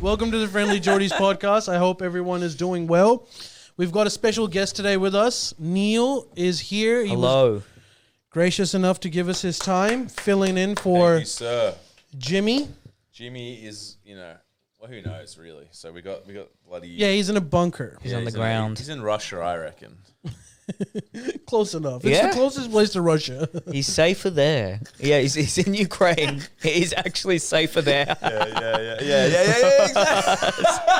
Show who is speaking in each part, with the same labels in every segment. Speaker 1: Welcome to the Friendly Geordies podcast. I hope everyone is doing well. We've got a special guest today with us. Neil is here. He was
Speaker 2: Hello.
Speaker 1: gracious enough to give us his time, filling in for
Speaker 3: Thank you, sir.
Speaker 1: Jimmy.
Speaker 3: Jimmy is, you know, well, who knows really? So we got we got bloody
Speaker 1: Yeah, he's in a bunker.
Speaker 3: he's
Speaker 2: on the ground.
Speaker 3: he's in Russia, I reckon.
Speaker 1: Close enough. It's
Speaker 2: Yeah?
Speaker 1: the closest place to Russia.
Speaker 2: He's safer there. Yeah, he's, he's in Ukraine. he's actually safer there.
Speaker 3: Yeah, yeah, yeah, yeah, yeah, yeah, yeah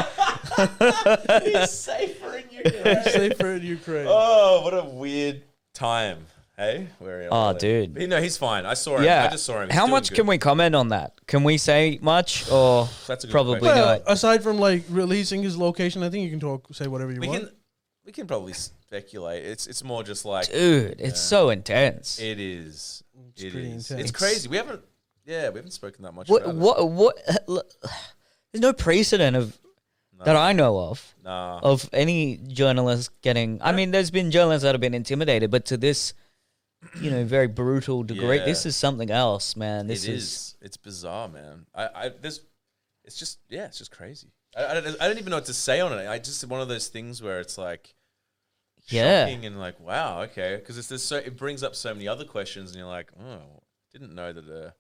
Speaker 3: exactly. he's safer in Ukraine.
Speaker 1: Safer in Ukraine.
Speaker 3: Oh, what a weird time, hey? Where are
Speaker 2: Oh, dude.
Speaker 3: But, no, he's fine. I saw him.
Speaker 2: Yeah.
Speaker 3: I just saw him. He's
Speaker 2: How
Speaker 3: doing
Speaker 2: much
Speaker 3: good.
Speaker 2: can we comment on that? Can we say much or
Speaker 3: That's a good
Speaker 2: probably
Speaker 3: question.
Speaker 1: well,
Speaker 2: not?
Speaker 1: aside from like releasing his location, I think you can talk, say whatever you
Speaker 3: We
Speaker 1: want.
Speaker 3: can we can probably speculate. It's it's more just like
Speaker 2: Dude, it's so intense.
Speaker 3: it is. It's
Speaker 1: pretty intense.
Speaker 3: It's crazy. We haven't. Yeah, we haven't spoken that much.
Speaker 2: What
Speaker 3: about it.
Speaker 2: what what There's no precedent of that I know of
Speaker 3: Nah.
Speaker 2: of any journalist getting I mean there's been journalists that have been intimidated but to this you know very brutal degree
Speaker 3: Yeah.
Speaker 2: this is something else man this
Speaker 3: it
Speaker 2: is,
Speaker 3: is. It's bizarre, man. I, I this, it's just yeah, it's just crazy. I, I, don't, I don't even know what to say on it. I just one of those things where it's like
Speaker 2: yeah
Speaker 3: shocking and like wow, okay, because it's there's so it brings up so many other questions, and you're like, oh, didn't know that. Uh,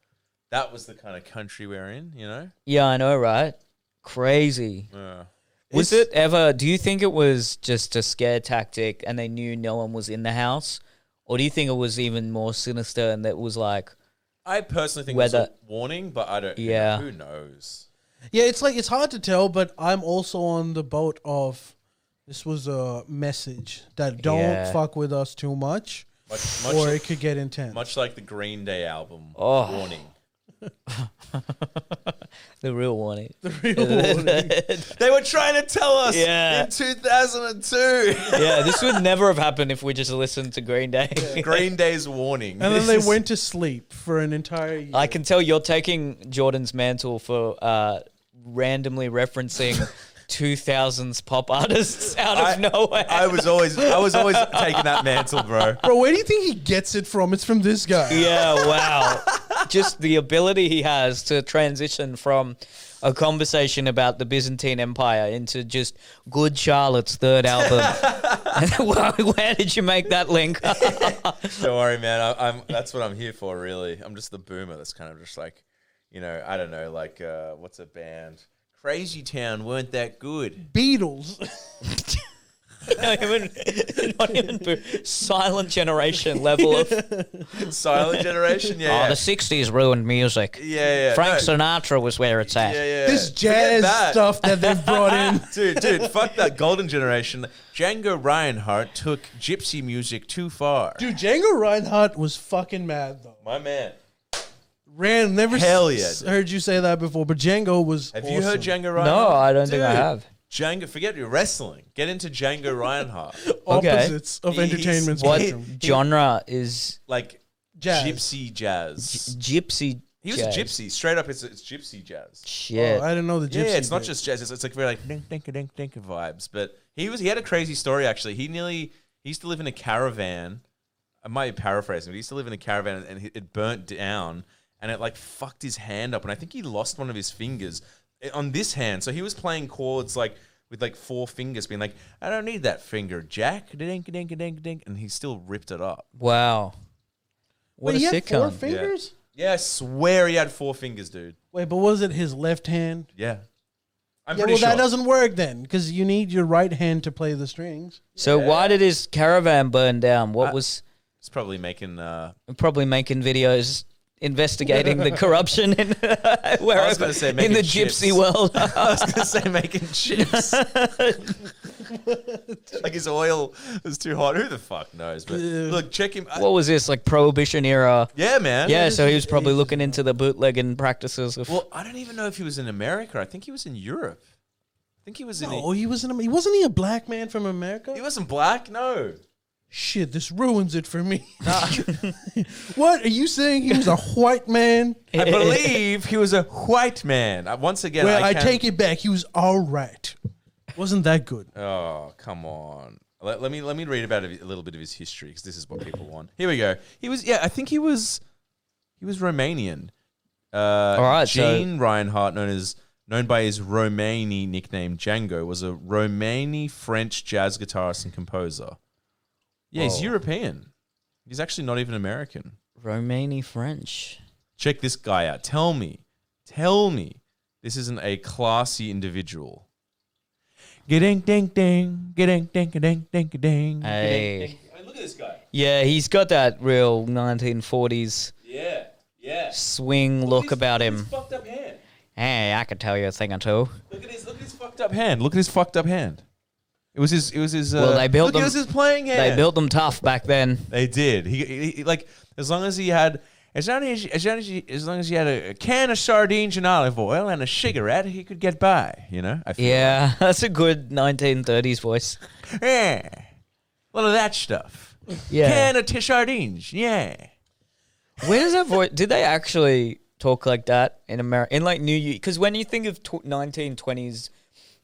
Speaker 3: that was the kind of country we're in, you know.
Speaker 2: yeah I know right crazy
Speaker 3: Yeah.
Speaker 2: Was
Speaker 1: It's-
Speaker 2: it ever? Do you think it was just a scare tactic, and they knew no one was in the house, or do you think it was even more sinister, and that was like,
Speaker 3: I personally think
Speaker 2: Whether-
Speaker 3: it's a warning, but I don't.
Speaker 2: Yeah.
Speaker 3: who knows?
Speaker 1: Yeah, it's like it's hard to tell, but I'm also on the boat of this was a message that don't
Speaker 2: Yeah.
Speaker 1: fuck with us too much,
Speaker 3: Much, much,
Speaker 1: or it could get intense.
Speaker 3: much like the Green Day album,
Speaker 2: Oh.
Speaker 3: warning.
Speaker 2: the real warning?
Speaker 1: The real warning.
Speaker 3: They were trying to tell us
Speaker 2: Yeah.
Speaker 3: in 2002.
Speaker 2: yeah, this would never have happened if we just listened to Green Day.
Speaker 3: Green Day's warning.
Speaker 1: and then they went to sleep for an entire year.
Speaker 2: I can tell you're taking Jordan's mantle for uh, randomly referencing 2000s pop artists out of
Speaker 3: I-
Speaker 2: nowhere.
Speaker 3: I was always I was always taking that mantle, bro.
Speaker 1: Bro, where do you think he gets it from? It's from this guy.
Speaker 2: Yeah, wow. Just the ability he has to transition from a conversation about the Byzantine Empire into just Good Charlotte's third album. Where- Where did you make that link?
Speaker 3: Don't worry, man. I, I'm that's what I'm here for, really. I'm just the boomer that's kind of just like, you know, I don't know, like uh, what's a band? Crazy Town weren't that good.
Speaker 1: Beatles.
Speaker 2: not even, not even boo- silent generation level of.
Speaker 3: Silent Generation, yeah,
Speaker 2: Oh,
Speaker 3: yeah.
Speaker 2: the 60s ruined music.
Speaker 3: yeah, yeah.
Speaker 2: Frank
Speaker 3: no.
Speaker 2: Sinatra was where it's at.
Speaker 3: yeah, yeah.
Speaker 1: this
Speaker 3: Forget
Speaker 1: jazz
Speaker 3: that.
Speaker 1: stuff that they've brought in.
Speaker 3: Dude, dude, fuck that golden generation. Django Reinhardt took gypsy music too far.
Speaker 1: Dude, Django Reinhardt was fucking mad though.
Speaker 3: my man.
Speaker 1: Ran never s-
Speaker 3: Hell yeah,
Speaker 1: s-
Speaker 3: dude.
Speaker 1: heard you say that before, but Django was.
Speaker 3: Have you heard
Speaker 1: awesome.
Speaker 3: Django Reinhardt?
Speaker 2: No, I don't think I
Speaker 3: Dude,
Speaker 2: have.
Speaker 3: Django, forget your wrestling. Get into Django Reinhardt.
Speaker 2: Okay.
Speaker 1: Opposites of
Speaker 3: He's-
Speaker 1: entertainment
Speaker 2: What
Speaker 1: spectrum.
Speaker 2: genre is
Speaker 3: Like
Speaker 1: Jazz.
Speaker 3: gypsy jazz.
Speaker 2: gypsy?
Speaker 3: He was
Speaker 2: jazz?
Speaker 3: a gypsy. Straight up, it's, it's gypsy jazz.
Speaker 2: Shit.
Speaker 1: Oh, I didn't know the gypsy.
Speaker 3: yeah, it's not
Speaker 1: bit.
Speaker 3: just jazz. It's, it's like very like dink dink dink dink vibes. But he was he had a crazy story actually. He nearly he used to live in a caravan. I might be paraphrasing, but he used to live in a caravan and it- it burnt down and it like fucked his hand up. And I think he lost one of his fingers eh, on this hand. So he was playing chords like with like four fingers, being like, "I don't need that finger, Jack." Dink dink dink dink, and he still ripped it up.
Speaker 2: Wow. What
Speaker 1: Wait, he
Speaker 2: a
Speaker 1: had four
Speaker 2: sitcom.
Speaker 1: fingers.
Speaker 3: Yeah, I swear he had four fingers, dude.
Speaker 1: Wait, but was it his left hand?
Speaker 3: Yeah, I'm
Speaker 1: Yeah,
Speaker 3: pretty
Speaker 1: well,
Speaker 3: sure.
Speaker 1: that doesn't work then, because you need your right hand to play the strings.
Speaker 2: so why did his caravan burn down?
Speaker 3: Uh,
Speaker 2: What was
Speaker 3: it's probably making uh,
Speaker 2: probably making videos investigating the corruption in where
Speaker 3: gonna say
Speaker 2: in
Speaker 3: making
Speaker 2: the
Speaker 3: chips.
Speaker 2: gypsy world.
Speaker 3: I was gonna say making chips. like his oil was too hot. Who the fuck knows? But look, check him. I-
Speaker 2: what was this like prohibition era?
Speaker 3: yeah, man.
Speaker 2: Yeah, so he was probably looking into the bootlegging practices of
Speaker 3: Well, I don't even know if he was in America. I think he was in Europe. I think he was in. E-
Speaker 1: Oh, he wasn't. He wasn't he a black man from America?
Speaker 3: He wasn't black. No.
Speaker 1: Shit, this ruins it for me. what are you saying? He was a white man.
Speaker 3: I believe he was a white man. I, once again,
Speaker 1: Eh, well, I,
Speaker 3: can't-
Speaker 1: take it back. He was all right. Wasn't that good?
Speaker 3: Oh, come on. Let, let me let me read about a, a little bit of his history because this is what people want. Here we go. He was yeah, I think he was he was Romanian. Uh,
Speaker 2: All right, so-
Speaker 3: Gene Reinhardt, known as known by his Romani nickname Django, was a Romani French jazz guitarist and composer. Yeah, he's
Speaker 2: Whoa.
Speaker 3: European. He's actually not even American.
Speaker 2: Romani French.
Speaker 3: Check this guy out. Tell me, tell me, this isn't a classy individual. Ding ding ding, ding ding ding ding ding.
Speaker 2: Hey.
Speaker 3: Look at this guy.
Speaker 2: Yeah, he's got that real 1940s
Speaker 3: Yeah, yeah.
Speaker 2: swing look about him.
Speaker 3: Fucked up hand.
Speaker 2: Hey, I could tell you a thing or two.
Speaker 3: Look at his look at his fucked up hand. Look at his fucked up hand. It was his. It was his. Uh,
Speaker 2: Well, they built them-
Speaker 3: Look, it was his playing hand.
Speaker 2: They built them tough back then.
Speaker 3: They did. He, he, he- like as long as he had. As long as, as, long as, he, as long as he had a, a can of sardines and olive oil and a cigarette, he could get by. You know, I feel.
Speaker 2: Yeah, that's a good 1930s voice.
Speaker 3: Yeah. A lot of that stuff.
Speaker 2: Yeah.
Speaker 3: Can of t- sardines. Yeah.
Speaker 2: Where does that voice? Did they actually talk like that in America? In like New York? Because when you think of tw 1920s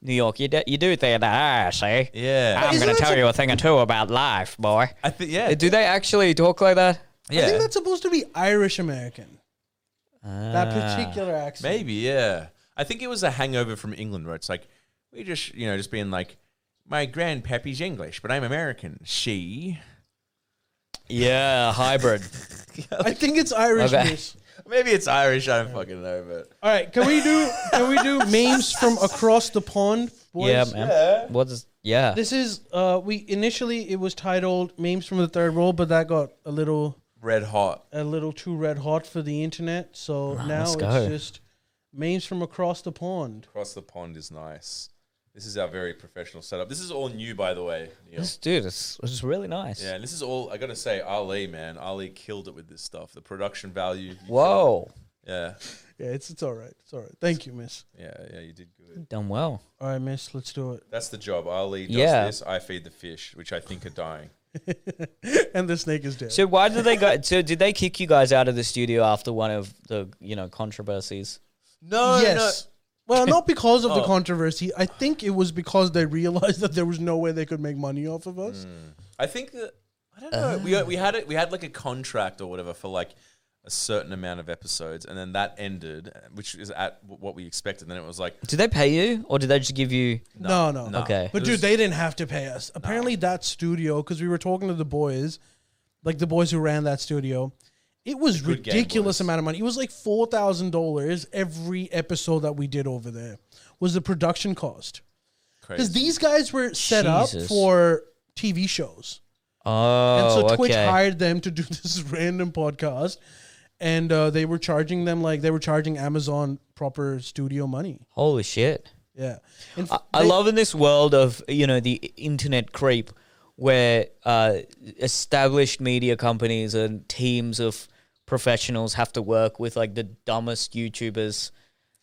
Speaker 2: New York, you do, you do think of that. Ah, see,
Speaker 3: Yeah.
Speaker 2: I'm
Speaker 1: Isn't
Speaker 2: going
Speaker 1: that
Speaker 2: to tell
Speaker 1: so-
Speaker 2: you a thing or two about life, boy.
Speaker 3: I think yeah.
Speaker 2: Do they actually talk like that?
Speaker 3: yeah.
Speaker 1: I think that's supposed to be Irish American. that particular accent.
Speaker 3: Ah, Maybe, yeah. I think it was a hangover from England where it's like, we just, you know, just being like, my grandpappy's English, but I'm American. She.
Speaker 2: Yeah, hybrid.
Speaker 1: I think it's Irish.
Speaker 2: Okay.
Speaker 1: Miss.
Speaker 3: Maybe it's Irish. I don't fucking know, but.
Speaker 1: All right, can we do can we do memes from across the pond? Boys?
Speaker 2: yeah, man. What is? Yeah.
Speaker 1: This is uh we initially it was titled memes from the third world, but that got a little
Speaker 3: Red hot.
Speaker 1: a little too red hot for the internet. So now
Speaker 2: let's
Speaker 1: it's
Speaker 2: go.
Speaker 1: just memes from across the pond.
Speaker 3: Across the pond is nice. This is our very professional setup. This is all new, by the way. Neil.
Speaker 2: This dude is, is really nice.
Speaker 3: Yeah, and this is all, I gotta say, Ali, man. Ali killed it with this stuff. The production value. you
Speaker 2: Whoa.
Speaker 3: killed- Yeah.
Speaker 1: Yeah, it's it's all right. It's all right. Thank you, miss.
Speaker 3: Yeah, yeah, you did good.
Speaker 2: Done well.
Speaker 1: All right, miss, let's do it.
Speaker 3: That's the job. Ali does
Speaker 2: Yeah.
Speaker 3: this. I feed the fish, which I think are dying.
Speaker 1: And the snake is dead.
Speaker 2: So why did they go? So did they kick you guys out of the studio after one of the you know controversies?
Speaker 3: No,
Speaker 1: yes. Well, not because of the
Speaker 3: Oh.
Speaker 1: controversy. I think it was because they realized that there was no way they could make money off of us.
Speaker 3: I think that I don't know. we we had it. We had like a contract or whatever for like a certain amount of episodes, and then that ended, which is at w- what we expected. And then it was like,
Speaker 2: Did they pay you, or did they just give you?
Speaker 1: No, no.
Speaker 3: no.
Speaker 2: Okay.
Speaker 1: But
Speaker 3: It
Speaker 1: dude,
Speaker 3: was-
Speaker 1: they didn't have to pay us. Apparently, that studio, because we were talking to the boys, like the boys who ran that studio, it was
Speaker 3: Good game
Speaker 1: ridiculous
Speaker 3: boys.
Speaker 1: amount of money. It was like four thousand dollars every episode that we did over there. Was the production cost? Because
Speaker 3: crazy.
Speaker 1: these guys were set up
Speaker 2: Jesus.
Speaker 1: for TV shows,
Speaker 2: Oh,
Speaker 1: and so Twitch
Speaker 2: okay.
Speaker 1: hired them to do this random podcast, and uh, they were charging them like they were charging Amazon proper studio money.
Speaker 2: Holy shit!
Speaker 1: Yeah, In f-
Speaker 2: I, I
Speaker 1: Uh, they-
Speaker 2: love in this world of you know the internet creep, where uh, established media companies and teams of professionals have to work with like the dumbest YouTubers.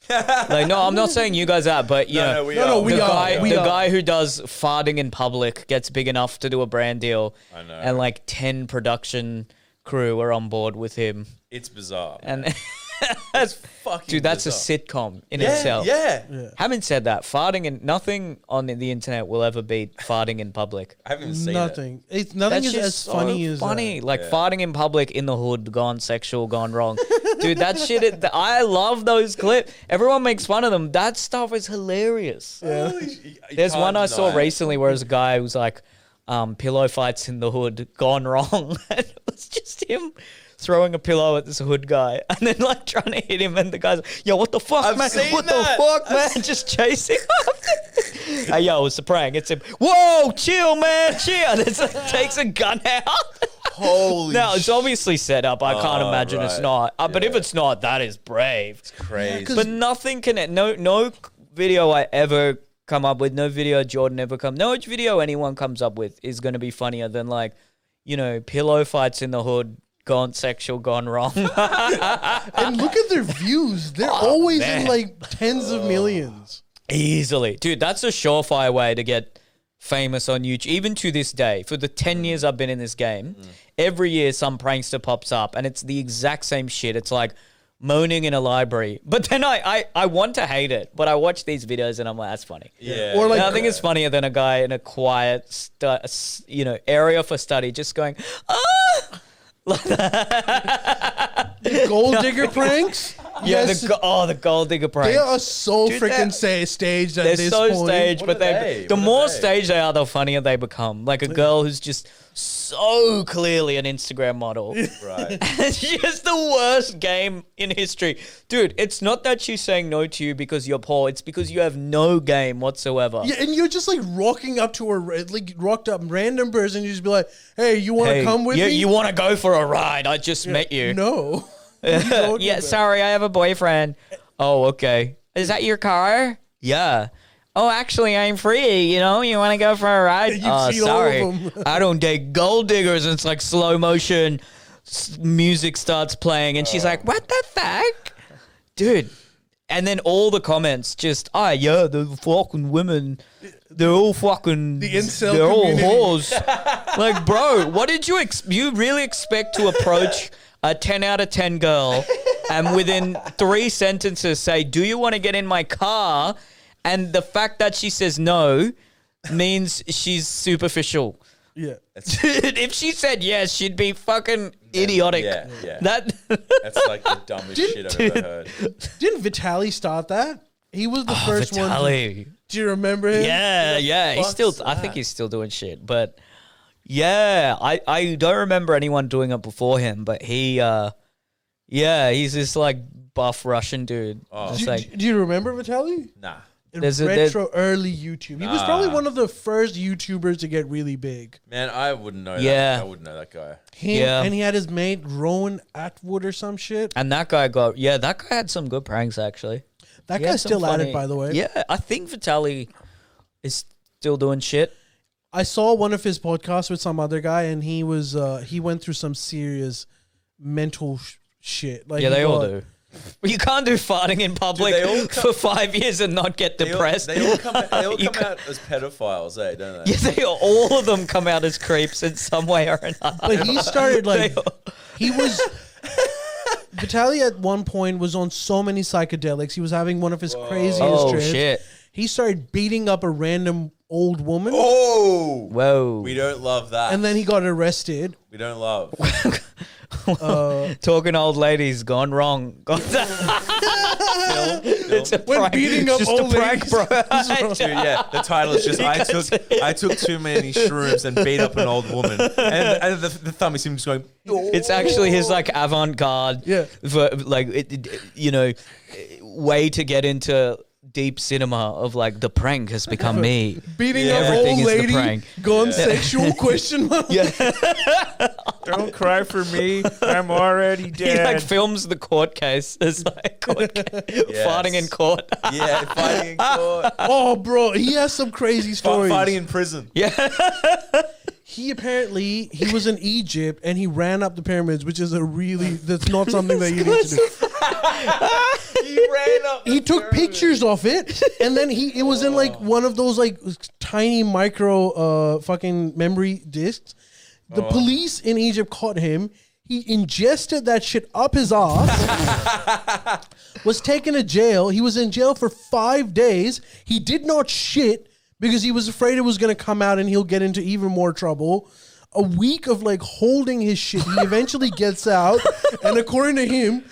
Speaker 2: like, no, I'm not saying you guys are, but you know,
Speaker 3: we
Speaker 1: No, no, we
Speaker 2: the
Speaker 1: are.
Speaker 2: guy,
Speaker 1: we
Speaker 2: the
Speaker 1: are.
Speaker 2: guy who does farting in public gets big enough to do a brand deal,
Speaker 3: I know.
Speaker 2: and like ten production crew are on board with him,
Speaker 3: It's bizarre.
Speaker 2: and that's
Speaker 3: fucking
Speaker 2: dude, that's a
Speaker 3: bizarre.
Speaker 2: sitcom in
Speaker 3: yeah,
Speaker 2: itself.
Speaker 3: Yeah.
Speaker 2: Having said that, farting and nothing on the internet will ever beat farting in public.
Speaker 3: I haven't even seen it.
Speaker 1: nothing. It's nothing
Speaker 2: That's
Speaker 1: is
Speaker 2: just
Speaker 1: as
Speaker 2: so
Speaker 1: funny as uh, that.
Speaker 2: funny. Like farting in public in the hood, gone sexual, gone wrong. Dude, that shit. Is, I love those clips. Everyone makes fun of them. That stuff is hilarious.
Speaker 3: Holy sh- you- you
Speaker 2: There's
Speaker 3: can't
Speaker 2: one I saw
Speaker 3: deny it.
Speaker 2: recently where it was a guy who was like, um, pillow fights in the hood gone wrong. and it was just him throwing a pillow at this hood guy and then like trying to hit him. And the guy's like, yo, what the fuck,
Speaker 3: I've
Speaker 2: man?
Speaker 3: seen
Speaker 2: what
Speaker 3: that.
Speaker 2: the fuck, man? just chasing after Hey, yo, it's a prank. It's him. Whoa, chill, man, chill. And it's like, takes a gun out.
Speaker 3: Holy
Speaker 2: no, it's obviously set up. I can't
Speaker 3: Oh,
Speaker 2: imagine it's
Speaker 3: right.
Speaker 2: not. Uh, But if
Speaker 3: Yeah.
Speaker 2: it's not, that is brave.
Speaker 3: crazy.
Speaker 1: 'cause-
Speaker 2: But nothing can e-, no no video I ever come up with, no video Jordan ever come, no video anyone comes up with is going to be funnier than like, you know, pillow fights in the hood, gone sexual, gone wrong.
Speaker 1: And look at their views. They're
Speaker 2: Oh,
Speaker 1: always in like tens of millions.
Speaker 2: Easily, dude, that's a surefire way to get famous on YouTube. Even to this day, for the ten years I've been in this game, every year some prankster pops up, and it's the exact same shit. It's like moaning in a library, but then I I, I want to hate it, but I watch these videos and I'm like, that's funny.
Speaker 3: yeah.
Speaker 1: Or like-
Speaker 2: Nothing is funnier than a guy in a quiet, stu- s- you know, area for study just going, ah!
Speaker 1: Gold digger pranks.
Speaker 2: Yeah,
Speaker 1: Yes.
Speaker 2: the go- oh, the gold digger pranks.
Speaker 1: They are so
Speaker 2: Dude, they're-
Speaker 1: freaking say staged at
Speaker 2: They're
Speaker 1: this
Speaker 2: so
Speaker 1: point.
Speaker 2: staged,
Speaker 3: What
Speaker 2: but
Speaker 3: are
Speaker 2: they,
Speaker 3: they?
Speaker 2: the
Speaker 3: What are
Speaker 2: more
Speaker 3: they?
Speaker 2: staged they are, the funnier they become. Like a girl who's just so clearly an Instagram model.
Speaker 3: Right.
Speaker 2: And she has the worst game in history. Dude, it's not that she's saying no to you because you're poor, it's because you have no game whatsoever.
Speaker 1: Yeah, and you're just like rocking up to a ra- like rocked up random person. You just be like, "Hey, you want to
Speaker 2: Hey,
Speaker 1: come with
Speaker 2: you,
Speaker 1: me?"
Speaker 2: You want to go for a ride? I just met you.
Speaker 1: no. What are you talking
Speaker 2: yeah,
Speaker 1: about?
Speaker 2: sorry, I have a boyfriend. Oh, okay. Is that your car? Yeah. Oh, actually, I'm free. You know, you want to go for a ride?
Speaker 1: You've
Speaker 2: Oh,
Speaker 1: seen all of
Speaker 2: sorry.
Speaker 1: them.
Speaker 2: I don't date gold diggers. And it's like slow motion s- music starts playing, and she's like, "What the fuck, dude?" And then all the comments just, "Ah, yeah, the fucking women, they're all fucking, the
Speaker 1: incel
Speaker 2: they're
Speaker 1: community."
Speaker 2: all whores." like, bro, what did you ex- you really expect to approach a ten out of ten girl, and within three sentences say, "Do you want to get in my car?" And the fact that she says no means she's superficial.
Speaker 1: Yeah.
Speaker 2: Dude, if she said yes, she'd be fucking idiotic.
Speaker 3: Yeah, yeah.
Speaker 2: That
Speaker 3: That's like the dumbest shit I've ever heard.
Speaker 1: Didn't Vitali start that? He was the first one.
Speaker 2: Vitali.
Speaker 1: Do you remember him?
Speaker 2: Oh, Yeah, yeah. He's still I think he's still doing shit, but yeah, I I don't remember anyone doing it before him, but he uh yeah, he's this like buff Russian dude.
Speaker 3: Oh.
Speaker 1: Do,
Speaker 2: Just like
Speaker 1: do- do you remember Vitali?
Speaker 3: Nah.
Speaker 2: There's a- there's- Ah.
Speaker 1: retro early YouTube. He was probably
Speaker 3: Nah.
Speaker 1: one of the first YouTubers to get really big.
Speaker 3: Man, I wouldn't know
Speaker 2: Yeah.
Speaker 3: that. I wouldn't know that guy.
Speaker 1: Him,
Speaker 2: Yeah.
Speaker 1: And he had his mate Rowan Atwood or some shit.
Speaker 2: and that guy got yeah, that guy had some good pranks actually.
Speaker 1: That
Speaker 2: He had
Speaker 1: guy's
Speaker 2: some
Speaker 1: still at
Speaker 2: funny-
Speaker 1: it, by the way.
Speaker 2: Yeah, I think Vitali is still doing shit.
Speaker 1: I saw one of his podcasts with some other guy, and he was uh, he went through some serious mental sh- shit. Like
Speaker 2: Yeah,
Speaker 1: he
Speaker 2: they all
Speaker 1: got-
Speaker 2: do. You can't do farting in public
Speaker 3: Dude, they all
Speaker 2: for five years and not get
Speaker 3: They all-
Speaker 2: depressed.
Speaker 3: They all come, they all
Speaker 2: You
Speaker 3: come out as pedophiles, eh? Don't they?
Speaker 2: Yeah, they all of them come out as creeps in some way or another.
Speaker 1: But he started like
Speaker 2: They all-
Speaker 1: he was. Vitaly at one point was on so many psychedelics. He was having one of his craziest
Speaker 2: Oh,
Speaker 1: trips.
Speaker 2: shit.
Speaker 1: He started beating up a random old woman,
Speaker 3: Oh,
Speaker 2: Whoa.
Speaker 3: we don't love that.
Speaker 1: and then he got arrested.
Speaker 3: we don't love.
Speaker 2: Talking old ladies gone wrong. Gone- it's a
Speaker 1: When
Speaker 2: prank.
Speaker 1: beating up
Speaker 2: Just
Speaker 1: old
Speaker 2: a
Speaker 1: ladies
Speaker 2: prank, bro.
Speaker 3: Dude, yeah, the title is just I took I took too many shrooms and beat up an old woman, and, and the, the thumb is him just going. "Oh."
Speaker 2: It's actually his like avant-garde,
Speaker 1: Yeah.
Speaker 2: ver- like it, it- you know, way to get into deep cinema of like the prank has become me.
Speaker 1: Beating
Speaker 3: Yeah.
Speaker 1: up old
Speaker 2: Everything is the
Speaker 1: lady,
Speaker 2: prank.
Speaker 1: gone sexual question mark. Yeah.
Speaker 4: Don't cry for me. I'm already
Speaker 2: He like
Speaker 4: dead.
Speaker 2: films the court case. It's like court ca- farting in court.
Speaker 3: Yeah, fighting in court,
Speaker 1: Oh, bro, he has some crazy
Speaker 3: Fi-
Speaker 1: stories.
Speaker 3: fighting in prison.
Speaker 2: yeah.
Speaker 1: He apparently he was in Egypt and he ran up the pyramids, which is a really that's not something that you need to do.
Speaker 3: He ran up.
Speaker 1: He took pictures of it, and then he it was in like one of those like tiny micro uh fucking memory discs. The police in Egypt caught him. He ingested that shit up his ass. was taken to jail. He was in jail for five days. He did not shit because he was afraid it was going to come out and he'll get into even more trouble. A week of like holding his shit. He eventually gets out, and according to him,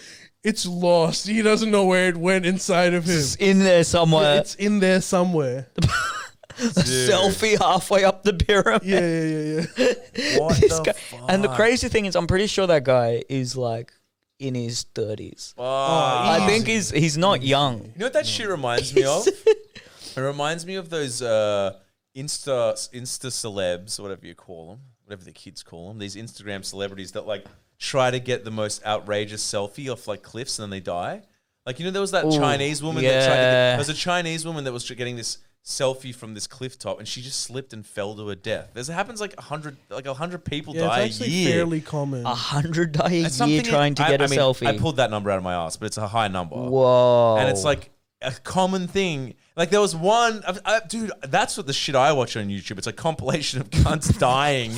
Speaker 1: it's lost. He doesn't know where it went inside of him.
Speaker 2: It's in there
Speaker 3: Uh,
Speaker 2: somewhere.
Speaker 1: It's in there somewhere.
Speaker 2: selfie halfway up the pyramid.
Speaker 1: Yeah, yeah, yeah, yeah.
Speaker 3: What
Speaker 2: This
Speaker 3: the
Speaker 2: guy-
Speaker 3: fuck?
Speaker 2: and the crazy thing is, I'm pretty sure that guy is like in his 30s. I think he's he's not young.
Speaker 3: You know what that shit reminds me of? It reminds me of those uh, Insta Insta celebs, whatever you call them, whatever the kids call them. These Instagram celebrities that like try to get the most outrageous selfie off like cliffs and then they die. Like you know, there was that Chinese woman that tried to get,
Speaker 2: yeah.
Speaker 3: there was a Chinese woman that was tr- getting this selfie from this cliff top and she just slipped and fell to her death. There's it happens like a hundred like a hundred people
Speaker 1: Yeah,
Speaker 3: die
Speaker 1: it's
Speaker 3: a
Speaker 1: actually
Speaker 3: year.
Speaker 1: fairly common.
Speaker 2: A hundred die a
Speaker 3: That's
Speaker 2: year
Speaker 3: something-
Speaker 2: trying to
Speaker 3: I-
Speaker 2: get a
Speaker 3: I mean,
Speaker 2: selfie.
Speaker 3: I pulled that number out of my ass, but it's a high number.
Speaker 2: Whoa.
Speaker 3: And it's like a common thing. Like there was one, I, I, dude. That's what the shit I watch on YouTube. It's a compilation of cunts dying,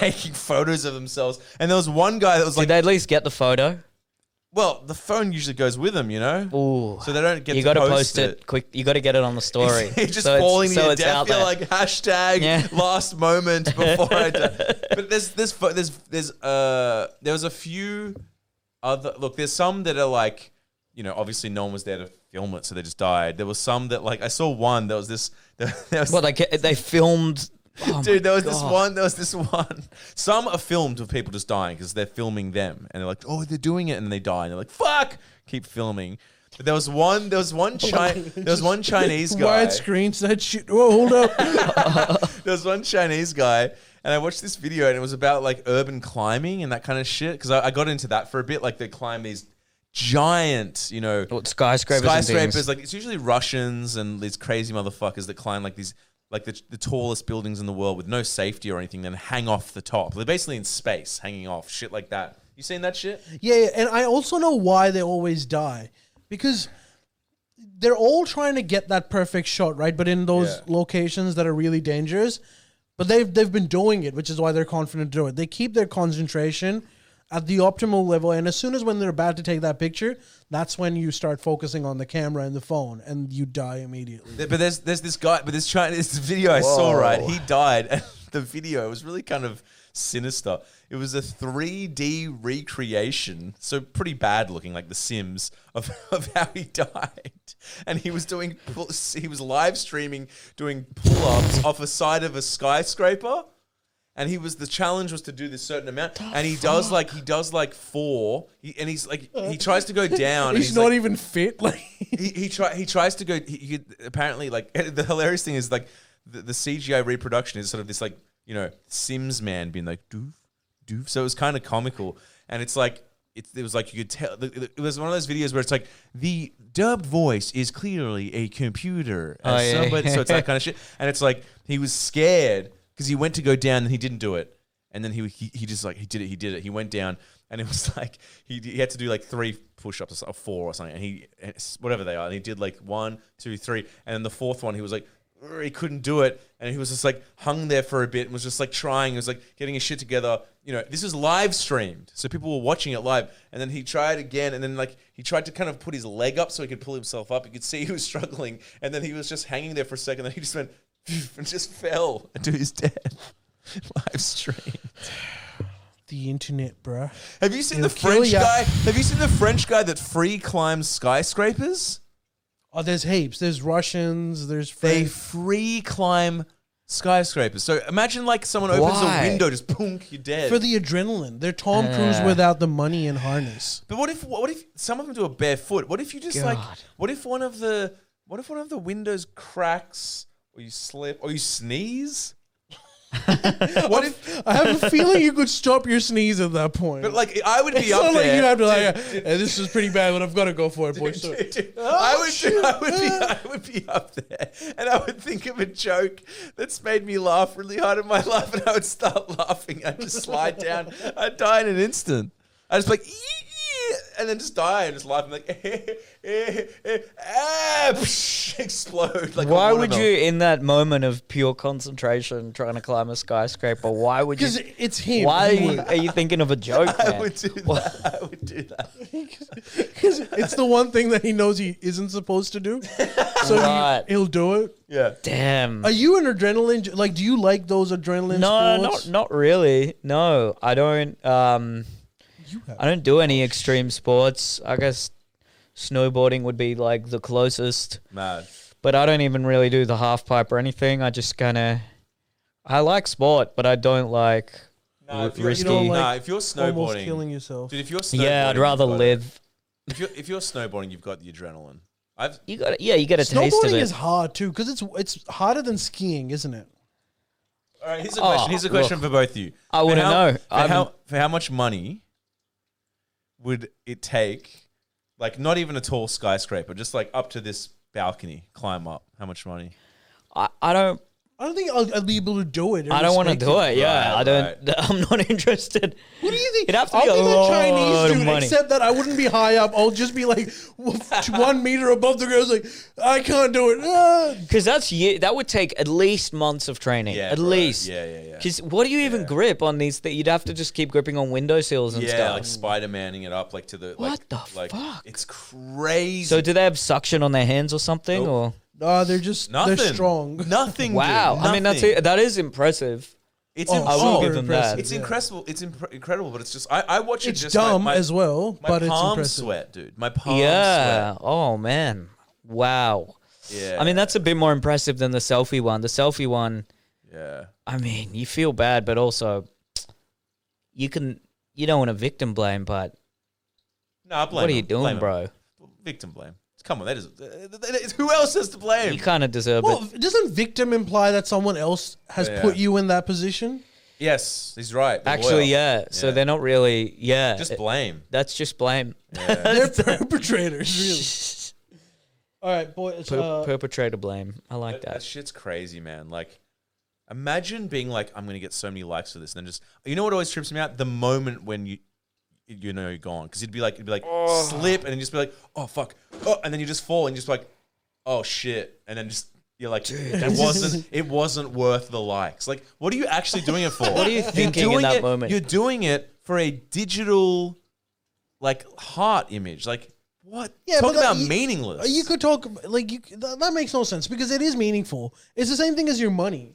Speaker 3: taking photos of themselves. And there was one guy that was
Speaker 2: Did
Speaker 3: like,
Speaker 2: they at least get the photo?
Speaker 3: "Well, the phone usually goes with them, you know,
Speaker 2: Ooh.
Speaker 3: so they don't get
Speaker 2: you
Speaker 3: to
Speaker 2: gotta
Speaker 3: post,
Speaker 2: post it. quick. You gotta get it on the story.
Speaker 3: You're just
Speaker 2: So it's-
Speaker 3: falling
Speaker 2: so
Speaker 3: to your
Speaker 2: it's
Speaker 3: death.
Speaker 2: out
Speaker 3: You're
Speaker 2: there.
Speaker 3: like hashtag
Speaker 2: Yeah.
Speaker 3: last moment before I die. But there's this fo- there's there's uh there was a few other look. There's some that are like you know, obviously no one was there to film it, so they just died. There was some that like I saw one. There was this. There, was,
Speaker 2: Well, they ca- they filmed. Oh my
Speaker 3: dude, there was this
Speaker 2: God.
Speaker 3: one. There was this one. Some are filmed of people just dying because they're filming them, and they're like, "Oh, they're doing it," and they die, and they're like, "Fuck!" Keep filming. But there was one. There was one.
Speaker 2: Oh
Speaker 3: Chi- there was one Chinese guy.
Speaker 1: Wide screens that shit. Whoa, hold up.
Speaker 3: there was one Chinese guy, and I watched this video, and it was about like urban climbing and that kind of shit. Because I, I got into that for a bit. Like they climb these giant, you know,
Speaker 2: What, Oh, skyscrapers and things?
Speaker 3: skyscrapers. Like it's usually Russians and these crazy motherfuckers that climb like these, like the, the tallest buildings in the world with no safety or anything, then hang off the top. They're basically in space, hanging off shit like that. You seen that shit?
Speaker 1: yeah, yeah, and I also know why they always die because they're all trying to get that perfect shot, right? But in those
Speaker 3: Yeah.
Speaker 1: locations that are really dangerous, but they've they've been doing it, which is why they're confident to do it. They keep their concentration at the optimal level, and as soon as when they're about to take that picture, that's when you start focusing on the camera and the phone, and you die immediately.
Speaker 3: There- But there's there's this guy, but this Chinese video I saw right. He died, and the video was really kind of sinister. It was a 3D recreation, so pretty bad looking, like The Sims, of, of how he died. And he was doing pull- he was live streaming doing pull ups off a side of a skyscraper. And he was the challenge was to do this certain amount, and he does like he does like four, he, and he's like he tries to go down. and
Speaker 1: He's,
Speaker 3: like-
Speaker 1: not even fit. Like
Speaker 3: he he, try, he tries to go. He, he apparently like the hilarious thing is like the, the CGI reproduction is sort of this like you know Sims man being like doof doof. So it was kind of comical, and it's like it, it was like you could tell. the- the- It was one of those videos where it's like the dubbed voice is clearly a computer. And
Speaker 2: Oh, yeah.
Speaker 3: somebody- so it's that kind of shit, and it's like he was scared because he went to go down and he didn't do it, and then he he, he just like he did it, he did it, he went down. And it was like he, he had to do like three push-ups or so- or four or something, and he and it's whatever they are. And he did like one, two, three, and then the fourth one he was like "Ugh," he couldn't do it, and he was just like hung there for a bit and was just like trying. He was like getting his shit together. You know, this is live streamed, so people were watching it live. And then he tried again, and then like he tried to kind of put his leg up so he could pull himself up. You could see he was struggling, and then he was just hanging there for a second. Then he just went and just fell into his death. live stream.
Speaker 1: the internet, bruh.
Speaker 3: Have you seen
Speaker 1: It'll
Speaker 3: the
Speaker 1: kill
Speaker 3: French
Speaker 1: ya.
Speaker 3: guy? Have you seen the French guy that free climbs skyscrapers?
Speaker 1: Oh, there's heaps. There's Russians. There's
Speaker 3: They
Speaker 1: French.
Speaker 3: free climb skyscrapers. So imagine like someone opens
Speaker 2: Why?
Speaker 3: a window, just punk, you're dead.
Speaker 1: for the adrenaline. They're Tom Cruise without the money and harness.
Speaker 3: but what if what if some of them do it barefoot? What if you just like
Speaker 2: God.
Speaker 3: what if one of the what if one of the windows cracks or you slip or you sneeze? what if
Speaker 1: I have a feeling you could stop your sneeze at that point.
Speaker 3: but like I would be
Speaker 1: it's
Speaker 3: up
Speaker 1: not like
Speaker 3: there.
Speaker 1: you have to like, uh,
Speaker 3: Dude,
Speaker 1: "Hey, this is pretty bad, but I've got to go for it, boys. So-
Speaker 2: Oh,
Speaker 3: I would, I would be, I would be up there, and I would think of a joke that's made me laugh really hard in my life, and I would start laughing. I'd just slide down. I'd die in an instant. I just be like, "Ee, ee," and then just die and just laugh. and like, eh, eh, eh, ah, psh, explode. Like, a
Speaker 2: Why would you,
Speaker 3: watermelon.
Speaker 2: in that moment of pure concentration, trying to climb a skyscraper? Why would you?
Speaker 1: 'Cause it's him.
Speaker 2: Why are
Speaker 1: He
Speaker 2: you, are you thinking of a joke, man?
Speaker 3: I would do that. I would do that.
Speaker 1: Because it's the one thing that he knows he isn't supposed to do, so he-
Speaker 2: Right.
Speaker 1: he'll do it.
Speaker 3: Yeah.
Speaker 2: Damn.
Speaker 1: Are you an adrenaline? Like, do you like those adrenaline?
Speaker 2: no,
Speaker 1: sports?
Speaker 2: not not really. No, I don't. Um,
Speaker 1: You have-
Speaker 2: I don't do any extreme sports. I guess snowboarding would be like the closest,
Speaker 3: Mad.
Speaker 2: but I don't even really do the half pipe or anything. I just kind of I like sport, but I don't like
Speaker 3: Nah, if you're,
Speaker 2: risky.
Speaker 1: you know, like,
Speaker 3: nah, if you're
Speaker 1: almost
Speaker 3: snowboarding,
Speaker 1: killing yourself.
Speaker 3: dude, if you're snowboarding,
Speaker 2: yeah, I'd rather
Speaker 3: you've got it.
Speaker 2: live.
Speaker 3: If you're, if you're snowboarding, you've got the adrenaline. I've
Speaker 2: You got yeah, you get a taste of
Speaker 1: Snowboarding
Speaker 2: it.
Speaker 1: is hard too, because it's it's harder than skiing, isn't it?
Speaker 3: All right, here's a
Speaker 2: Oh,
Speaker 3: question. Here's a question for both of you.
Speaker 2: I
Speaker 3: For
Speaker 2: wouldn't
Speaker 3: how-
Speaker 2: know.
Speaker 3: For
Speaker 2: I'm-
Speaker 3: how, for how much money would it take, like not even a tall skyscraper, just like up to this balcony, climb up? How much money?
Speaker 2: I, I don't
Speaker 1: I don't think I'll, I'll be able to do it.
Speaker 2: I don't want to
Speaker 1: Irrespective.
Speaker 2: do it. Yeah,
Speaker 3: Right,
Speaker 2: I don't. I'm not interested.
Speaker 1: What do you think?
Speaker 2: It'd have to
Speaker 1: I'll
Speaker 2: be a
Speaker 1: be the
Speaker 2: lot
Speaker 1: Chinese
Speaker 2: of
Speaker 1: dude,
Speaker 2: money.
Speaker 1: except that I wouldn't be high up. I'll just be like one meter above the girls. Like I can't do it. Ah.
Speaker 2: Because that's ye- that would take at least months of training.
Speaker 3: Yeah,
Speaker 2: at
Speaker 3: bro.
Speaker 2: least.
Speaker 3: Yeah, yeah, yeah.
Speaker 2: Because what do you even grip on these? That you'd have to just keep gripping on windowsills and
Speaker 3: Yeah,
Speaker 2: stuff.
Speaker 3: like Spider Manning it up, like to the like,
Speaker 2: What the
Speaker 3: like,
Speaker 2: fuck?
Speaker 3: It's crazy.
Speaker 2: so do they have suction on their hands or something?
Speaker 3: Nope.
Speaker 2: Or
Speaker 1: No, they're just
Speaker 3: nothing.
Speaker 1: they're strong.
Speaker 3: Nothing.
Speaker 2: wow,
Speaker 3: Dude,
Speaker 2: I mean that's
Speaker 3: Nothing.
Speaker 2: that is impressive.
Speaker 3: It's
Speaker 1: Oh,
Speaker 3: im-
Speaker 1: I will
Speaker 3: oh,
Speaker 1: give them that.
Speaker 3: It's
Speaker 1: Yeah.
Speaker 3: incredible. It's impre- incredible, but it's just I, I watch it
Speaker 1: It's
Speaker 3: just
Speaker 1: dumb
Speaker 3: like my,
Speaker 1: as well,
Speaker 3: My
Speaker 1: but it's
Speaker 3: palms
Speaker 1: impressive.
Speaker 3: sweat, dude. My palms
Speaker 2: yeah. Oh man. Wow.
Speaker 3: sweat. Yeah.
Speaker 2: I mean, that's a bit more impressive than the selfie one. The selfie one.
Speaker 3: yeah.
Speaker 2: I mean, you feel bad, but also you can. You don't want to victim blame, but
Speaker 3: No, I blame.
Speaker 2: what are
Speaker 3: him.
Speaker 2: you doing,
Speaker 3: Blame him.
Speaker 2: bro?
Speaker 3: Victim blame. Come on, that is. that- that- that is- Who else is to blame?
Speaker 2: You kind of deserve
Speaker 1: Well,
Speaker 2: it.
Speaker 1: doesn't victim imply that someone else has
Speaker 3: Yeah.
Speaker 1: put you in that position?
Speaker 3: Yes, he's right. the lawyer.
Speaker 2: Actually, yeah. So
Speaker 3: Yeah.
Speaker 2: they're not really. Yeah.
Speaker 3: Just blame.
Speaker 2: that's just blame.
Speaker 1: They're perpetrators, really. All right, boys.
Speaker 2: Per-
Speaker 1: Uh,
Speaker 2: perpetrator blame. I like
Speaker 3: That,
Speaker 2: that.
Speaker 3: that shit's crazy, man. Like, imagine being like, I'm gonna get so many likes for this, and then just, you know what always trips me out? The moment when you, you know, you're gone, because it'd be like, it'd be like slip, and then just be like, oh fuck, oh, and then you just fall, and you just be like, oh shit, and then just. You're like it wasn't. It wasn't worth the likes. Like, what are you actually doing it for?
Speaker 2: What are you thinking in that
Speaker 3: it,
Speaker 2: moment?
Speaker 3: You're doing it for a digital, like heart image. Like, what?
Speaker 1: Yeah,
Speaker 3: Talk
Speaker 1: but, like,
Speaker 3: about
Speaker 1: you-
Speaker 3: meaningless.
Speaker 1: you could talk like you. That, that makes no sense because it is meaningful. It's the same thing as your money.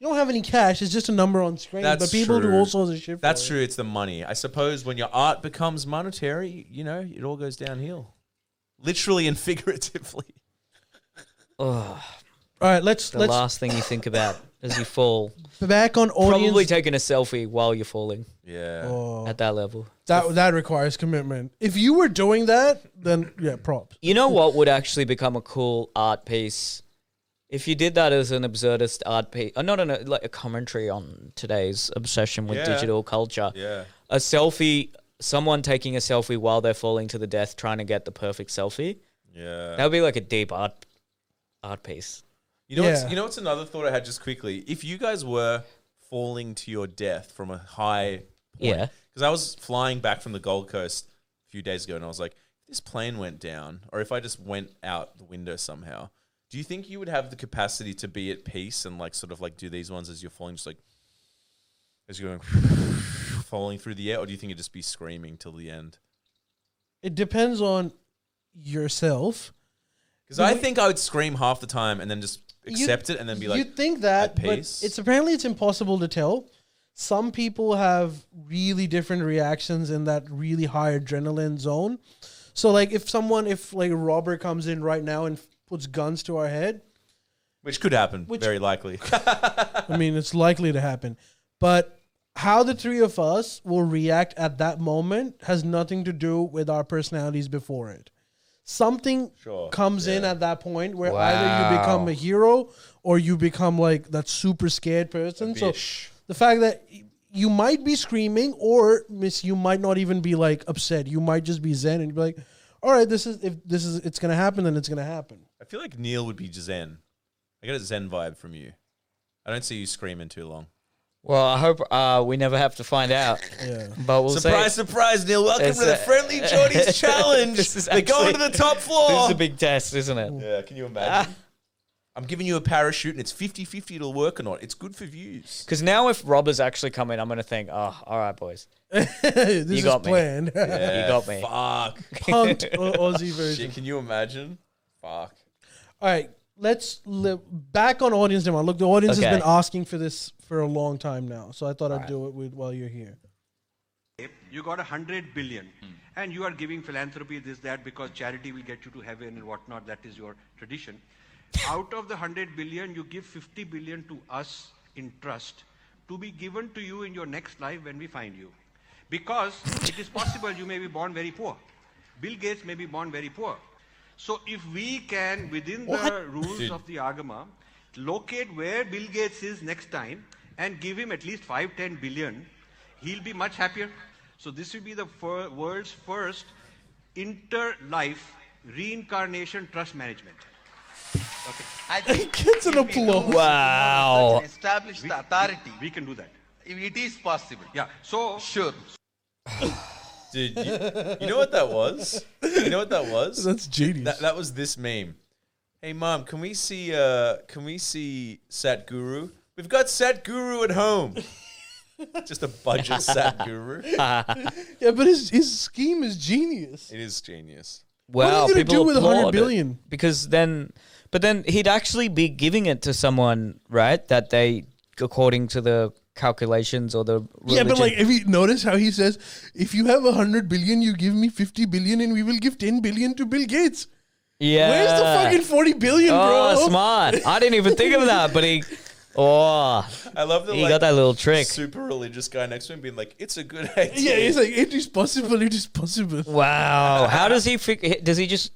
Speaker 1: You don't have any cash; it's just a number on screen.
Speaker 3: That's
Speaker 1: but people do
Speaker 3: true.
Speaker 1: all sorts of shit. for
Speaker 3: That's
Speaker 1: it.
Speaker 3: true. It's the money. I suppose when your art becomes monetary, you know, it all goes downhill, literally and figuratively.
Speaker 2: Ugh,
Speaker 1: All right, let's
Speaker 2: the
Speaker 1: let's
Speaker 2: last thing you think about as you fall.
Speaker 1: back on audience.
Speaker 2: Probably taking a selfie while you're falling
Speaker 3: Yeah.
Speaker 1: Oh,
Speaker 2: at that level.
Speaker 1: that that requires commitment. If you were doing that, then yeah, props.
Speaker 2: You know what would actually become a cool art piece if you did that as an absurdist art piece, or not an, uh, like a commentary on today's obsession with
Speaker 3: Yeah.
Speaker 2: digital culture.
Speaker 3: Yeah.
Speaker 2: A selfie, someone taking a selfie while they're falling to the death, trying to get the perfect selfie.
Speaker 3: Yeah.
Speaker 2: That would be like a deep art art piece.
Speaker 3: You know, what's,
Speaker 1: Yeah.
Speaker 3: you know what's another thought I had just quickly? If you guys were falling to your death from a high point,
Speaker 2: Yeah.
Speaker 3: because I was flying back from the Gold Coast a few days ago, and I was like, if this plane went down, or if I just went out the window somehow, do you think you would have the capacity to be at peace and like sort of like do these ones as you're falling, just like as you're going falling through the air, or do you think you'd just be screaming till the end?
Speaker 1: It depends on yourself.
Speaker 3: Because I think I would scream half the time and then just accept it and then be
Speaker 1: you
Speaker 3: like,
Speaker 1: think that,
Speaker 3: at
Speaker 1: but
Speaker 3: peace.
Speaker 1: it's apparently it's impossible to tell. Some people have really different reactions in that really high adrenaline zone. So like if someone if like a robber comes in right now and puts guns to our head,
Speaker 3: which could happen,
Speaker 1: Which-
Speaker 3: very likely.
Speaker 1: I mean it's likely to happen. But how the three of us will react at that moment has nothing to do with our personalities before it. Something
Speaker 3: Sure,
Speaker 1: comes in
Speaker 3: yeah.
Speaker 1: at that point where either you become
Speaker 2: Wow.
Speaker 1: a hero or you become like that super scared person. So
Speaker 3: Bish.
Speaker 1: the fact that y- you might be screaming or miss you might not even be like upset you might just be zen and be like all right this is if this is it's gonna happen then it's gonna happen
Speaker 3: I feel like Neil would be Zen. I get a Zen vibe from you. I don't see you screaming too long.
Speaker 2: Well, I hope uh, we never have to find out.
Speaker 1: yeah
Speaker 2: But we'll
Speaker 3: surprise,
Speaker 2: see.
Speaker 3: surprise, Neil. Welcome
Speaker 2: It's
Speaker 3: to the
Speaker 2: a-
Speaker 3: Friendly Geordies Challenge.
Speaker 2: This is
Speaker 3: They're going to
Speaker 2: actually-
Speaker 3: the top floor.
Speaker 2: This is a big test, isn't it?
Speaker 3: yeah, can you imagine? I'm giving you a parachute and it's 50 50 it'll work or not. It's good for views.
Speaker 2: Because now, if robbers actually come in, I'm going to think, oh, all right, boys,
Speaker 1: this is
Speaker 2: got me.
Speaker 1: planned
Speaker 3: Yeah,
Speaker 2: got me.
Speaker 3: Fuck.
Speaker 1: punked uh, aussie version
Speaker 3: Shit, can you imagine? Fuck.
Speaker 1: all right let's li- back on audience demand look the audience
Speaker 2: Okay.
Speaker 1: has been asking for this for a long time now so i thought i'd do it with, while you're here
Speaker 5: you got a hundred billion and you are giving philanthropy this that because charity will get you to heaven and whatnot that is your tradition out of the hundred billion you give 50 billion to us in trust to be given to you in your next life when we find you because it is possible you may be born very poor bill gates may be born very poor so if we can within the rules of the agama locate where bill gates is next time and give him at least 5 10 billion he'll be much happier. So this will be the fir- world's first inter-life reincarnation trust management. Okay,
Speaker 6: I think
Speaker 1: Kids an
Speaker 6: if we do
Speaker 1: applause.
Speaker 2: Wow.
Speaker 6: such and Establish the authority.
Speaker 5: we can do that.
Speaker 6: If it is possible.
Speaker 5: Yeah. So
Speaker 6: Sure.
Speaker 3: Dude, you, you know what that was? You know what that was?
Speaker 1: that's genius
Speaker 3: That, that was this meme. Hey mom, can we see uh can we see Satguru? We've got Satguru at home. Just a bunch of Satguru. It
Speaker 1: yeah but his, his scheme is genius
Speaker 3: is genius.
Speaker 2: Wow,
Speaker 1: you gonna
Speaker 2: people
Speaker 1: do with 100
Speaker 2: applaud it.
Speaker 1: billion?
Speaker 2: Because then, but then he'd actually be giving it to someone, right? That they, according to the calculations or the religion.
Speaker 1: Yeah, but like, if you notice how he says, if you have 100 billion, you give me 50 billion and we will give 10 billion to Bill Gates.
Speaker 2: yeah,
Speaker 1: Where's the fucking 40 billion,
Speaker 2: oh,
Speaker 1: bro?
Speaker 2: smart. I didn't even think of that, but he. Oh,
Speaker 3: I love the
Speaker 2: he
Speaker 3: like,
Speaker 2: got that little trick.
Speaker 3: super religious guy next to him being like, "It's a good idea."
Speaker 1: Yeah, it's like, it is possible, it is possible.
Speaker 2: Wow. How does he fig- does he just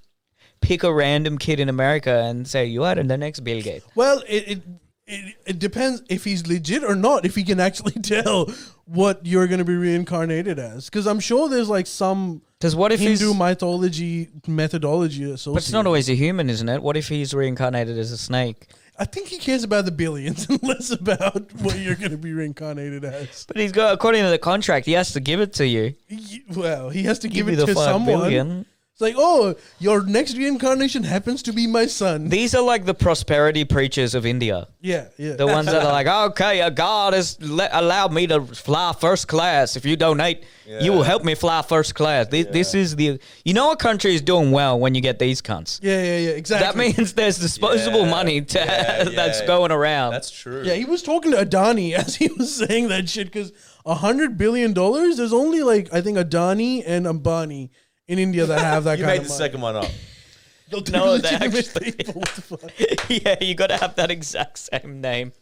Speaker 2: pick a random kid in America and say you are the next Bill Gates?
Speaker 1: Well, it, it it it depends if he's legit or not. If he can actually tell what you're going to be reincarnated as, because I'm sure there's like some
Speaker 2: Because what if
Speaker 1: Hindu
Speaker 2: he's
Speaker 1: mythology methodology associated.
Speaker 2: but it's not always a human, isn't it? What if he's reincarnated as a snake?
Speaker 1: I think he cares about the billions and less about what you're going to be reincarnated as.
Speaker 2: But he's got according to the contract, he has to give it to you.
Speaker 1: He- well, he has to give,
Speaker 2: Give me
Speaker 1: it
Speaker 2: the
Speaker 1: to
Speaker 2: five
Speaker 1: someone.
Speaker 2: billion.
Speaker 1: It's like, oh, your next reincarnation happens to be my son.
Speaker 2: These are like the prosperity preachers of India.
Speaker 1: yeah, yeah. Uh,
Speaker 2: The ones that are like, okay, uh, God has le- allowed me to fly first class. If you donate, you will help me fly first class. This, this is the, you know, a country is doing well when you get these cunts.
Speaker 1: yeah, yeah, yeah. Exactly.
Speaker 2: That means there's disposable
Speaker 3: Yeah,
Speaker 2: money to,
Speaker 3: yeah,
Speaker 2: that's
Speaker 3: yeah.
Speaker 2: going around.
Speaker 3: That's true.
Speaker 1: Yeah, he was talking to Adani as he was saying that shit because a hundred billion dollars. There's only like I think Adani and Ambani in India that have that
Speaker 3: you
Speaker 1: kind
Speaker 3: made
Speaker 1: of
Speaker 3: the
Speaker 1: money.
Speaker 3: second one up.
Speaker 2: No, they
Speaker 1: Legitimate
Speaker 2: actually-
Speaker 1: people, what the fuck?
Speaker 2: yeah, you got to have that exact same name.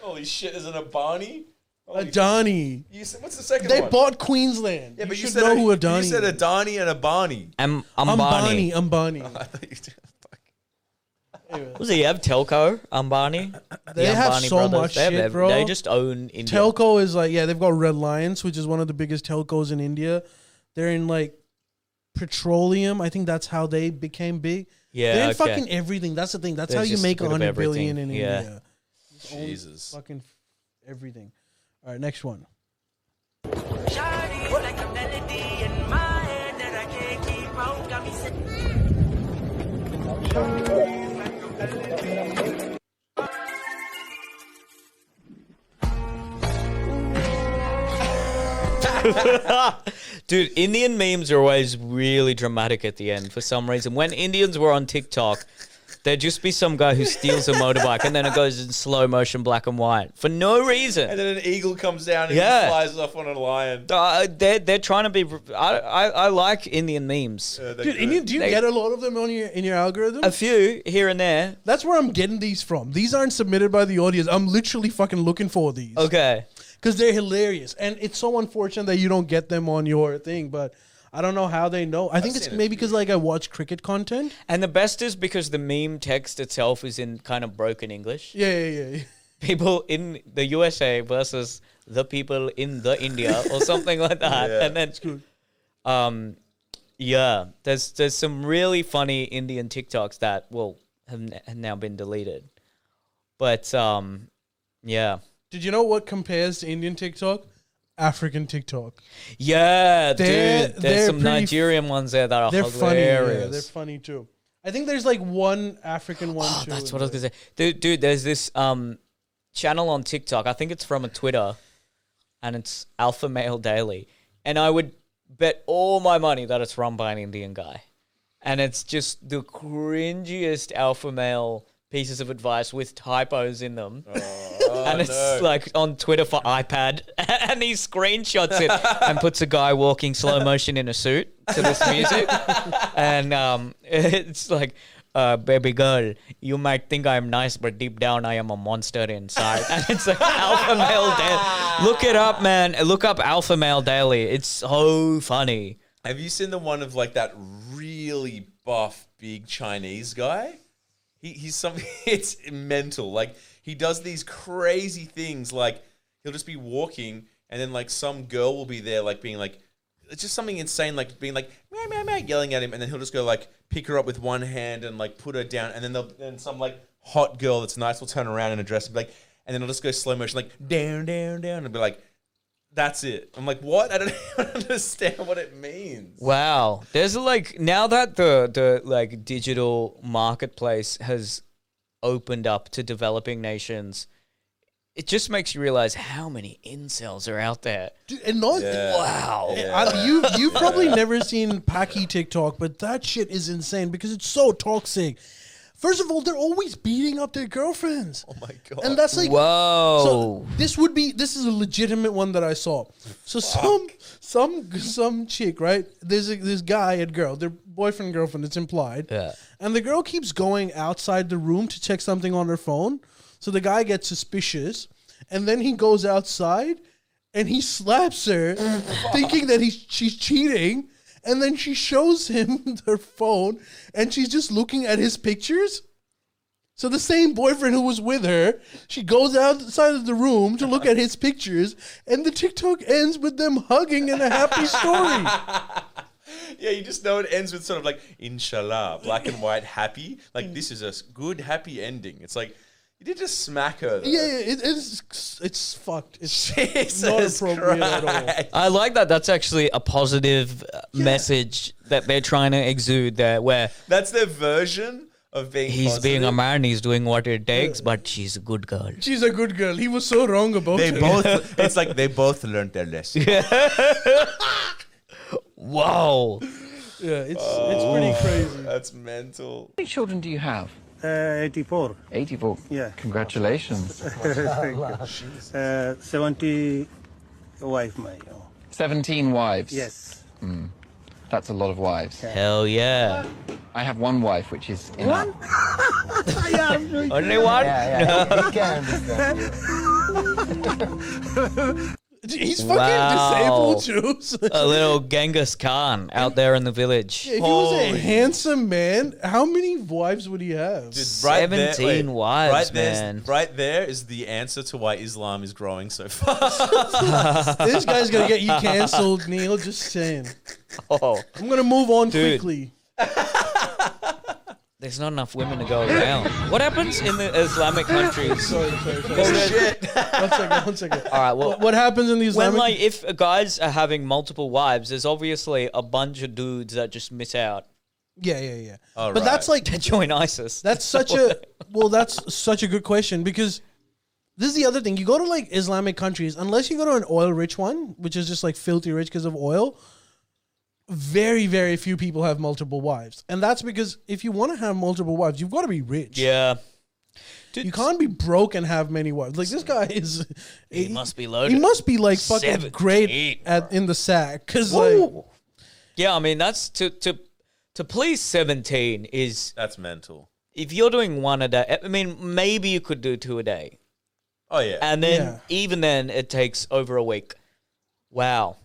Speaker 3: Holy shit! Is it a Barney?
Speaker 1: Adani.
Speaker 3: You said, what's the second
Speaker 1: They
Speaker 3: one?
Speaker 1: bought Queensland.
Speaker 3: yeah,
Speaker 1: you,
Speaker 3: but you,
Speaker 1: should
Speaker 3: said
Speaker 1: know
Speaker 3: a,
Speaker 1: who Adani.
Speaker 3: You said a
Speaker 1: is.
Speaker 3: Donnie and a Barney.
Speaker 2: Am-
Speaker 1: Ambani.
Speaker 2: Ambani.
Speaker 1: Ambani.
Speaker 3: I thought you did. Fuck.
Speaker 2: Was he have Telco? Ambani?
Speaker 1: They
Speaker 2: Uh, The
Speaker 1: have
Speaker 2: Ambani
Speaker 1: so
Speaker 2: brothers,
Speaker 1: much
Speaker 2: they have
Speaker 1: shit,
Speaker 2: ev-
Speaker 1: bro.
Speaker 2: They just own India.
Speaker 1: Telco is like yeah, they've got Red Lions, which is one of the biggest telcos in India. They're in like petroleum. I think that's how they became big.
Speaker 2: Yeah,
Speaker 1: They're in
Speaker 2: okay.
Speaker 1: fucking everything. That's the thing. That's
Speaker 2: There's
Speaker 1: how you
Speaker 2: just
Speaker 1: make
Speaker 2: a bit of
Speaker 1: hundred billion in
Speaker 2: everything. Yeah.
Speaker 1: India.
Speaker 3: Jesus.
Speaker 1: fucking f- everything. All right, next one.
Speaker 7: Shawty's like a melody in my head that I can't keep out. Got me sick.
Speaker 2: Dude, Indian memes are always really dramatic at the end for some reason. When Indians were on TikTok, there'd just be some guy who steals a motorbike and then it goes in slow motion, black and white, for no
Speaker 3: And
Speaker 2: reason.
Speaker 3: then an eagle comes down and
Speaker 2: Yeah.
Speaker 3: he flies off on a lion.
Speaker 2: Uh, they're, they're trying to be. I, I, I like Indian memes.
Speaker 3: Uh,
Speaker 1: Dude,
Speaker 3: they're good.
Speaker 1: Indian, do you
Speaker 2: They-
Speaker 1: get a lot of them on your in your algorithm?
Speaker 2: A few here and there.
Speaker 1: That's where I'm getting these from. These aren't submitted by the audience. I'm literally fucking looking for these because
Speaker 2: Okay.
Speaker 1: they're hilarious, and it's so unfortunate that you don't get them on your thing. But I don't know how they know. I think it's
Speaker 3: seen a
Speaker 1: maybe because like I watch cricket content.
Speaker 2: And the best is because the meme text itself is in kind of broken English.
Speaker 1: Yeah, yeah, yeah. yeah.
Speaker 2: people in the USA versus the people in the India or something like that.
Speaker 3: Yeah.
Speaker 2: And then, um, yeah, there's there's some really funny Indian TikToks that well have, n- have now been deleted, but um, yeah,
Speaker 1: Did you know what compares to Indian TikTok? African TikTok.
Speaker 2: yeah,
Speaker 1: They're-
Speaker 2: dude,
Speaker 1: they're
Speaker 2: there's some
Speaker 1: pretty f-
Speaker 2: Nigerian ones there that are
Speaker 1: They're funny. yeah,
Speaker 2: hilarious. Oh,
Speaker 1: they're funny too. I think there's like one African one too.
Speaker 2: That's
Speaker 1: in
Speaker 2: what I was
Speaker 1: there.
Speaker 2: gonna say, dude. Dude, there's this um channel on TikTok. I think it's from a Twitter, and it's Alpha Male Daily. And I would bet all my money that it's run by an Indian guy, and it's just the cringiest alpha male pieces of advice with typos in them. and it's like on Twitter for iPad, and he screenshots it and puts a guy walking slow motion in a suit to this music, and um, it's like, uh, "Baby girl, you might think I'm nice, but deep down I am a monster inside." And it's like Alpha Male Daily. Look it up, man. Look up Alpha Male Daily. It's so funny.
Speaker 3: Have you seen the one of like that really buff big Chinese guy? He, he's some it's mental. Like he does these crazy things. Like he'll just be walking, and then like some girl will be there, like being like, it's just something insane, like being like meow meow meow, yelling at him, and then he'll just go like pick her up with one hand and like put her down, and then they'll, then some like hot girl that's nice will turn around and address him like, and then it'll just go slow motion like down down down, and be like. That's it. I'm like, what? I don't even understand what it means.
Speaker 2: Wow. There's like now that the the like digital marketplace has opened up to developing nations, it just makes you realize how many incels are out there.
Speaker 1: Dude, and not
Speaker 2: Wow.
Speaker 1: I, you you've probably never seen Paki TikTok, but that shit is insane because it's so toxic. First of all, they're always beating up their girlfriends. Oh my god! And that's like
Speaker 2: Whoa.
Speaker 1: So this would be this is a legitimate one that I saw. So some some some chick right there's a, this guy and girl their boyfriend girlfriend it's implied.
Speaker 2: Yeah.
Speaker 1: And the girl keeps going outside the room to check something on her phone. So the guy gets suspicious, and then he goes outside and he slaps her, thinking that he's she's cheating. And then she shows him her phone, and she's just looking at his pictures. So the same boyfriend who was with her, she goes outside of the room to look at his pictures, and the TikTok ends with them hugging and a happy story.
Speaker 3: Yeah, you just know it ends with sort of like inshallah, black and white, happy. Like this is a s- good happy ending. It's like you did just smack her. Though.
Speaker 1: yeah, yeah, it, it's it's fucked. It's
Speaker 3: Jesus
Speaker 1: not appropriate at all.
Speaker 3: Christ.
Speaker 2: I like that. That's actually a positive uh message that they're trying to exude there, where
Speaker 3: That's their version of being.
Speaker 2: he's
Speaker 3: positive.
Speaker 2: being a man, he's doing what it takes, but she's a good girl.
Speaker 1: She's a good girl. He was so wrong about
Speaker 3: They
Speaker 1: it.
Speaker 3: both. It's like they both learned their lesson.
Speaker 2: Wow.
Speaker 1: yeah, it's it's pretty crazy.
Speaker 3: That's mental.
Speaker 8: many children do you have?
Speaker 9: Uh, 84,
Speaker 8: 84.
Speaker 9: Yeah.
Speaker 8: Congratulations.
Speaker 9: thank you. Uh, 70 wife, my. oh,
Speaker 8: 17 wives. Hmm.
Speaker 9: Yes.
Speaker 8: That's a lot of wives.
Speaker 2: Hell yeah.
Speaker 8: I have one wife, which is enough.
Speaker 2: Only one?
Speaker 1: He's fucking
Speaker 2: Wow.
Speaker 1: disabled Jews.
Speaker 2: A little Genghis Khan out there in the village.
Speaker 1: if he was a
Speaker 3: Holy-
Speaker 1: handsome man, how many wives would he have?
Speaker 3: Dude,
Speaker 2: 17 wives,
Speaker 3: right there's-
Speaker 2: man.
Speaker 3: Right there is the answer to why Islam is growing so fast.
Speaker 1: this guy's gonna get you canceled, Neil. Just saying.
Speaker 2: Oh.
Speaker 1: I'm gonna move on
Speaker 2: Dude.
Speaker 1: quickly.
Speaker 2: There's not enough women to go around. What happens in the Islamic countries?
Speaker 1: Sorry, sorry, sorry. one second, one second.
Speaker 2: All right, well,
Speaker 1: What, what happens in the
Speaker 2: when
Speaker 1: Islamic?
Speaker 2: like if guys are having multiple wives, there's obviously a bunch of dudes that just miss out.
Speaker 1: yeah, yeah, yeah.
Speaker 3: All
Speaker 1: but that's like
Speaker 2: They join ISIS.
Speaker 1: That's such a well. That's such a good question because this is the other thing. You go to like Islamic countries, unless you go to an oil-rich one, which is just like filthy rich because of oil. Very, very few people have multiple wives, and that's because if you want to have multiple wives, you've got to be rich.
Speaker 2: yeah.
Speaker 1: you can't be broke and have many wives. Like this guy is, he,
Speaker 2: must be
Speaker 1: he
Speaker 2: loaded.
Speaker 1: must be like fucking
Speaker 2: 17,
Speaker 1: great at in the sack because like
Speaker 2: Woo. yeah, I mean that's to to to please 17 is
Speaker 3: That's mental.
Speaker 2: if you're doing one a day. I mean maybe you could do two a day.
Speaker 3: Oh yeah,
Speaker 2: And then
Speaker 1: Yeah.
Speaker 2: even then it takes over a week. Wow.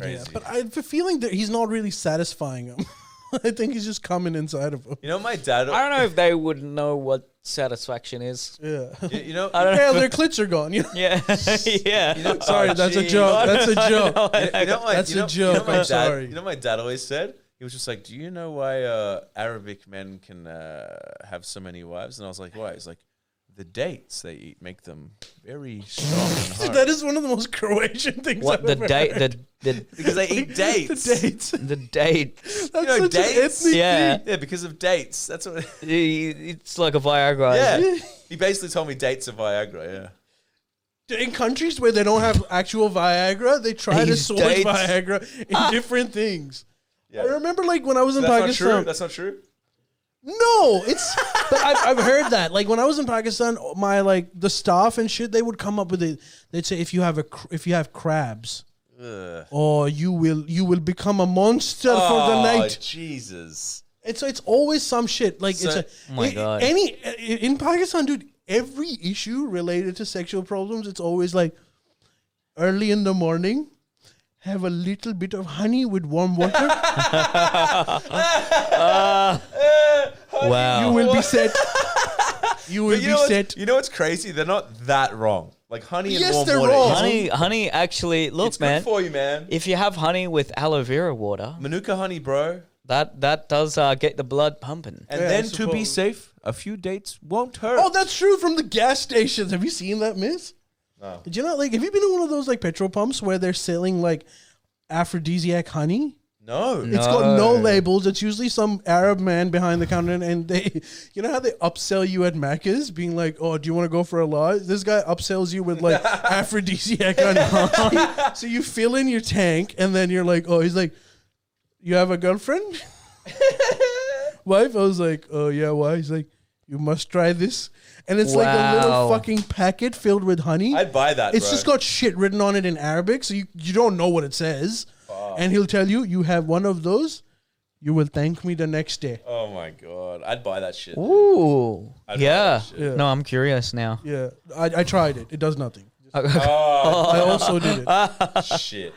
Speaker 3: crazy.
Speaker 1: But I have a feeling that he's not really satisfying him. I think he's just coming inside of him.
Speaker 3: you know, my dad.
Speaker 2: I don't know if they would know what satisfaction is.
Speaker 1: Yeah.
Speaker 3: You know,
Speaker 1: Yeah, their clits are gone. You know?
Speaker 2: Yeah. yeah.
Speaker 1: Sorry,
Speaker 3: Oh,
Speaker 1: that's a
Speaker 3: gee.
Speaker 1: joke. That's a joke.
Speaker 3: You know- you know what-
Speaker 1: That's
Speaker 3: you know-
Speaker 1: a
Speaker 3: you know
Speaker 1: joke,
Speaker 3: my
Speaker 1: I'm
Speaker 3: dad-
Speaker 1: sorry.
Speaker 3: You know, my dad always said he was just like, "Do you know why uh, Arabic men can uh, have so many wives?" And I was like, "Why?" He's like, "The dates they eat make them very strong and hard
Speaker 1: That is one of the most Croatian things
Speaker 2: what
Speaker 1: I've
Speaker 2: the
Speaker 1: ever
Speaker 2: date
Speaker 1: heard.
Speaker 2: the the
Speaker 3: because they eat dates."
Speaker 1: The dates.
Speaker 2: the date
Speaker 1: That's
Speaker 3: know,
Speaker 1: such
Speaker 3: dates?
Speaker 1: an ethnic
Speaker 2: yeah
Speaker 3: Yeah, because of dates. That's what.
Speaker 2: it's like a viagra
Speaker 3: Yeah, he basically told me dates are Viagra. Yeah.
Speaker 1: thing. In countries where they don't have actual Viagra, they try to
Speaker 2: These
Speaker 1: source
Speaker 2: dates.
Speaker 1: Viagra in different things.
Speaker 3: Yeah.
Speaker 1: I remember, like when I was in
Speaker 3: That's not
Speaker 1: Pakistan.
Speaker 3: true. That's not true.
Speaker 1: No, it's. but I've, I've heard that. Like when I was in Pakistan, my like the staff and shit, they would come up with it. They'd say if you have a cr- if you have crabs, or you will you will become a monster for the
Speaker 3: Oh,
Speaker 1: night.
Speaker 3: Jesus.
Speaker 1: It's it's always some shit. Like it's
Speaker 3: So-
Speaker 1: a
Speaker 3: oh
Speaker 2: my
Speaker 1: i-
Speaker 2: God.
Speaker 1: any i- in Pakistan, dude. Every issue related to sexual problems, it's always like early in the morning. Have a little bit of honey with warm water.
Speaker 2: wow
Speaker 1: you will be set. You will
Speaker 3: But you
Speaker 1: be
Speaker 3: know,
Speaker 1: set.
Speaker 3: what's, you know what's crazy? They're not that wrong. Like honey and
Speaker 1: Yes,
Speaker 3: warm
Speaker 1: they're
Speaker 3: water.
Speaker 1: wrong.
Speaker 2: honey honey actually look
Speaker 3: It's
Speaker 2: man
Speaker 3: good for you, man.
Speaker 2: if you have honey with aloe vera water
Speaker 3: Manuka honey, bro.
Speaker 2: that that does uh, get the blood pumping
Speaker 3: And
Speaker 1: Yeah, I
Speaker 3: then to be
Speaker 1: suppose.
Speaker 3: safe, a few dates won't hurt.
Speaker 1: Oh, that's true from the gas stations. Have you seen that, miss? No. Did you not like have you been to one of those like petrol pumps where they're selling like aphrodisiac honey?
Speaker 3: no.
Speaker 1: It's got no labels. It's usually some Arab man behind the counter, and- and they, you know how they upsell you at Macca's, being like, "Oh, do you want to go for a lodge?" This guy upsells you with like aphrodisiac on honey. so you fill in your tank, and then you're like, "Oh, he's like, you have a girlfriend, wife?" I was like, "Oh yeah, why?" He's like, You must try this. And it's like a little
Speaker 2: Wow.
Speaker 1: fucking packet filled with honey.
Speaker 3: I'd buy that,
Speaker 1: It's
Speaker 3: bro.
Speaker 1: just got shit written on it in Arabic, so you, you don't know what it says. And he'll tell you, you have one of those, you will thank me the next day.
Speaker 3: Oh my god, I'd buy that shit.
Speaker 2: Ooh.
Speaker 3: I'd buy
Speaker 2: Yeah.
Speaker 3: that shit.
Speaker 1: Yeah.
Speaker 2: No, I'm curious now.
Speaker 1: Yeah, I, I tried it. It does nothing.
Speaker 3: Oh
Speaker 1: I also did it.
Speaker 3: shit.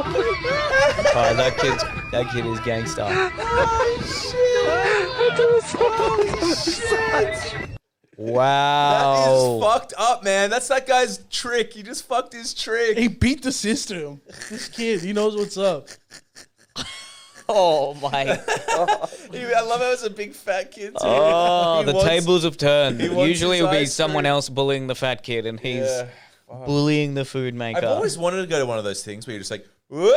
Speaker 2: Oh, that kid's that kid is gangster.
Speaker 3: That is
Speaker 2: Wow.
Speaker 3: fucked up, man. That's that guy's trick. You just fucked his trick.
Speaker 1: He beat the system. This kid, he knows what's up.
Speaker 2: Oh my.
Speaker 3: He- I love how it's a big fat kid. Too.
Speaker 2: Oh,
Speaker 3: He
Speaker 2: the
Speaker 3: wants-
Speaker 2: tables have turned.
Speaker 3: he wants
Speaker 2: Usually
Speaker 3: his
Speaker 2: it'll be
Speaker 3: ice
Speaker 2: someone
Speaker 3: cream.
Speaker 2: else bullying the fat kid, and he's
Speaker 3: Yeah.
Speaker 2: bullying the food maker.
Speaker 3: I've always wanted to go to one of those things where you're just like whoop,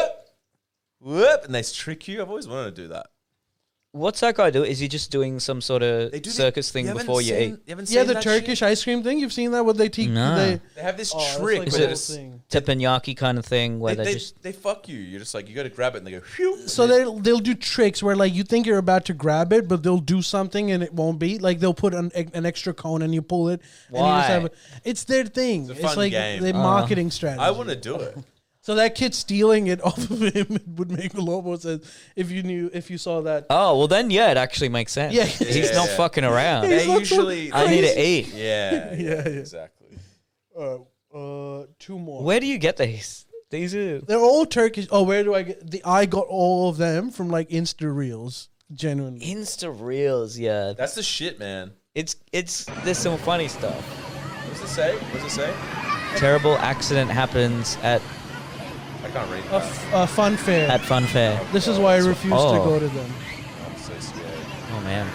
Speaker 3: whoop, and they trick you. I've always wanted to do that.
Speaker 2: What's that guy do? Is he just doing some sort of
Speaker 3: They do the-
Speaker 2: circus thing
Speaker 3: haven't
Speaker 2: before you
Speaker 3: seen-
Speaker 2: eat?
Speaker 3: haven't
Speaker 1: Yeah,
Speaker 3: seen
Speaker 1: the
Speaker 3: that
Speaker 1: Turkish
Speaker 3: shit?
Speaker 1: ice cream thing. You've seen that? What they teach?
Speaker 2: No.
Speaker 1: They,
Speaker 3: They have this
Speaker 1: Oh, that's
Speaker 3: trick.
Speaker 1: like
Speaker 3: where
Speaker 1: the
Speaker 3: they
Speaker 1: whole
Speaker 3: just-
Speaker 1: thing.
Speaker 2: Teppanyaki kind of thing where
Speaker 3: They,
Speaker 2: they,
Speaker 3: they,
Speaker 2: just
Speaker 3: they fuck you. You're just like you got to grab it, and they go. Whew, and
Speaker 1: So
Speaker 3: they-
Speaker 1: they they'll do tricks where like you think you're about to grab it, but they'll do something and it won't be. Like they'll put an, e, an extra cone and you pull it. And you
Speaker 2: Why?
Speaker 1: just have a, it's their thing. It's,
Speaker 3: fun
Speaker 1: like
Speaker 3: game.
Speaker 1: their marketing strategy.
Speaker 3: I want to do it.
Speaker 1: so that kid stealing it off of him would make a lot more sense if you knew if you saw that.
Speaker 2: Oh well, then yeah, it actually makes sense.
Speaker 1: Yeah.
Speaker 2: he's not
Speaker 3: Yeah.
Speaker 2: fucking around.
Speaker 3: They
Speaker 1: not so
Speaker 3: usually.
Speaker 2: I need
Speaker 1: Crazy.
Speaker 2: to eat.
Speaker 3: Yeah, yeah,
Speaker 1: yeah.
Speaker 3: exactly.
Speaker 1: Uh, uh, two more.
Speaker 2: Where do you get these? These are
Speaker 1: They're all Turkish. Oh, where do I get the? I got all of them from like Insta reels. Genuinely,
Speaker 2: Insta reels. Yeah,
Speaker 3: That's the shit, man.
Speaker 2: it's it's there's some funny stuff.
Speaker 3: What does it say? What does it say?
Speaker 2: Terrible accident happens at
Speaker 3: I can't read.
Speaker 1: a,
Speaker 3: That.
Speaker 1: f- a Uh, fun fair.
Speaker 2: at fun fair.
Speaker 1: this is why I refuse to
Speaker 2: Oh.
Speaker 1: go to them.
Speaker 3: I'm so scared.
Speaker 2: Oh man.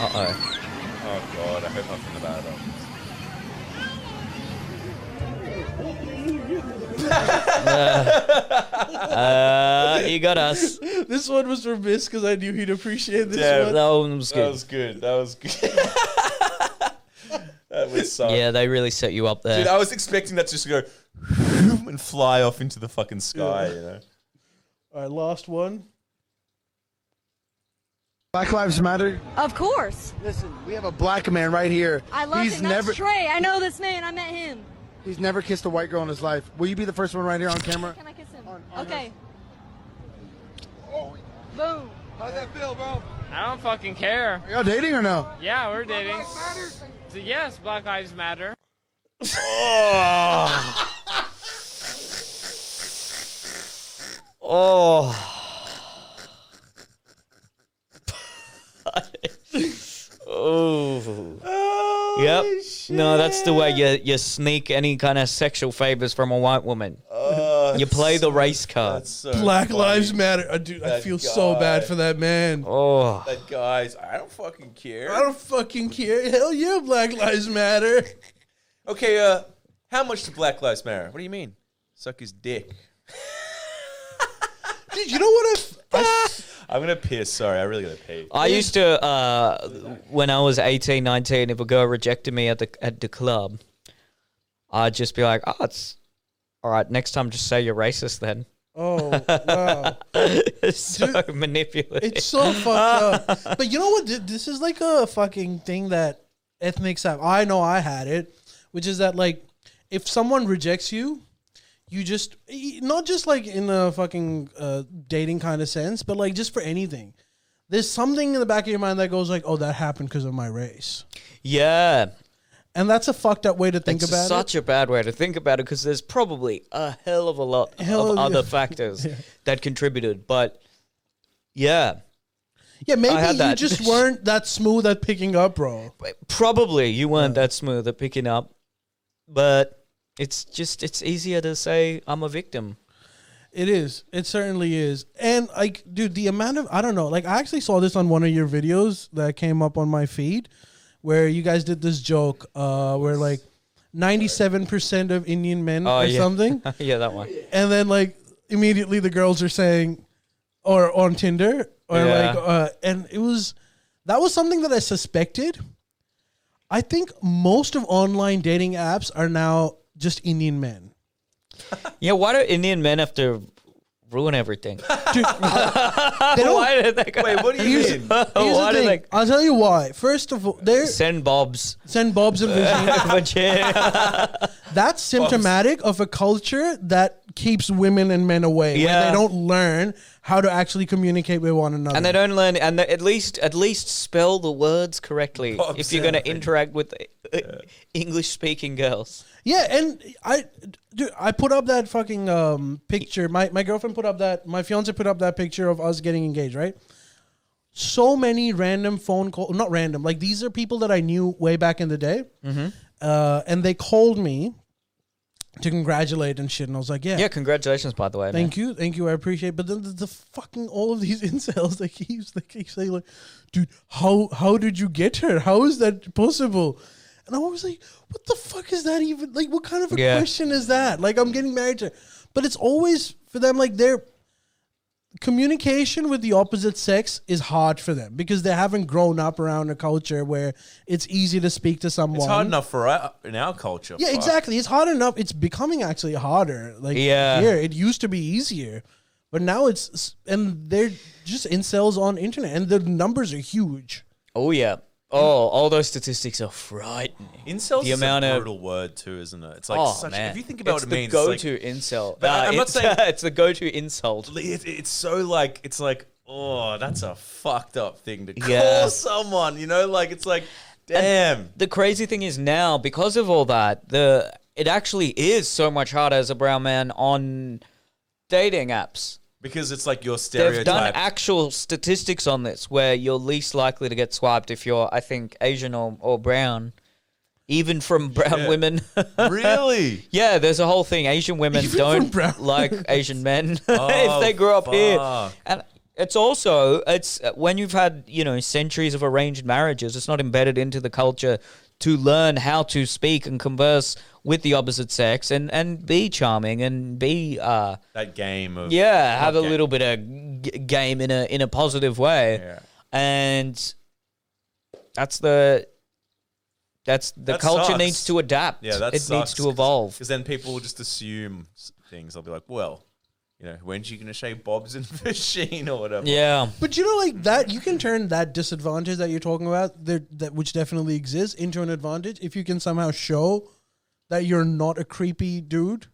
Speaker 2: Uh oh.
Speaker 3: Oh god, I hope nothing about it.
Speaker 2: Uh, you got us.
Speaker 1: This one was for Miss because I knew he'd appreciate this
Speaker 3: Yeah,
Speaker 1: one.
Speaker 2: That one was
Speaker 3: That
Speaker 2: good.
Speaker 3: was good. That was good. that was so.
Speaker 2: Yeah, they really set you up there.
Speaker 3: Dude, I was expecting that just to go and fly off into the fucking sky, you know.
Speaker 1: All right, last one.
Speaker 10: Black Lives Matter.
Speaker 7: Of course.
Speaker 10: Listen, we have a black man right here.
Speaker 7: I love
Speaker 10: he's
Speaker 7: it. That's
Speaker 10: never
Speaker 7: Trey. I know this man. I met him.
Speaker 10: he's never kissed a white girl in his life. Will you be the first one right here on camera?
Speaker 7: Can I kiss him?
Speaker 10: On- on
Speaker 7: okay. Boom.
Speaker 6: How's that feel, bro?
Speaker 4: I don't fucking care.
Speaker 10: Are y'all dating or no?
Speaker 4: Yeah, we're dating. So yes, Black Lives Matter.
Speaker 2: Oh. oh. yep. No, that's the way you, you sneak any kind of sexual favors from a white woman. you play the race card.
Speaker 3: Oh, That's so
Speaker 1: Black
Speaker 3: funny.
Speaker 1: Lives Matter. Uh, dude, I
Speaker 3: That
Speaker 1: feel so bad
Speaker 3: guy.
Speaker 1: for that man.
Speaker 2: Oh.
Speaker 3: That guy's. I don't fucking care.
Speaker 1: I don't fucking care. Hell yeah, Black Lives Matter.
Speaker 3: okay, uh, how much do Black Lives Matter? What do you mean? Suck his dick.
Speaker 1: Dude, you know what? I, f- I s-
Speaker 3: I'm gonna piss. Sorry, I really gotta pee.
Speaker 2: I used to, uh, when I was 18, 19, if a girl rejected me at the at the club, I'd just be like, oh, it's all right. Next time, just say you're racist then.
Speaker 1: oh wow,
Speaker 2: so manipulative.
Speaker 1: it's so fucked up. But you know what? Th- This is like a fucking thing that ethnics have. I know I had it, which is that like, if someone rejects you, you just e- not just like in a fucking uh, dating kind of sense, but like just for anything. There's something in the back of your mind that goes like, "Oh, that happened because of my race,"
Speaker 2: yeah.
Speaker 1: and that's a fucked up way to think
Speaker 2: It's
Speaker 1: about it.
Speaker 2: such a bad way to think about it because there's probably a hell of a lot
Speaker 1: Hell of-
Speaker 2: of other factors that contributed. But yeah,
Speaker 1: Yeah, maybe
Speaker 2: had
Speaker 1: you
Speaker 2: that.
Speaker 1: just weren't that smooth at picking up, bro.
Speaker 2: probably you weren't that smooth at picking up. But it's just, it's easier to say I'm a victim.
Speaker 1: It is. It certainly is. And like, dude, the amount of I don't know. Like, I actually saw this on one of your videos that came up on my feed, where you guys did this joke, uh, where like, ninety-seven percent of Indian men
Speaker 2: Oh,
Speaker 1: or
Speaker 2: yeah.
Speaker 1: something,
Speaker 2: yeah, that one.
Speaker 1: and then like immediately the girls are saying, or on Tinder, or
Speaker 2: Yeah.
Speaker 1: like, uh, and it was that was something that I suspected. I think most of online dating apps are now just Indian men.
Speaker 2: Yeah, why do Indian men have to ruin everything?
Speaker 1: They don't-
Speaker 2: why did they go?
Speaker 3: Wait, what do you
Speaker 1: Here's,
Speaker 3: mean?
Speaker 1: here's
Speaker 2: Why
Speaker 1: the
Speaker 2: do
Speaker 1: thing.
Speaker 2: they-
Speaker 1: I'll tell you why. First of all, they
Speaker 2: Send Bob's.
Speaker 1: send Bob's and Virginia.
Speaker 2: But yeah,
Speaker 1: That's symptomatic of a culture that keeps women and men away. where
Speaker 2: Yeah.
Speaker 1: they don't learn how to actually communicate with one another.
Speaker 2: and they don't learn, and they, at least at least spell the words correctly
Speaker 3: Bob's
Speaker 2: if you're going to
Speaker 3: everything.
Speaker 2: interact with uh, English speaking girls.
Speaker 1: Yeah, and I, dude, I put up that fucking um, picture. My my girlfriend put up that. My fiance put up that picture of us getting engaged. Right. So many random phone calls. Not random. Like these are people that I knew way back in the day,
Speaker 2: Mm-hmm.
Speaker 1: uh, and they called me to congratulate and shit. And I was like, yeah.
Speaker 2: Yeah, congratulations, by the way. man.
Speaker 1: Thank you, thank you. I appreciate. But then the, the fucking all of these incels, they keep they keep saying like, "Dude, how how did you get her? How is that possible?" And I'm always like, "What the fuck is that even? Like, what kind of a
Speaker 2: Yeah.
Speaker 1: question is that? Like, I'm getting married to." her." But it's always for them like their communication with the opposite sex is hard for them because they haven't grown up around a culture where it's easy to speak to someone.
Speaker 3: It's hard enough for our, in our culture.
Speaker 1: Yeah,
Speaker 3: fuck.
Speaker 1: exactly. It's hard enough. It's becoming actually harder. Like
Speaker 2: Yeah.
Speaker 1: here, it used to be easier, but now it's and they're just incels on internet, and the numbers are huge.
Speaker 2: Oh yeah. Oh, all those statistics are frightening.
Speaker 3: Incels
Speaker 2: The
Speaker 3: is
Speaker 2: amount
Speaker 3: a
Speaker 2: of-
Speaker 3: brutal word too, isn't it? It's like
Speaker 2: oh
Speaker 3: such.
Speaker 2: man,
Speaker 3: If you think about
Speaker 2: it's
Speaker 3: what it
Speaker 2: the
Speaker 3: means, it's like-
Speaker 2: go-to insult.
Speaker 3: But I-
Speaker 2: Uh,
Speaker 3: I'm not
Speaker 2: it's,
Speaker 3: saying-
Speaker 2: it's the go-to insult.
Speaker 3: It, it's so like it's like oh that's a fucked up thing to call
Speaker 2: Yeah.
Speaker 3: someone you know like it's like damn
Speaker 2: The crazy thing is now because of all that, the it actually is so much harder as a brown man on dating apps.
Speaker 3: because it's like your
Speaker 2: They've done
Speaker 3: stereotype
Speaker 2: actual statistics on this where you're least likely to get swiped if you're, I think, Asian or, or brown, even from brown
Speaker 3: Shit.
Speaker 2: women.
Speaker 3: really
Speaker 2: Yeah, there's a whole thing. Asian women
Speaker 1: Even from
Speaker 2: don't
Speaker 1: brown
Speaker 2: like Asian men
Speaker 3: Oh,
Speaker 2: if they grow up here.
Speaker 3: fuck.
Speaker 2: And it's also it's uh, when you've had you know centuries of arranged marriages. It's not embedded into the culture to learn how to speak and converse with the opposite sex and and be charming and be uh
Speaker 3: that game of
Speaker 2: yeah have a
Speaker 3: Okay.
Speaker 2: little bit of g- game in a in a positive way
Speaker 3: Yeah.
Speaker 2: and that's the that's the
Speaker 3: That
Speaker 2: culture
Speaker 3: sucks.
Speaker 2: needs to adapt
Speaker 3: yeah that
Speaker 2: it needs to evolve
Speaker 3: because then people will just assume s- things they'll be like well you know when's you gonna shave bobs and machine or whatever
Speaker 2: yeah
Speaker 1: But you know, like that, you can turn that disadvantage that you're talking about, there, that which definitely exists, into an advantage if you can somehow show that you're not a creepy dude.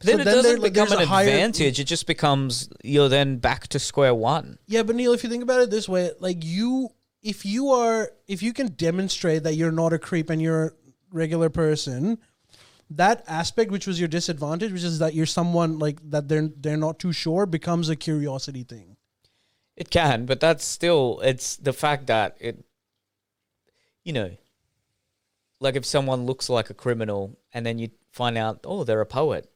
Speaker 2: Then
Speaker 1: So then
Speaker 2: it
Speaker 1: there-
Speaker 2: doesn't
Speaker 1: like,
Speaker 2: become
Speaker 1: there's a
Speaker 2: an
Speaker 1: higher-
Speaker 2: advantage. It just becomes you're then back to square one.
Speaker 1: Yeah, but Neil, if you think about it this way, like you, if you are, if you can demonstrate that you're not a creep and you're a regular person, that aspect, which was your disadvantage, which is that you're someone like that they're they're not too sure, becomes a curiosity thing.
Speaker 2: It can, but that's still it's the fact that it, you know, like if someone looks like a criminal and then you find out oh they're a poet,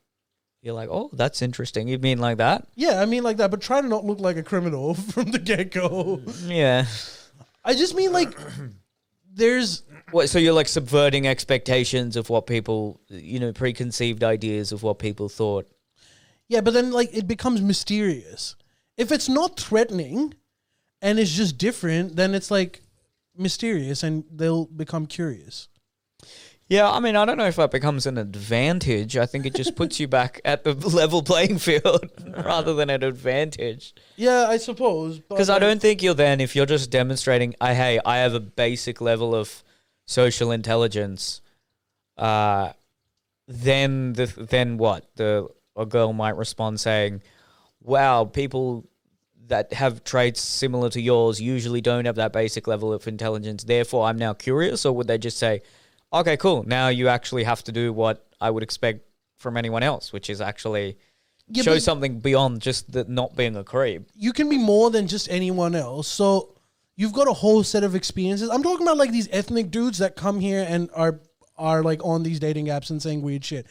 Speaker 2: you're like oh that's interesting. You mean like that?
Speaker 1: Yeah, I mean like that, but try to not look like a criminal from the get go.
Speaker 2: Yeah.
Speaker 1: I just mean like there's
Speaker 2: What, so you're like subverting expectations of what people you know preconceived ideas of what people thought.
Speaker 1: yeah, but then like it becomes mysterious. If it's not threatening and it's just different, then it's like mysterious and they'll become curious.
Speaker 2: Yeah, I mean, I don't know if that becomes an advantage. I think it just puts you back at the level playing field rather than an advantage.
Speaker 1: Yeah, I suppose.
Speaker 2: Because I don't think you're then, if you're just demonstrating, I hey, I have a basic level of social intelligence, uh, then the, then what? The a girl might respond saying, "Wow, people that have traits similar to yours usually don't have that basic level of intelligence. Therefore, I'm now curious." Or would they just say, "Okay, cool. Now you actually have to do what I would expect from anyone else, which is actually."
Speaker 1: Yeah,
Speaker 2: show
Speaker 1: but-
Speaker 2: something beyond just the, not being a creep.
Speaker 1: you can be more than just anyone else. So you've got a whole set of experiences. I'm talking about like these ethnic dudes that come here and are are like on these dating apps and saying weird shit.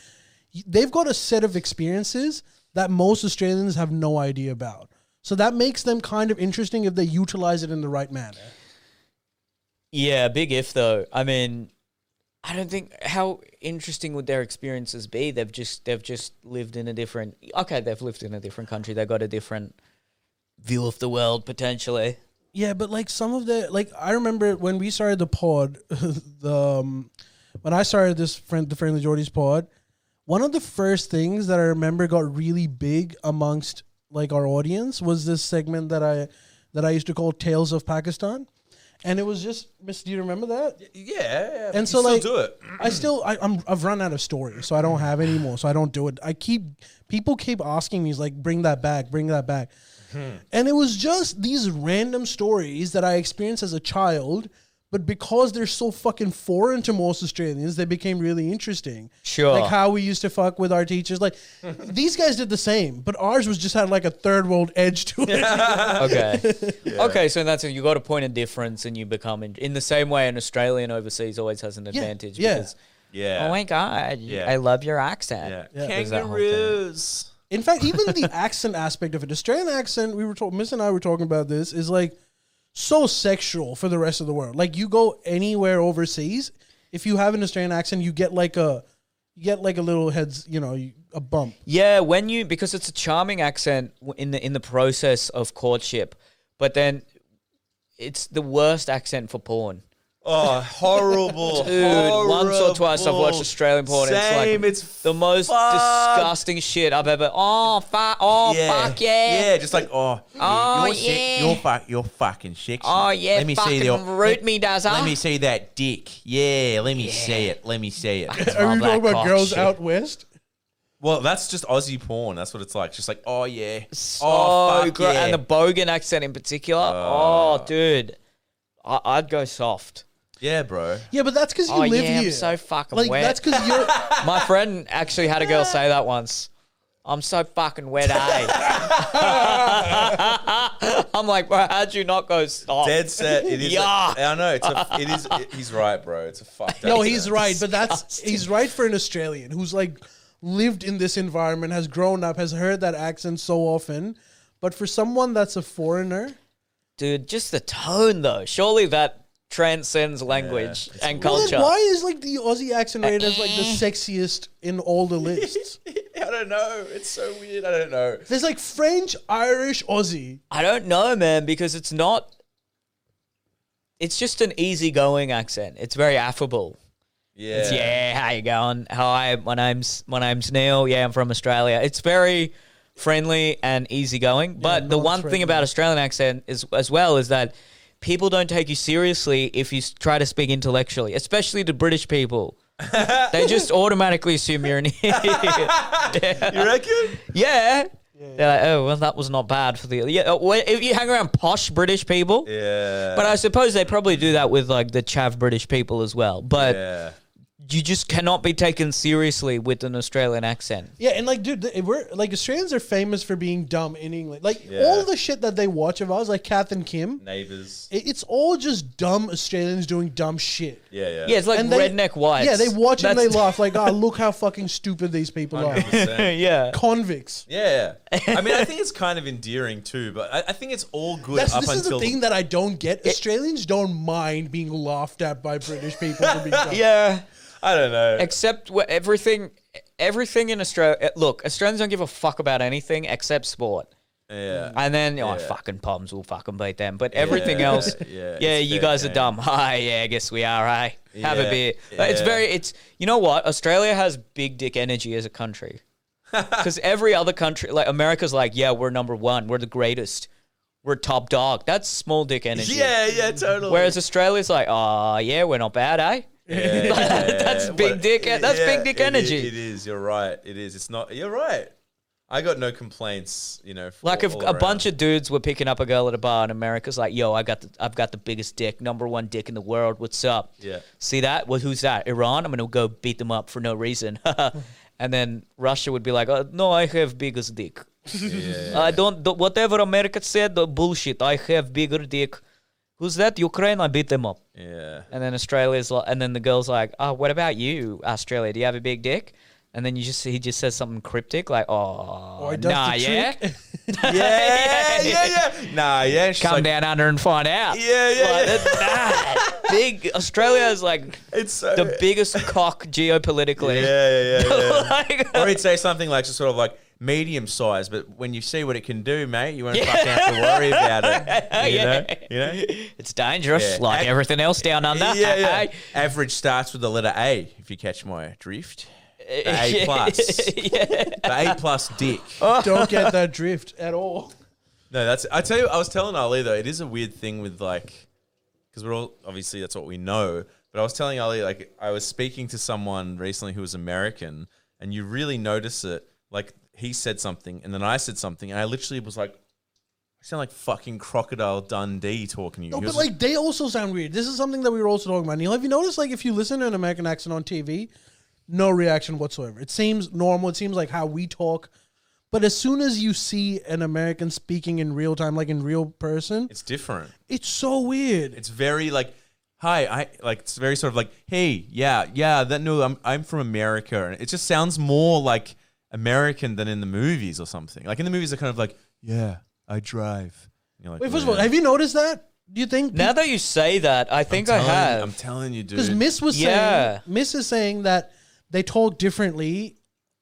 Speaker 1: Y- They've got a set of experiences that most Australians have no idea about. So that makes them kind of interesting if they utilize it in the right manner.
Speaker 2: Yeah, big if though. I mean, I don't think how interesting would their experiences be? They've just they've just lived in a different okay, they've lived in a different country. They got a different view of the world potentially.
Speaker 1: Yeah, but like some of the like I remember when we started the pod, the um, when I started this friend the friendly Geordie's pod, One of the first things that I remember got really big amongst like our audience was this segment that I that I used to call Tales of Pakistan. And it was just Miss, do you remember that?
Speaker 3: Yeah, yeah,
Speaker 1: and
Speaker 3: you
Speaker 1: so
Speaker 3: still
Speaker 1: like
Speaker 3: do it.
Speaker 1: I still I, I'm I've run out of stories, so I don't have any more. So I don't do it. I keep people keep asking me like, bring that back, bring that back,
Speaker 3: Hmm.
Speaker 1: and it was just these random stories that I experienced as a child. But because they're so fucking foreign to most Australians, they became really interesting.
Speaker 2: Sure.
Speaker 1: Like how we used to fuck with our teachers. Like these guys did the same, but ours was just had like a third world edge to it. Uh.
Speaker 2: okay. Okay, so that's it. You got a point of difference and you become in, in the same way an Australian overseas always has an advantage
Speaker 1: yeah.
Speaker 2: because
Speaker 3: Yeah.
Speaker 2: Oh my god,
Speaker 3: Yeah.
Speaker 2: I love your accent.
Speaker 3: yeah.
Speaker 2: There's that whole thing.
Speaker 3: Kangaroos.
Speaker 1: In fact, even the accent aspect of it, Australian accent, we were talking, Miss and I were talking about this, is like so sexual for the rest of the world. Like you go anywhere overseas, if you have an Australian accent, you get like a, you get like a little heads, you know, you- a bump.
Speaker 2: Yeah, when you because it's a charming accent w- in the in the process of courtship, but then it's the worst accent for porn.
Speaker 3: Oh, horrible.
Speaker 2: Dude, once or twice I've watched
Speaker 3: horrible.
Speaker 2: Australian porn. and
Speaker 3: Same,
Speaker 2: it's
Speaker 3: it's
Speaker 2: like the most
Speaker 3: fucked.
Speaker 2: disgusting shit I've ever. Oh fuck! Oh
Speaker 3: yeah.
Speaker 2: fuck yeah!
Speaker 3: Yeah, just like, oh,
Speaker 2: Oh,
Speaker 3: you're, sick-
Speaker 2: yeah.
Speaker 3: you're, fuck, you're fucking sick.
Speaker 2: Oh, yeah,
Speaker 3: let me
Speaker 2: fucking
Speaker 3: see the,
Speaker 2: root me, does
Speaker 3: Let
Speaker 2: I?
Speaker 3: me see that dick. Yeah, let me see it. Let me see it.
Speaker 1: Are
Speaker 2: Love
Speaker 1: you talking
Speaker 2: that
Speaker 1: about
Speaker 2: cock
Speaker 1: girls
Speaker 2: shit.
Speaker 1: out west?
Speaker 3: well, that's just Aussie porn. That's what it's like. Just like, oh yeah,
Speaker 2: So
Speaker 3: oh fuck
Speaker 2: gro-
Speaker 3: yeah. Uh.
Speaker 2: and the Bogan accent in particular. Oh, dude, I- I'd go soft.
Speaker 3: yeah, bro.
Speaker 1: Yeah, but that's because you
Speaker 2: Oh,
Speaker 1: live
Speaker 2: yeah, I'm
Speaker 1: here.
Speaker 2: so fucking
Speaker 1: like
Speaker 2: wet.
Speaker 1: that's because you're.
Speaker 2: My friend actually had a girl say that once. I'm so fucking wet, eh? I'm like, bro, how'd you not go stop?
Speaker 3: Dead set. It is. a-
Speaker 2: Yuck.
Speaker 3: I know. It's a, it is. It, he's right, bro. It's a fucked.
Speaker 1: No,
Speaker 3: accent.
Speaker 1: he's right, but that's he's right for an Australian who's like lived in this environment, has grown up, has heard that accent so often. But for someone that's a foreigner,
Speaker 2: Dude, just the tone though. Surely that transcends language and
Speaker 1: Well, then
Speaker 2: culture.
Speaker 1: why is like the Aussie accent rated as like the sexiest in all the lists?
Speaker 3: I don't know. It's so weird. I don't know.
Speaker 1: There's like French, Irish, Aussie.
Speaker 2: I don't know, man, because it's not. It's just an easygoing accent. It's very affable.
Speaker 3: Yeah.
Speaker 2: It's, yeah, how you going? Hi, my name's my name's Neil. Yeah, I'm from Australia. It's very friendly and easygoing. But the one thing
Speaker 1: non-threatening.
Speaker 2: about Australian accent is as well is that people don't take you seriously if you s- try to speak intellectually, especially to British people. they just automatically assume you're an idiot.
Speaker 3: You reckon?
Speaker 2: Yeah. They're like, oh, well, that was not bad for the. Yeah, uh, well, if you hang around posh British people.
Speaker 3: Yeah.
Speaker 2: But I suppose they probably do that with like the chav British people as well. But
Speaker 3: yeah.
Speaker 2: you just cannot be taken seriously with an Australian accent.
Speaker 1: Yeah, and like, dude, th- we're like Australians are famous for being dumb in England. Like all the shit that they watch of ours, like Kath and Kim,
Speaker 3: Neighbors.
Speaker 1: i- it's all just dumb Australians doing dumb shit.
Speaker 3: Yeah. Yeah.
Speaker 2: Yeah, it's like
Speaker 1: And they-
Speaker 2: redneck whites.
Speaker 1: Yeah, they watch it and they
Speaker 2: That's-
Speaker 1: laugh like, "Ah, look how fucking stupid these people are."
Speaker 3: 100%.
Speaker 2: yeah.
Speaker 1: Convicts.
Speaker 3: Yeah, I mean, I think it's kind of endearing too, but I, I think it's all good
Speaker 1: That's,
Speaker 3: up
Speaker 1: this is
Speaker 3: until
Speaker 1: the thing that I don't get. Australians don't mind being laughed at by British people for being dumb.
Speaker 2: Yeah.
Speaker 3: I don't know.
Speaker 2: Except wh- everything, everything in Australia. Look, Australians don't give a fuck about anything except sport.
Speaker 3: yeah,
Speaker 2: And then, oh,
Speaker 3: Yeah.
Speaker 2: fucking Poms will fucking beat them. But everything
Speaker 3: Yeah,
Speaker 2: else, yeah,
Speaker 3: yeah, it's
Speaker 2: you
Speaker 3: fair
Speaker 2: guys are
Speaker 3: game.
Speaker 2: dumb. Hi, yeah, I guess we are, hey? Have a
Speaker 3: Yeah,
Speaker 2: beer. Like, It's
Speaker 3: yeah.
Speaker 2: very, it's, you know what? Australia has big dick energy as a country. Because every other country, like America's like, yeah, we're number one. We're the greatest. We're top dog. That's small dick energy.
Speaker 3: yeah, yeah, totally.
Speaker 2: Whereas Australia's like, oh, yeah, we're not bad, eh? that's big
Speaker 3: What-
Speaker 2: dick. e, That's
Speaker 3: yeah,
Speaker 2: big dick
Speaker 3: it i-
Speaker 2: energy.
Speaker 3: it is. You're right. It is. It's not. You're right. I got no complaints. You know, for
Speaker 2: Like if
Speaker 3: all
Speaker 2: a
Speaker 3: around.
Speaker 2: bunch of dudes were picking up a girl at a bar in America's like, yo, I got the I've got the biggest dick, number one dick in the world. What's up?
Speaker 3: Yeah.
Speaker 2: See that? Well, who's that? Iran? I'm gonna go beat them up for no reason. and then Russia would be like, oh, no, I have biggest dick. I don't th- whatever America said, the bullshit. I have bigger dick. Who's that? Ukraine, I beat them up.
Speaker 3: yeah,
Speaker 2: And then Australia's like, and then the girl's like, oh, what about you, Australia? Do you have a big dick? And then you just he just says something cryptic like, oh,
Speaker 1: Or it does
Speaker 2: nah,
Speaker 1: the
Speaker 2: yeah.
Speaker 1: trick.
Speaker 3: yeah, yeah, yeah, Nah, yeah. She's
Speaker 2: Come
Speaker 3: like,
Speaker 2: down under and find out.
Speaker 3: Yeah, yeah,
Speaker 2: Like,
Speaker 3: yeah.
Speaker 2: that's- nah. big Australia is like
Speaker 3: It's so.
Speaker 2: the biggest cock geopolitically.
Speaker 3: Uh, yeah, yeah, yeah. yeah.
Speaker 2: like,
Speaker 3: or he'd say something like just sort of like medium size, but when you see what it can do, mate, you won't fucking have to worry about it. You know, you know.
Speaker 2: it's dangerous,
Speaker 3: Yeah.
Speaker 2: like
Speaker 3: And-
Speaker 2: everything else down under.
Speaker 3: Yeah, yeah. Average starts with the letter A, if you catch my drift. The A plus. The A plus dick.
Speaker 1: Don't get that drift at all.
Speaker 3: No, that's. I tell you, I was telling Ali though, it is a weird thing with like, because we're all obviously that's what we know. But I was telling Ali like I was speaking to someone recently who was American, and you really notice it. Like he said something, and then I said something, and I literally was like, I sound like fucking crocodile Dundee talking to you.
Speaker 1: No,
Speaker 3: He
Speaker 1: but
Speaker 3: was
Speaker 1: like they also sound weird. This is something that we were also talking about. Neil, have you noticed like if you listen to an American accent on TV, no reaction whatsoever. It seems normal. It seems like how we talk. But as soon as you see an American speaking in real time, like in real person,
Speaker 3: it's different.
Speaker 1: it's so weird.
Speaker 3: It's very like, hi, I like. It's very sort of like, hey, yeah, yeah. That no, I'm I'm from America, and it just sounds more like American than in the movies or something. Like in the movies, they're kind of like, yeah, I drive. And you're like,
Speaker 1: Wait, first of all,
Speaker 3: "Yeah."
Speaker 1: have you noticed that? Do you think
Speaker 2: Now that you say that, I think I
Speaker 3: telling,
Speaker 2: have.
Speaker 3: I'm telling you, dude.
Speaker 1: because Miss was
Speaker 2: Yeah.
Speaker 1: saying Miss is saying that they talk differently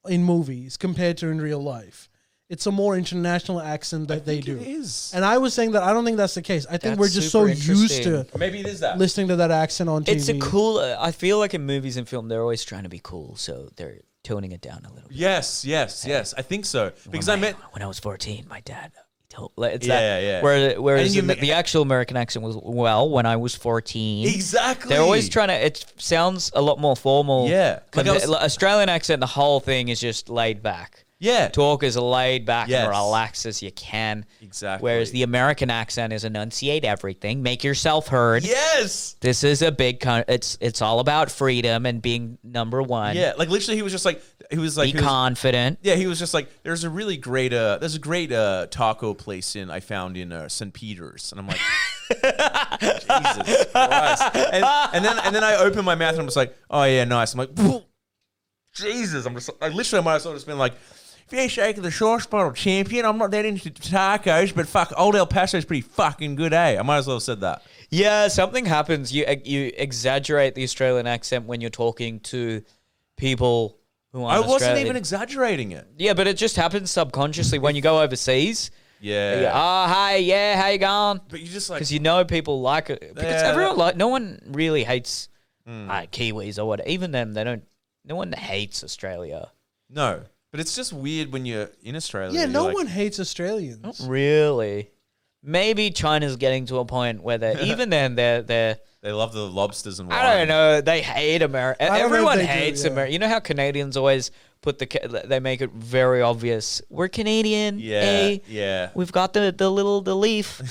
Speaker 1: in movies compared to in real life. It's a more international accent that they do.
Speaker 3: it is.
Speaker 1: And I was saying that I don't think that's the case. I think
Speaker 2: That's
Speaker 1: we're just so
Speaker 2: super
Speaker 1: used to
Speaker 2: interesting.
Speaker 3: Maybe it is that.
Speaker 1: listening to that accent on TV.
Speaker 2: It's a cool. I feel like in movies and film, they're always trying to be cool, so they're toning it down a little bit.
Speaker 3: Yes, yes, yes. I think so because I
Speaker 2: When
Speaker 3: met.
Speaker 2: when I was fourteen. My dad. he told- like, It's
Speaker 3: Yeah,
Speaker 2: that,
Speaker 3: yeah, yeah.
Speaker 2: Where, whereas
Speaker 3: you
Speaker 2: in the,
Speaker 3: ma-
Speaker 2: the actual American accent was well when I was fourteen.
Speaker 3: Exactly.
Speaker 2: They're always trying to. It sounds a lot more formal.
Speaker 3: Yeah. Like I
Speaker 2: Compa-
Speaker 3: was-
Speaker 2: like, Australian accent, the whole thing is just laid back.
Speaker 3: Yeah.
Speaker 2: Talk as laid back
Speaker 3: Yes.
Speaker 2: and relaxed as you can.
Speaker 3: Exactly.
Speaker 2: Whereas the American accent is enunciate everything, make yourself heard.
Speaker 3: Yes.
Speaker 2: This is a big. Con- it's it's all about freedom and being number one.
Speaker 3: Yeah. Like literally, he was just like he was
Speaker 2: Be
Speaker 3: like he was-
Speaker 2: confident.
Speaker 3: Yeah, he was just like, "There's a really great, uh, there's a great uh, taco place in I found in uh, St. Peter's," and I'm like, "Jesus Christ!" And, and then and then I opened my mouth and I'm just like, "Oh yeah, nice." I'm like, "Phew." "Jesus!" I'm just like, literally, I might as well just been like, "If you ain't shaking the sauce bottle, champion, I'm not that into tacos, but fuck, old El Paso's pretty fucking good, eh?" I might as well have said that.
Speaker 2: Yeah, something happens. You you exaggerate the Australian accent when you're talking to people who
Speaker 3: I
Speaker 2: aren't
Speaker 3: wasn't
Speaker 2: Australian.
Speaker 3: even exaggerating it.
Speaker 2: Yeah, but it just happens subconsciously when you go overseas.
Speaker 3: Yeah,
Speaker 2: Yeah. Oh, hi, yeah, how you going?
Speaker 3: but you just like,
Speaker 2: Because you know people like it. Because
Speaker 3: Yeah.
Speaker 2: everyone like no one really hates uh, Kiwis or what. Even them, they don't. No one hates Australia.
Speaker 3: no. But it's just weird when you're in Australia.
Speaker 1: yeah,
Speaker 3: you're
Speaker 1: no
Speaker 3: like-
Speaker 1: one hates
Speaker 2: Oh
Speaker 1: Australians.
Speaker 2: Really. Maybe China's getting to a point where they even then they're they're
Speaker 3: They love the lobsters and wine.
Speaker 2: I don't know they hate America.
Speaker 1: don't know if
Speaker 2: Everyone
Speaker 1: they do,
Speaker 2: hates
Speaker 1: yeah.
Speaker 2: America. You know how Canadians always put the ca- they make it very obvious. We're Canadian.
Speaker 3: Yeah,
Speaker 2: eh?
Speaker 3: yeah.
Speaker 2: We've got the the little the leaf.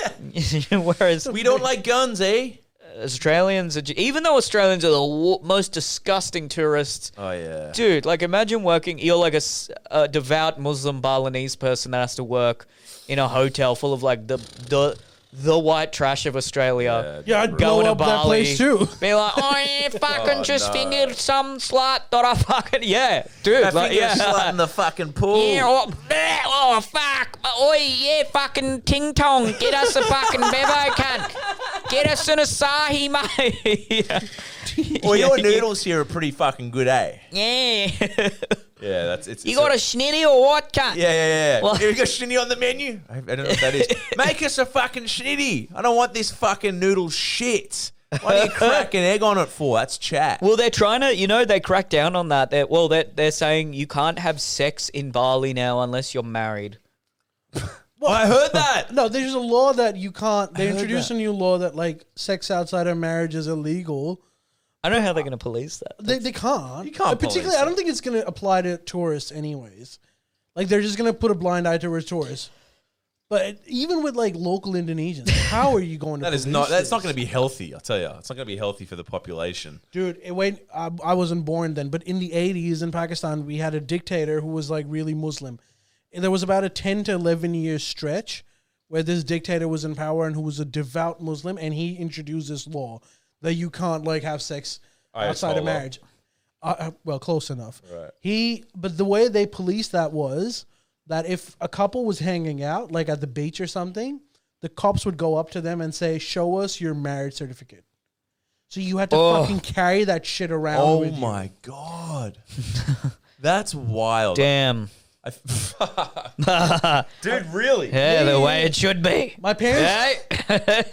Speaker 2: Whereas
Speaker 3: We don't like guns, eh?
Speaker 2: Australians, are, ju- even though Australians are the w- most disgusting tourists,
Speaker 3: Oh yeah.
Speaker 2: dude. Like, imagine working. You're like a, s- a devout Muslim Balinese person that has to work in a hotel full of like the the the white trash of Australia.
Speaker 1: Yeah, I'd blow up that place too.
Speaker 2: Be like, oh yeah, fucking just fingered some slut that I fucking yeah, dude. like, yeah.
Speaker 3: the fucking pool.
Speaker 2: Yeah, oh, bleh, oh fuck. Oi, yeah, fucking ting tong. Get us a fucking bevo cunt. Get us an Asahi, mate. yeah.
Speaker 3: Well, your noodles here are pretty fucking good, eh?
Speaker 2: Yeah.
Speaker 3: Yeah, that's it's.
Speaker 2: you
Speaker 3: it's
Speaker 2: got a schnitty or what, cunt?
Speaker 3: Yeah, yeah, yeah.
Speaker 2: Well-
Speaker 3: you got schnitty on the menu. I, I don't know what that is. Make us a fucking schnitty. I don't want this fucking noodle shit. Why do you crack an egg on it for? That's chat.
Speaker 2: Well, they're trying to, you know, they crack down on that. They're, well, they're, they're saying you can't have sex in Bali now unless you're married.
Speaker 3: I heard that.
Speaker 1: No, there's a law that you can't. They
Speaker 3: heard
Speaker 1: introduced
Speaker 3: that.
Speaker 1: a new law that like sex outside of marriage is illegal.
Speaker 2: I don't know how they're going to police that.
Speaker 1: They, they can't.
Speaker 3: You can't
Speaker 1: And particularly,
Speaker 3: police
Speaker 1: I don't think it's going to apply to tourists, anyways. Like they're just going to put a blind eye towards tourists. But even with like local Indonesians, how are you going to?
Speaker 3: That is
Speaker 1: police
Speaker 3: not. That's not
Speaker 1: this?
Speaker 3: going to be healthy. I tell you, it's not going to be healthy for the population.
Speaker 1: Dude, it went. I, I wasn't born then, but in the 80s in Pakistan, we had a dictator who was like really Muslim. And there was about a 10 to 11 year stretch where this dictator was in power and who was a devout Muslim, and he introduced this law that you can't like have sex outside of
Speaker 3: Ayatollah.
Speaker 1: marriage. Uh, uh, well, close enough. He, but the way they policed that was that if a couple was hanging out, like at the beach or something, the cops would go up to them and say, "Show us your marriage certificate." So you had to
Speaker 2: Oh.
Speaker 1: fucking carry that shit around.
Speaker 3: Oh
Speaker 1: with you.
Speaker 3: my god, that's wild.
Speaker 2: Damn.
Speaker 3: I- Dude, really?
Speaker 2: Yeah, the way it should be.
Speaker 1: My parents,
Speaker 2: Right?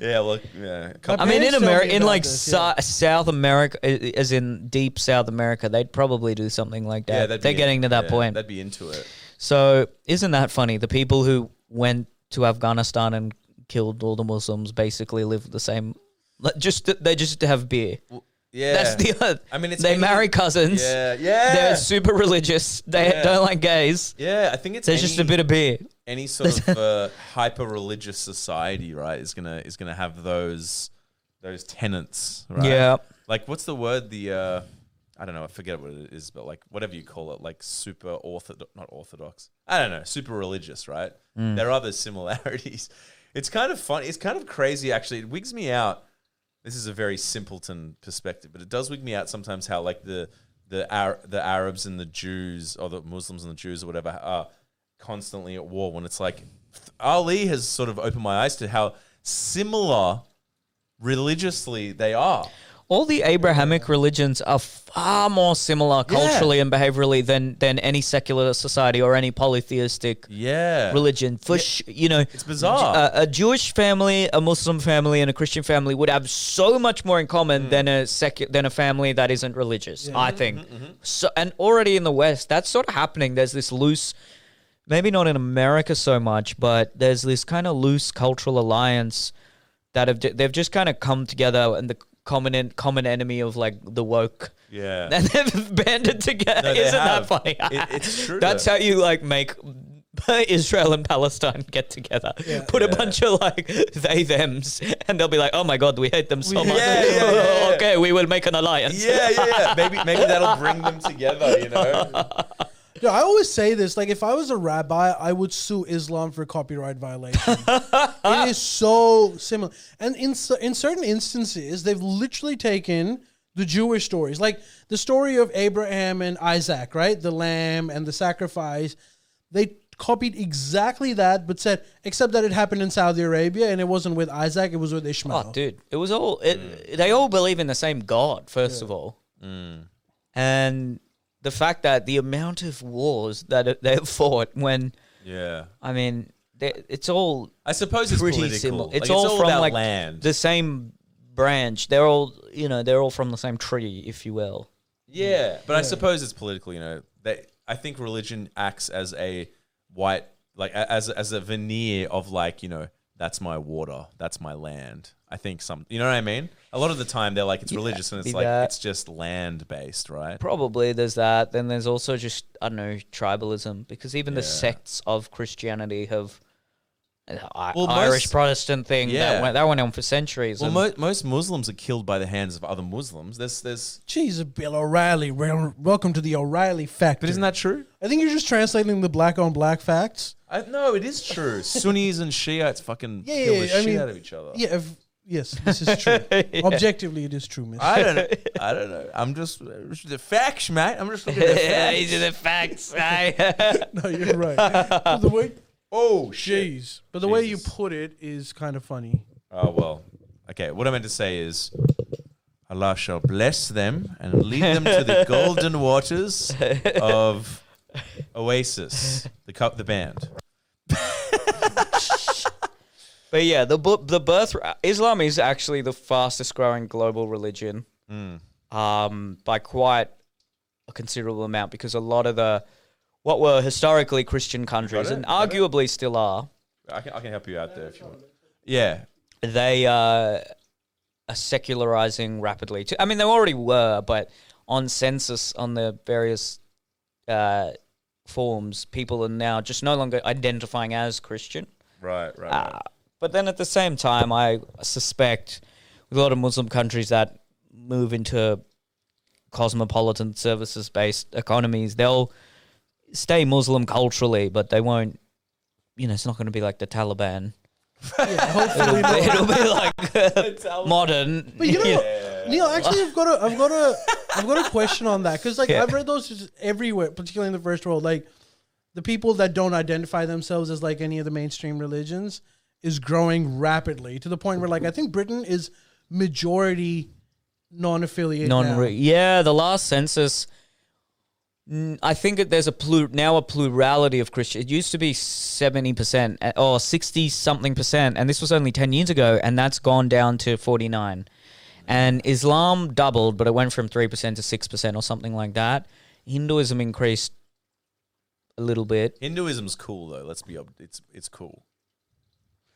Speaker 3: Yeah, well, yeah. a couple-
Speaker 2: I mean, in
Speaker 1: parents tell me
Speaker 2: America, in
Speaker 1: about
Speaker 2: like
Speaker 1: this,
Speaker 2: Sou- South America, a- as in deep South America, they'd probably do something like
Speaker 3: yeah,
Speaker 2: that.
Speaker 3: that'd
Speaker 2: They're
Speaker 3: be-
Speaker 2: getting to that
Speaker 3: yeah,
Speaker 2: point.
Speaker 3: They'd be into it.
Speaker 2: So, isn't that funny? The people who went to Afghanistan and killed all the Muslims basically live the same. like, Just they just have beer.
Speaker 3: Yeah,
Speaker 2: That's the. Other.
Speaker 3: I mean, it's
Speaker 2: they
Speaker 3: any-
Speaker 2: marry cousins.
Speaker 3: Yeah, yeah.
Speaker 2: They're super religious. They
Speaker 3: Yeah.
Speaker 2: don't like gays.
Speaker 3: Yeah, I think it's
Speaker 2: There's just a
Speaker 3: any-
Speaker 2: bit of beer.
Speaker 3: any sort of uh, hyper religious society, right, is gonna is gonna have those those tenets, right?
Speaker 2: Yeah.
Speaker 3: Like, what's the word? The uh, I don't know. I forget what it is, but like whatever you call it, like super orthodox, not orthodox. I don't know. Super religious, right?
Speaker 2: Mm.
Speaker 3: There are those similarities. It's kind of fun. It's kind of crazy, actually. It wigs me out. This is a very simpleton perspective, but it does wig me out sometimes how like the the Ar- the Arabs and the Jews or the Muslims and the Jews or whatever are constantly at war. When it's like Ali has sort of opened my eyes to how similar religiously they are.
Speaker 2: All the Abrahamic religions are far more similar culturally and behaviorally than than any secular society or any polytheistic
Speaker 3: Yeah.
Speaker 2: religion. For sh- you know, it's
Speaker 3: bizarre.
Speaker 2: A, a Jewish family, a Muslim family, and a Christian family would have so much more in
Speaker 3: Mm.
Speaker 2: common than a secu- than a family that isn't religious. I
Speaker 3: Mm-hmm,
Speaker 2: think so, and already in the West, that's sort of happening. There's this loose. Maybe not in America so much, but there's this kind of loose cultural alliance that have ju- they've just kind of come together and the common en- common enemy of like the woke.
Speaker 3: Yeah.
Speaker 2: And they've banded together.
Speaker 3: No, they
Speaker 2: Isn't
Speaker 3: have.
Speaker 2: that funny?
Speaker 3: It- it's true,
Speaker 2: That's
Speaker 3: though.
Speaker 2: how you like make Israel and Palestine get together. Put a bunch of like they thems, and they'll be like, "Oh my god, we hate them so much."
Speaker 3: Yeah, yeah, yeah, yeah.
Speaker 2: okay, we will make an alliance.
Speaker 3: Yeah, yeah, yeah. Maybe maybe that'll bring them together, you know.
Speaker 1: Dude, I always say this. Like, if I was a rabbi, I would sue Islam for copyright violation. it is so similar, and in cer- in certain instances, they've literally taken the Jewish stories, like the story of Abraham and Isaac, right? The lamb and the sacrifice. They copied exactly that, but said except that it happened in Saudi Arabia and it wasn't with Isaac; it was with Ishmael.
Speaker 2: Oh, dude, it was all. It, They all believe in the same God, first of all, Mm. and the fact that the amount of wars that they have fought when
Speaker 3: Yeah.
Speaker 2: I mean, they, it's all
Speaker 3: I suppose it's
Speaker 2: pretty
Speaker 3: political.
Speaker 2: similar.
Speaker 3: Like,
Speaker 2: It's, all, from
Speaker 3: about
Speaker 2: like
Speaker 3: land.
Speaker 2: the same branch. They're all you know. They're all from the same tree, if you will.
Speaker 3: Yeah, but I suppose it's political. You know, that I think religion acts as a white, like a- as as a veneer of like you know that's my water, that's my land. I think some, you know what I mean. A lot of the time they're like it's religious and
Speaker 2: be
Speaker 3: it's like
Speaker 2: that.
Speaker 3: it's just land based, right?
Speaker 2: Probably there's that. Then there's also just I don't know tribalism because even the sects of Christianity have. uh, I
Speaker 3: Well,
Speaker 2: Irish
Speaker 3: most-
Speaker 2: Protestant thing
Speaker 3: Yeah.
Speaker 2: that went that went on for centuries.
Speaker 3: Well,
Speaker 2: and-
Speaker 3: mo- most Muslims are killed by the hands of other Muslims. There's there's,
Speaker 1: Jesus, Bill O'Reilly, wel- welcome to the O'Reilly fact.
Speaker 3: but isn't that true?
Speaker 1: I think you're just translating the black on black facts.
Speaker 3: I, no, it is true. Sunnis and Shiites fucking
Speaker 1: Yeah,
Speaker 3: kill
Speaker 1: yeah,
Speaker 3: the
Speaker 1: yeah, I
Speaker 3: shit
Speaker 1: mean,
Speaker 3: out of each other.
Speaker 1: Yeah, if, yes, this is true. Objectively, it is true, miss.
Speaker 3: I don't. know. I don't know. I'm just the facts, mate. I'm just looking at the facts.
Speaker 2: These are the facts. eh? I-
Speaker 1: no, you're right. But the way,
Speaker 3: Oh shit.
Speaker 1: jeez, but the way you put it is kind of funny.
Speaker 3: Oh well. Okay, what I meant to say is Allah shall bless them and lead them to the golden waters of Oasis, the cup the band.
Speaker 2: But yeah, the bu- the birth uh, Islam is actually the fastest growing global religion,
Speaker 3: Mm.
Speaker 2: um, by quite a considerable amount because a lot of the what were historically Christian countries and arguably still are,
Speaker 3: I can, I can help you out there if you want. Yeah.
Speaker 2: they uh, are secularizing rapidly. Too. I mean, they already were, but on census on the various uh, forms, people are now just no longer identifying as Christian. Uh,
Speaker 3: Right, right.
Speaker 2: Ah.
Speaker 3: right.
Speaker 2: But then at the same time, I suspect with a lot of Muslim countries that move into cosmopolitan services based economies, they'll stay Muslim culturally, but they won't, you know, it's not going to be like the Taliban.
Speaker 1: Hopefully, not.
Speaker 2: It'll be like uh, modern.
Speaker 1: But you know, Neil, actually, I've got a, I've got a, I've got a question on that because like I've read those just everywhere, particularly in the first world. Like the people that don't identify themselves as like any of the mainstream religions is growing rapidly to the point where like I think Britain is majority non-affiliated.
Speaker 2: non
Speaker 1: now.
Speaker 2: yeah the last census N- I think that there's a plur- now a plurality of Christian. It used to be seventy percent uh, or sixty something percent, and this was only ten years ago, and that's gone down to forty nine. And Islam doubled, but it went from three percent to six percent or something like that. Hinduism increased a little bit.
Speaker 3: Hinduism's cool though. Let's be ob- it's it's cool.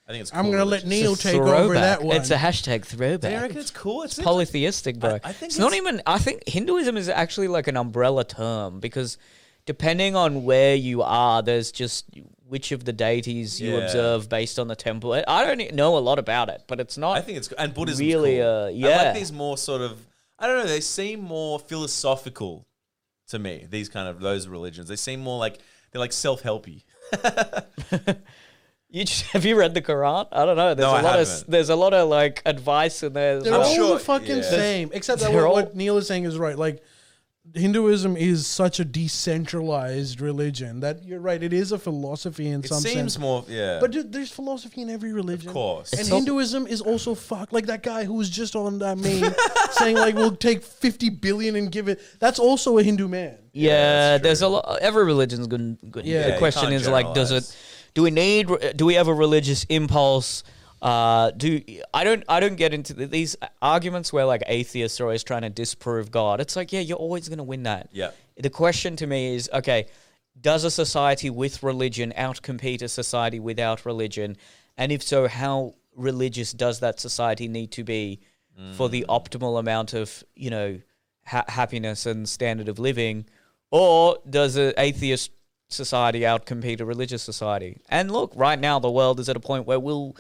Speaker 3: I think it's. Cool
Speaker 1: I'm gonna let
Speaker 3: religion.
Speaker 1: Neil
Speaker 2: It's a
Speaker 1: take over
Speaker 2: throwback.
Speaker 1: that one.
Speaker 2: It's a hashtag throwback.
Speaker 3: Do you reckon it's cool? It's,
Speaker 2: It's polytheistic, bro.
Speaker 3: I think
Speaker 2: it's not
Speaker 3: it's-
Speaker 2: even. I think Hinduism is actually like an umbrella term because depending on where you are, there's just which of the deities you
Speaker 3: Yeah.
Speaker 2: observe based on the temple. I- I don't e- know a lot about it, but it's not.
Speaker 3: I think it's and Buddhism
Speaker 2: really,
Speaker 3: cool.
Speaker 2: uh,
Speaker 3: I
Speaker 2: yeah.
Speaker 3: like these more sort of I don't know. They seem more philosophical to me. These kind of those religions. They seem more like they're like self helpy.
Speaker 2: you just, have you read the Quran? I don't know. There's
Speaker 3: No,
Speaker 2: a
Speaker 3: I
Speaker 2: lot of s-
Speaker 3: haven't.
Speaker 2: there's a lot of like advice in there.
Speaker 1: They're
Speaker 2: Well,
Speaker 1: all
Speaker 3: sure-
Speaker 1: the fucking
Speaker 3: yeah.
Speaker 1: same, except that
Speaker 2: They're
Speaker 1: what,
Speaker 2: all-
Speaker 1: what Neil is saying is right. Like Hinduism is such a decentralized religion that you're right. It is a philosophy in
Speaker 3: It
Speaker 1: some
Speaker 3: seems
Speaker 1: sense.
Speaker 3: more yeah.
Speaker 1: But dude, there's philosophy in every religion,
Speaker 3: course.
Speaker 1: And
Speaker 2: It's all-
Speaker 1: Hinduism is also fuck. Like that guy who was just on that meme saying like we'll take fifty billion and give it. That's also a Hindu man.
Speaker 2: Yeah,
Speaker 3: that's
Speaker 2: there's a lot. Every religion's good. good.
Speaker 1: Yeah. Yeah,
Speaker 2: the
Speaker 1: you
Speaker 2: question
Speaker 3: can't
Speaker 2: is like, does it?
Speaker 3: generalize.
Speaker 2: Do we need? Do we have a religious impulse? Uh, do I don't I don't get into th- these arguments where like atheists are always trying to disprove God. It's like yeah, you're always going to win that.
Speaker 3: Yeah.
Speaker 2: The question to me is okay, does a society with religion outcompete a society without religion? And if so, how religious does that society need to be for the optimal amount of, you know, ha- happiness and standard of living? Or does an atheist society outcompete a religious society? And look, right now the world is at a point where we'll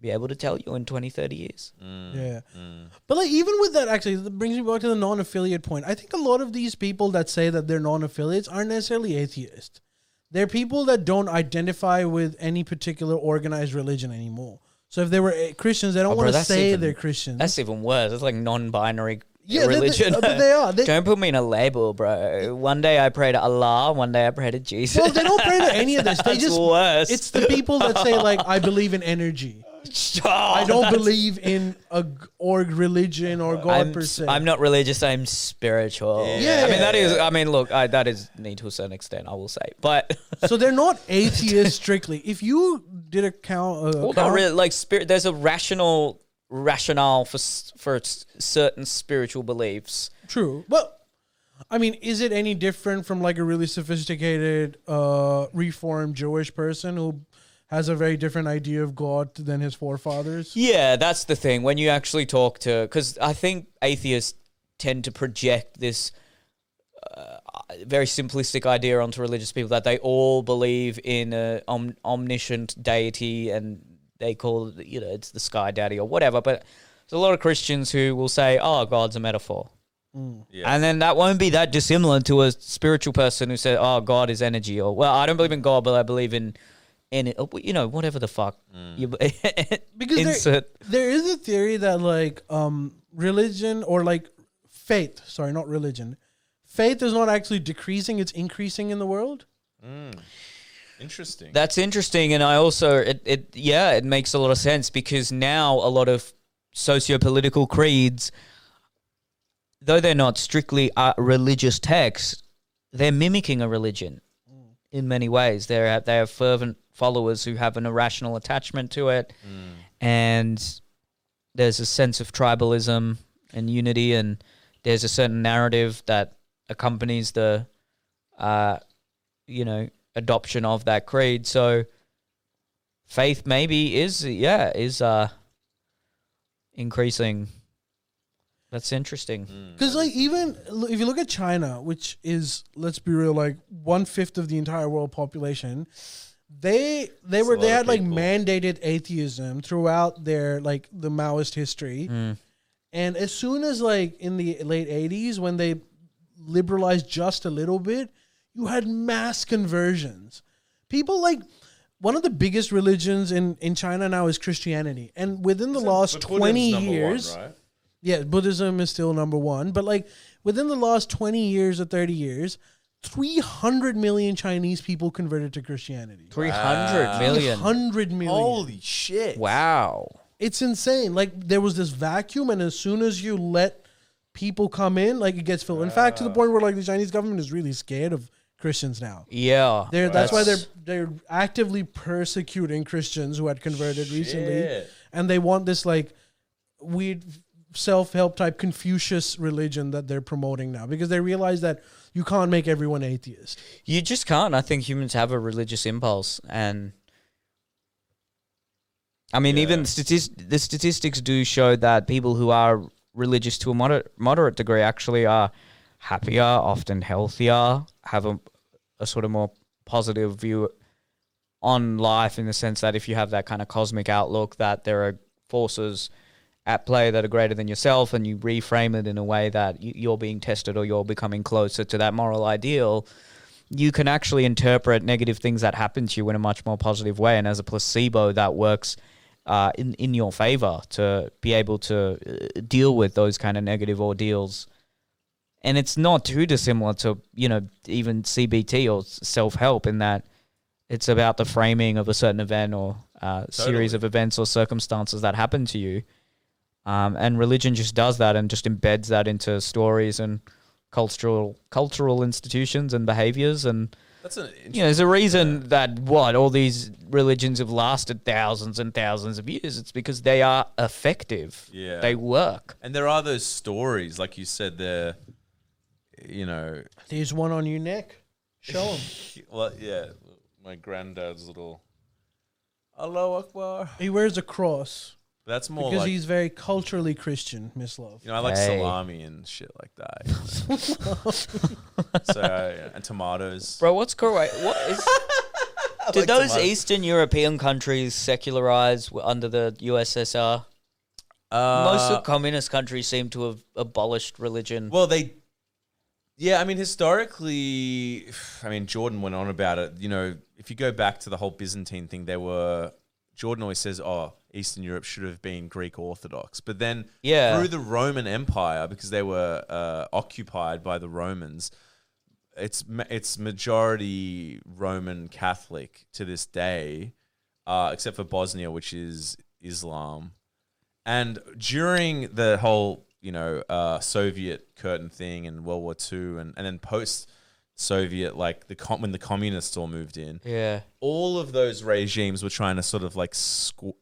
Speaker 2: be able to tell you in 20, 30 years.
Speaker 1: Yeah.
Speaker 2: Mm.
Speaker 1: But like even with that actually that brings me back to the non-affiliate point. I think a lot of these people that say that they're non-affiliates aren't necessarily atheists. They're people that don't identify with any particular organized religion anymore. So if they were eh, Christians, they don't
Speaker 2: Oh, bro,
Speaker 1: want to
Speaker 2: that's
Speaker 1: say
Speaker 2: even-
Speaker 1: they're Christians.
Speaker 2: That's even worse. It's like non-binary
Speaker 1: Yeah, they- they-
Speaker 2: religion.
Speaker 1: uh, but they are. They-
Speaker 2: Don't put me in a label, bro. One day I pray to Allah. One day I pray to Jesus.
Speaker 1: well, they don't pray to any of this. They
Speaker 2: That's
Speaker 1: just
Speaker 2: worse.
Speaker 1: it's the people that say like I believe in energy.
Speaker 2: Oh,
Speaker 1: I don't believe in a g- org religion or God
Speaker 2: I'm,
Speaker 1: per
Speaker 2: s-
Speaker 1: se.
Speaker 2: I'm not religious. I'm spiritual.
Speaker 1: Yeah.
Speaker 2: I mean that is. I mean, look, I, that is me to a certain extent. I will say, but
Speaker 1: so they're not atheists strictly. If you did a count, uh,
Speaker 2: well, not
Speaker 1: count
Speaker 2: really, like spirit. There's a rational rationale for s- for s- certain spiritual beliefs.
Speaker 1: True. Well, I mean, is it any different from like a really sophisticated uh reformed Jewish person who has a very different idea of God than his forefathers?
Speaker 2: Yeah, that's the thing. When you actually talk to, because I think atheists tend to project this uh, very simplistic idea onto religious people that they all believe in a om- omniscient deity and they call it, you know, it's the sky daddy or whatever. But there's a lot of Christians who will say, oh, God's a metaphor.
Speaker 3: Yeah.
Speaker 2: And then that won't be that dissimilar to a spiritual person who said, "Oh, God is energy," or "Well, I don't believe in God, but I believe in, in it," you know, whatever the fuck. You,
Speaker 1: Because there-
Speaker 2: insert
Speaker 1: there is a theory that like um religion or like faith, sorry, not religion. Faith is not actually decreasing, it's increasing in the world.
Speaker 3: Interesting.
Speaker 2: That's interesting, and I also it, it yeah, it makes a lot of sense because now a lot of socio-political creeds, though they're not strictly uh, religious texts, they're mimicking a religion in many ways. They're uh, they have fervent followers who have an irrational attachment to it, and there's a sense of tribalism and unity, and there's a certain narrative that accompanies the uh, you know, adoption of that creed. So faith maybe is yeah, is uh increasing. That's interesting.
Speaker 1: Because like even l- if you look at China, which is let's be real, like one fifth of the entire world population, they they were
Speaker 3: a
Speaker 1: they
Speaker 3: lot
Speaker 1: had
Speaker 3: of
Speaker 1: like
Speaker 3: people.
Speaker 1: mandated atheism throughout their like the Maoist history,
Speaker 3: Mm.
Speaker 1: and as soon as like in the late eighties when they liberalized just a little bit, you had mass conversions. People like. One of the biggest religions in, in China now is Christianity. And within the last
Speaker 3: But Buddhism's
Speaker 1: 20
Speaker 3: number one,
Speaker 1: years,
Speaker 3: right?
Speaker 1: yeah, Buddhism is still number one, but like within the last 20 years or 30 years, 300 million Chinese people converted to Christianity.
Speaker 2: Three hundred million.
Speaker 1: 100 million.
Speaker 3: Holy shit!
Speaker 2: Wow.
Speaker 1: It's insane. Like there was this vacuum, and as soon as you let people come in, like it gets filled. In fact, to the point where like the Chinese government is really scared of Christians now.
Speaker 2: Yeah.
Speaker 1: They're, that's, why they're they're actively persecuting Christians who had converted recently,
Speaker 3: Shit.
Speaker 1: and they want this like weird self-help type Confucius religion that they're promoting now because they realize that you can't make everyone atheist.
Speaker 2: You just can't. I think humans have a religious impulse, and I mean, even statist- the statistics do show that people who are religious to a moderate, moderate degree actually are happier, often healthier, have a, a sort of more positive view on life in the sense that if you have that kind of cosmic outlook, that there are forces at play that are greater than yourself, and you reframe it in a way that you- you're being tested or you're becoming closer to that moral ideal you can actually interpret negative things that happen to you in a much more positive way, and as a placebo, that works uh, in in your favor to be able to uh, deal with those kind of negative ordeals. And it's not too dissimilar to you know even CBT or self help in that it's about the framing of a certain event or uh, series of events or circumstances that happen to you. Um, and religion just does that and just embeds that into stories and cultural cultural institutions and behaviors and
Speaker 3: That's an interesting.
Speaker 2: you know there's a reason that what all these religions have lasted thousands and thousands of years it's because they are effective
Speaker 3: Yeah.
Speaker 2: they work
Speaker 3: And there are those stories, like you said, there. You know,
Speaker 1: There's one on your neck. Show him.
Speaker 3: well, yeah, my granddad's little. Hello, Akbar.
Speaker 1: he wears a cross
Speaker 3: That's more
Speaker 1: because
Speaker 3: Oh, like
Speaker 1: he's very culturally Christian, Miss Love.
Speaker 3: you know, I like
Speaker 2: Hey.
Speaker 3: salami and shit like that. you know. so uh, yeah, and tomatoes.
Speaker 2: bro what's correct what is did
Speaker 3: like
Speaker 2: those
Speaker 3: tomato.
Speaker 2: eastern european countries secularize w- under the ussr
Speaker 3: Uh,
Speaker 2: most of communist countries seem to have abolished religion
Speaker 3: Well, they. Yeah, I mean, historically, I mean, Jordan went on about it. You know, if you go back to the whole Byzantine thing, there were. Jordan always says, oh, Eastern Europe should have been Greek Orthodox. But then
Speaker 2: Yeah.
Speaker 3: through the Roman Empire, because they were uh, occupied by the Romans, it's, ma- it's majority Roman Catholic to this day, uh, except for Bosnia, which is Islam. And during the whole, you know, uh, Soviet curtain thing and World War II, and, and then post Soviet, like the com- when the communists all moved in,
Speaker 2: yeah
Speaker 3: all of those regimes were trying to sort of like squ-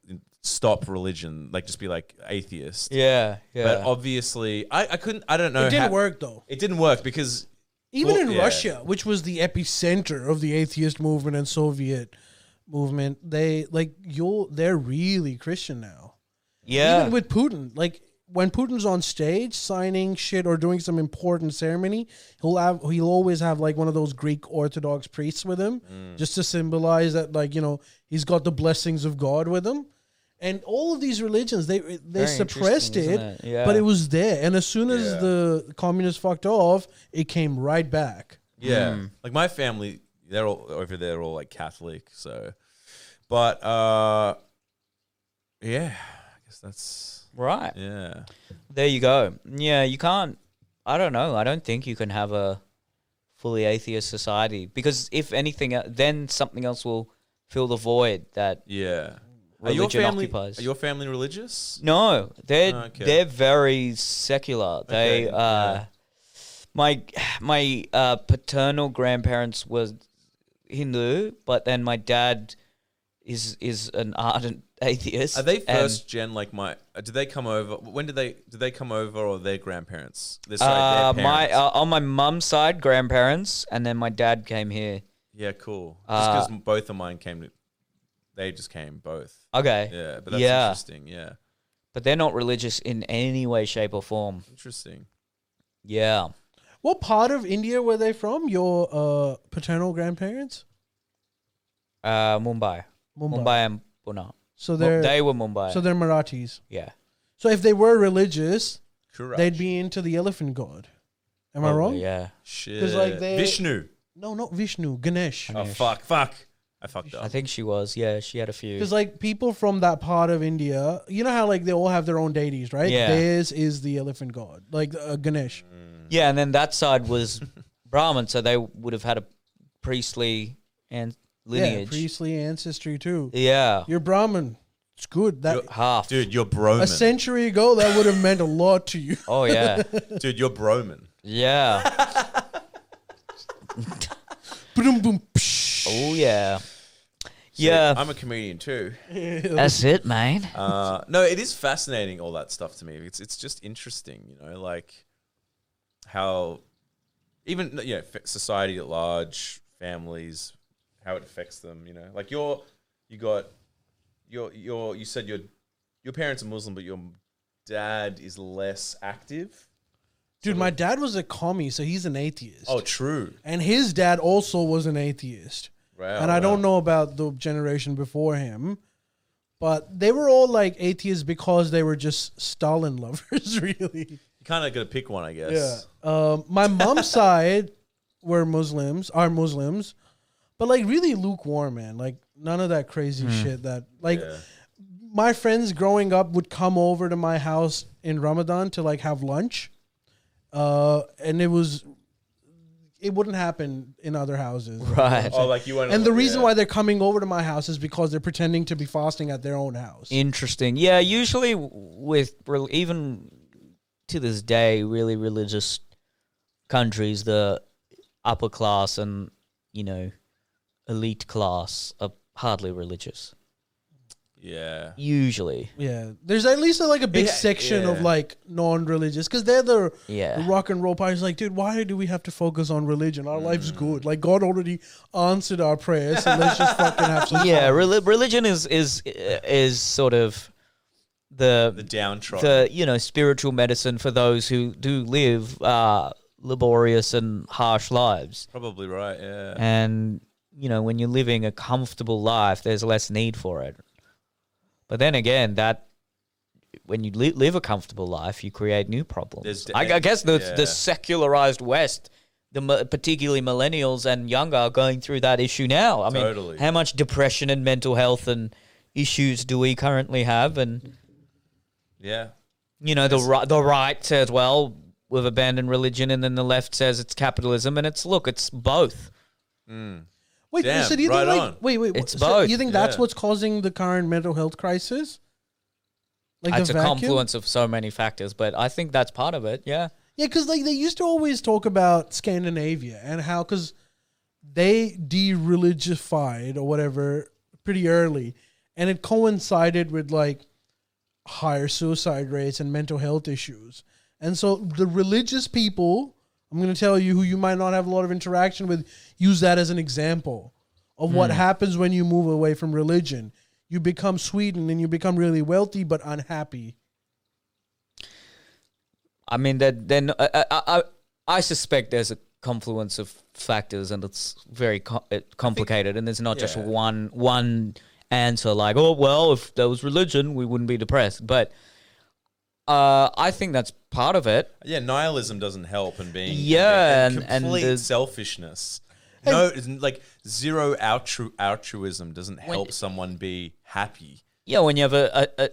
Speaker 3: stop religion, like just be like atheist.
Speaker 2: yeah yeah
Speaker 3: But oh, obviously, I, I couldn't, I don't know.
Speaker 1: It didn't
Speaker 3: how-
Speaker 1: work though.
Speaker 3: It didn't work because
Speaker 1: Even
Speaker 3: Well,
Speaker 1: in
Speaker 3: yeah.
Speaker 1: Russia, which was the epicenter of the atheist movement and Soviet movement, they like you'll they're really Christian now.
Speaker 2: yeah
Speaker 1: Even with Putin, like when Putin's on stage signing shit or doing some important ceremony, he'll have he'll always have like one of those Greek Orthodox priests with him,
Speaker 2: Mm.
Speaker 1: just to symbolize that like you know he's got the blessings of God with him. And all of these religions, they they
Speaker 2: Very
Speaker 1: suppressed
Speaker 2: interesting,
Speaker 1: it,
Speaker 2: isn't it? Yeah.
Speaker 1: but it was there. And as soon as the communists fucked off, it came right back.
Speaker 3: Yeah.
Speaker 2: Hmm.
Speaker 3: Like my family, they're all over there, all like Catholic. So, but uh, yeah, I guess that's
Speaker 2: right
Speaker 3: yeah.
Speaker 2: There you go. Yeah, you can't. I don't know. I don't think you can have a fully atheist society because if anything, uh, then something else will fill the void that.
Speaker 3: Yeah.
Speaker 2: Religion
Speaker 3: family,
Speaker 2: occupies.
Speaker 3: Are your family religious?
Speaker 2: No, they're
Speaker 3: Okay.
Speaker 2: they're very secular. They
Speaker 3: Okay,
Speaker 2: uh, my my uh, paternal grandparents were Hindu, but then my dad is is an ardent atheist.
Speaker 3: Are they
Speaker 2: and-
Speaker 3: first gen like my? uh, Did they come over? When did they? Did they come over or their grandparents? This
Speaker 2: uh,
Speaker 3: their
Speaker 2: my
Speaker 3: parents.
Speaker 2: uh, on my mum's side, grandparents, and then my dad came here.
Speaker 3: yeah, cool.
Speaker 2: uh,
Speaker 3: Just because both of mine came to, they just came both.
Speaker 2: Okay.
Speaker 3: Yeah, but that's
Speaker 2: yeah.
Speaker 3: interesting. Yeah,
Speaker 2: But they're not religious in any way, shape, or form.
Speaker 3: interesting.
Speaker 2: Yeah.
Speaker 1: What part of India were they from? Your uh, paternal grandparents?
Speaker 2: Uh, Mumbai.
Speaker 1: Mumbai.
Speaker 2: Mumbai, and Pune.
Speaker 1: So
Speaker 2: Mu-
Speaker 1: they're
Speaker 2: they were Mumbai.
Speaker 1: so they're Marathis.
Speaker 2: yeah.
Speaker 1: So if they were religious,
Speaker 3: Correct.
Speaker 1: they'd be into the elephant god. Am I wrong?
Speaker 2: Yeah.
Speaker 3: shit.
Speaker 1: like, they-
Speaker 3: Vishnu.
Speaker 1: No, not Vishnu, Ganesh.
Speaker 3: Oh fuck! Fuck! I fucked up.
Speaker 2: I think she was. Yeah, she had a few.
Speaker 1: Because like people from that part of India, you know how like they all have their own deities, right?
Speaker 2: Yeah. Mm.
Speaker 1: Theirs is the elephant god, like uh, Ganesh.
Speaker 2: Yeah, and then that side was Brahmin, so they would have had a priestly and
Speaker 1: Yeah,
Speaker 2: lineage. Yeah.
Speaker 1: priestly ancestry too.
Speaker 2: yeah.
Speaker 1: You're Brahmin. It's good. That
Speaker 2: half,
Speaker 3: dude. You're broman.
Speaker 1: a century ago, that would have meant a lot to you.
Speaker 2: Oh yeah,
Speaker 3: dude. You're broman.
Speaker 2: yeah.
Speaker 1: Boom, boom.
Speaker 2: Oh yeah, yeah.
Speaker 3: I'm a comedian too.
Speaker 2: That's it, man.
Speaker 3: Uh, no, it is fascinating all that stuff to me. It's it's just interesting, you know, like how even you know fa- society at large, families, how it affects them. You know, like you're you got your your you said your your parents are Muslim, but your dad is less active.
Speaker 1: Dude, my dad was a commie, so he's an atheist.
Speaker 3: Oh, true.
Speaker 1: And his dad also was an atheist.
Speaker 3: Wow,
Speaker 1: and I don't
Speaker 3: wow.
Speaker 1: know about the generation before him, but they were all like atheists because they were just Stalin lovers, really.
Speaker 3: You kind of got to pick one, I guess.
Speaker 1: Um, my mom's side were Muslims, are Muslims, but like really lukewarm, man. Like none of that crazy shit that like
Speaker 3: Yeah.
Speaker 1: my friends growing up would come over to my house in Ramadan to like have lunch. Uh, and it was it wouldn't happen in other houses.
Speaker 2: Right.
Speaker 3: Oh, like you went.
Speaker 1: And the reason why they're coming over to my house is because they're pretending to be fasting at their own house.
Speaker 2: Interesting. Yeah, usually w- with rel- even to this day, really religious countries, the upper class and you know elite class are hardly religious.
Speaker 3: yeah.
Speaker 2: Usually,
Speaker 1: Yeah, there's at least like a big
Speaker 3: Yeah,
Speaker 1: section of
Speaker 3: yeah.
Speaker 1: like non-religious because they're the
Speaker 2: Yeah.
Speaker 1: rock and roll parties. Like, dude, why do we have to focus on religion? Our life's
Speaker 2: Mm.
Speaker 1: good. Like, God already answered our prayers, so let's just fucking have some.
Speaker 2: yeah,
Speaker 1: fun.
Speaker 2: reli- religion is is is sort of
Speaker 3: The
Speaker 2: the
Speaker 3: downtrodden.
Speaker 2: the you know spiritual medicine for those who do live uh, laborious and harsh lives.
Speaker 3: Probably right. Yeah.
Speaker 2: and you know when you're living a comfortable life there's less need for it but then again that when you li- live a comfortable life you create new
Speaker 3: There's
Speaker 2: problems
Speaker 3: de-
Speaker 2: I, I guess the,
Speaker 3: yeah.
Speaker 2: the secularized west the mi- particularly millennials and younger are going through that issue now i mean
Speaker 3: Totally.
Speaker 2: how much depression and mental health and issues do we currently have and
Speaker 3: yeah.
Speaker 2: you know the right the right says well we've abandoned religion and then the left says it's capitalism and it's look it's both
Speaker 1: Wait,
Speaker 3: Damn,
Speaker 1: so do you
Speaker 3: right
Speaker 1: think like
Speaker 3: on.
Speaker 1: wait, wait,
Speaker 2: It's
Speaker 1: so
Speaker 2: both,
Speaker 1: You think that's
Speaker 3: yeah.
Speaker 1: what's causing the current mental health crisis? Like
Speaker 2: Uh, it's a confluence of so many factors, but I think that's part of it. Yeah.
Speaker 1: Yeah, because like they used to always talk about Scandinavia and how because they de-religified or whatever pretty early, and it coincided with like higher suicide rates and mental health issues. And so the religious people, I'm going to tell you who you might not have a lot of interaction with, use that as an example of what happens when you move away from religion. You become Sweden and you become really wealthy but unhappy.
Speaker 2: I mean, that then I, I I I suspect there's a confluence of factors, and it's very co- it complicated, and there's not just
Speaker 3: yeah.
Speaker 2: one one answer. Like, oh well, if there was religion, we wouldn't be depressed. But uh, I think that's part of it.
Speaker 3: Yeah, nihilism doesn't help and being
Speaker 2: Yeah,
Speaker 3: and,
Speaker 2: and- and
Speaker 3: complete
Speaker 2: the-
Speaker 3: selfishness. No, it's n- like zero altru- altruism doesn't help someone be happy.
Speaker 2: Yeah, when you have a a, a,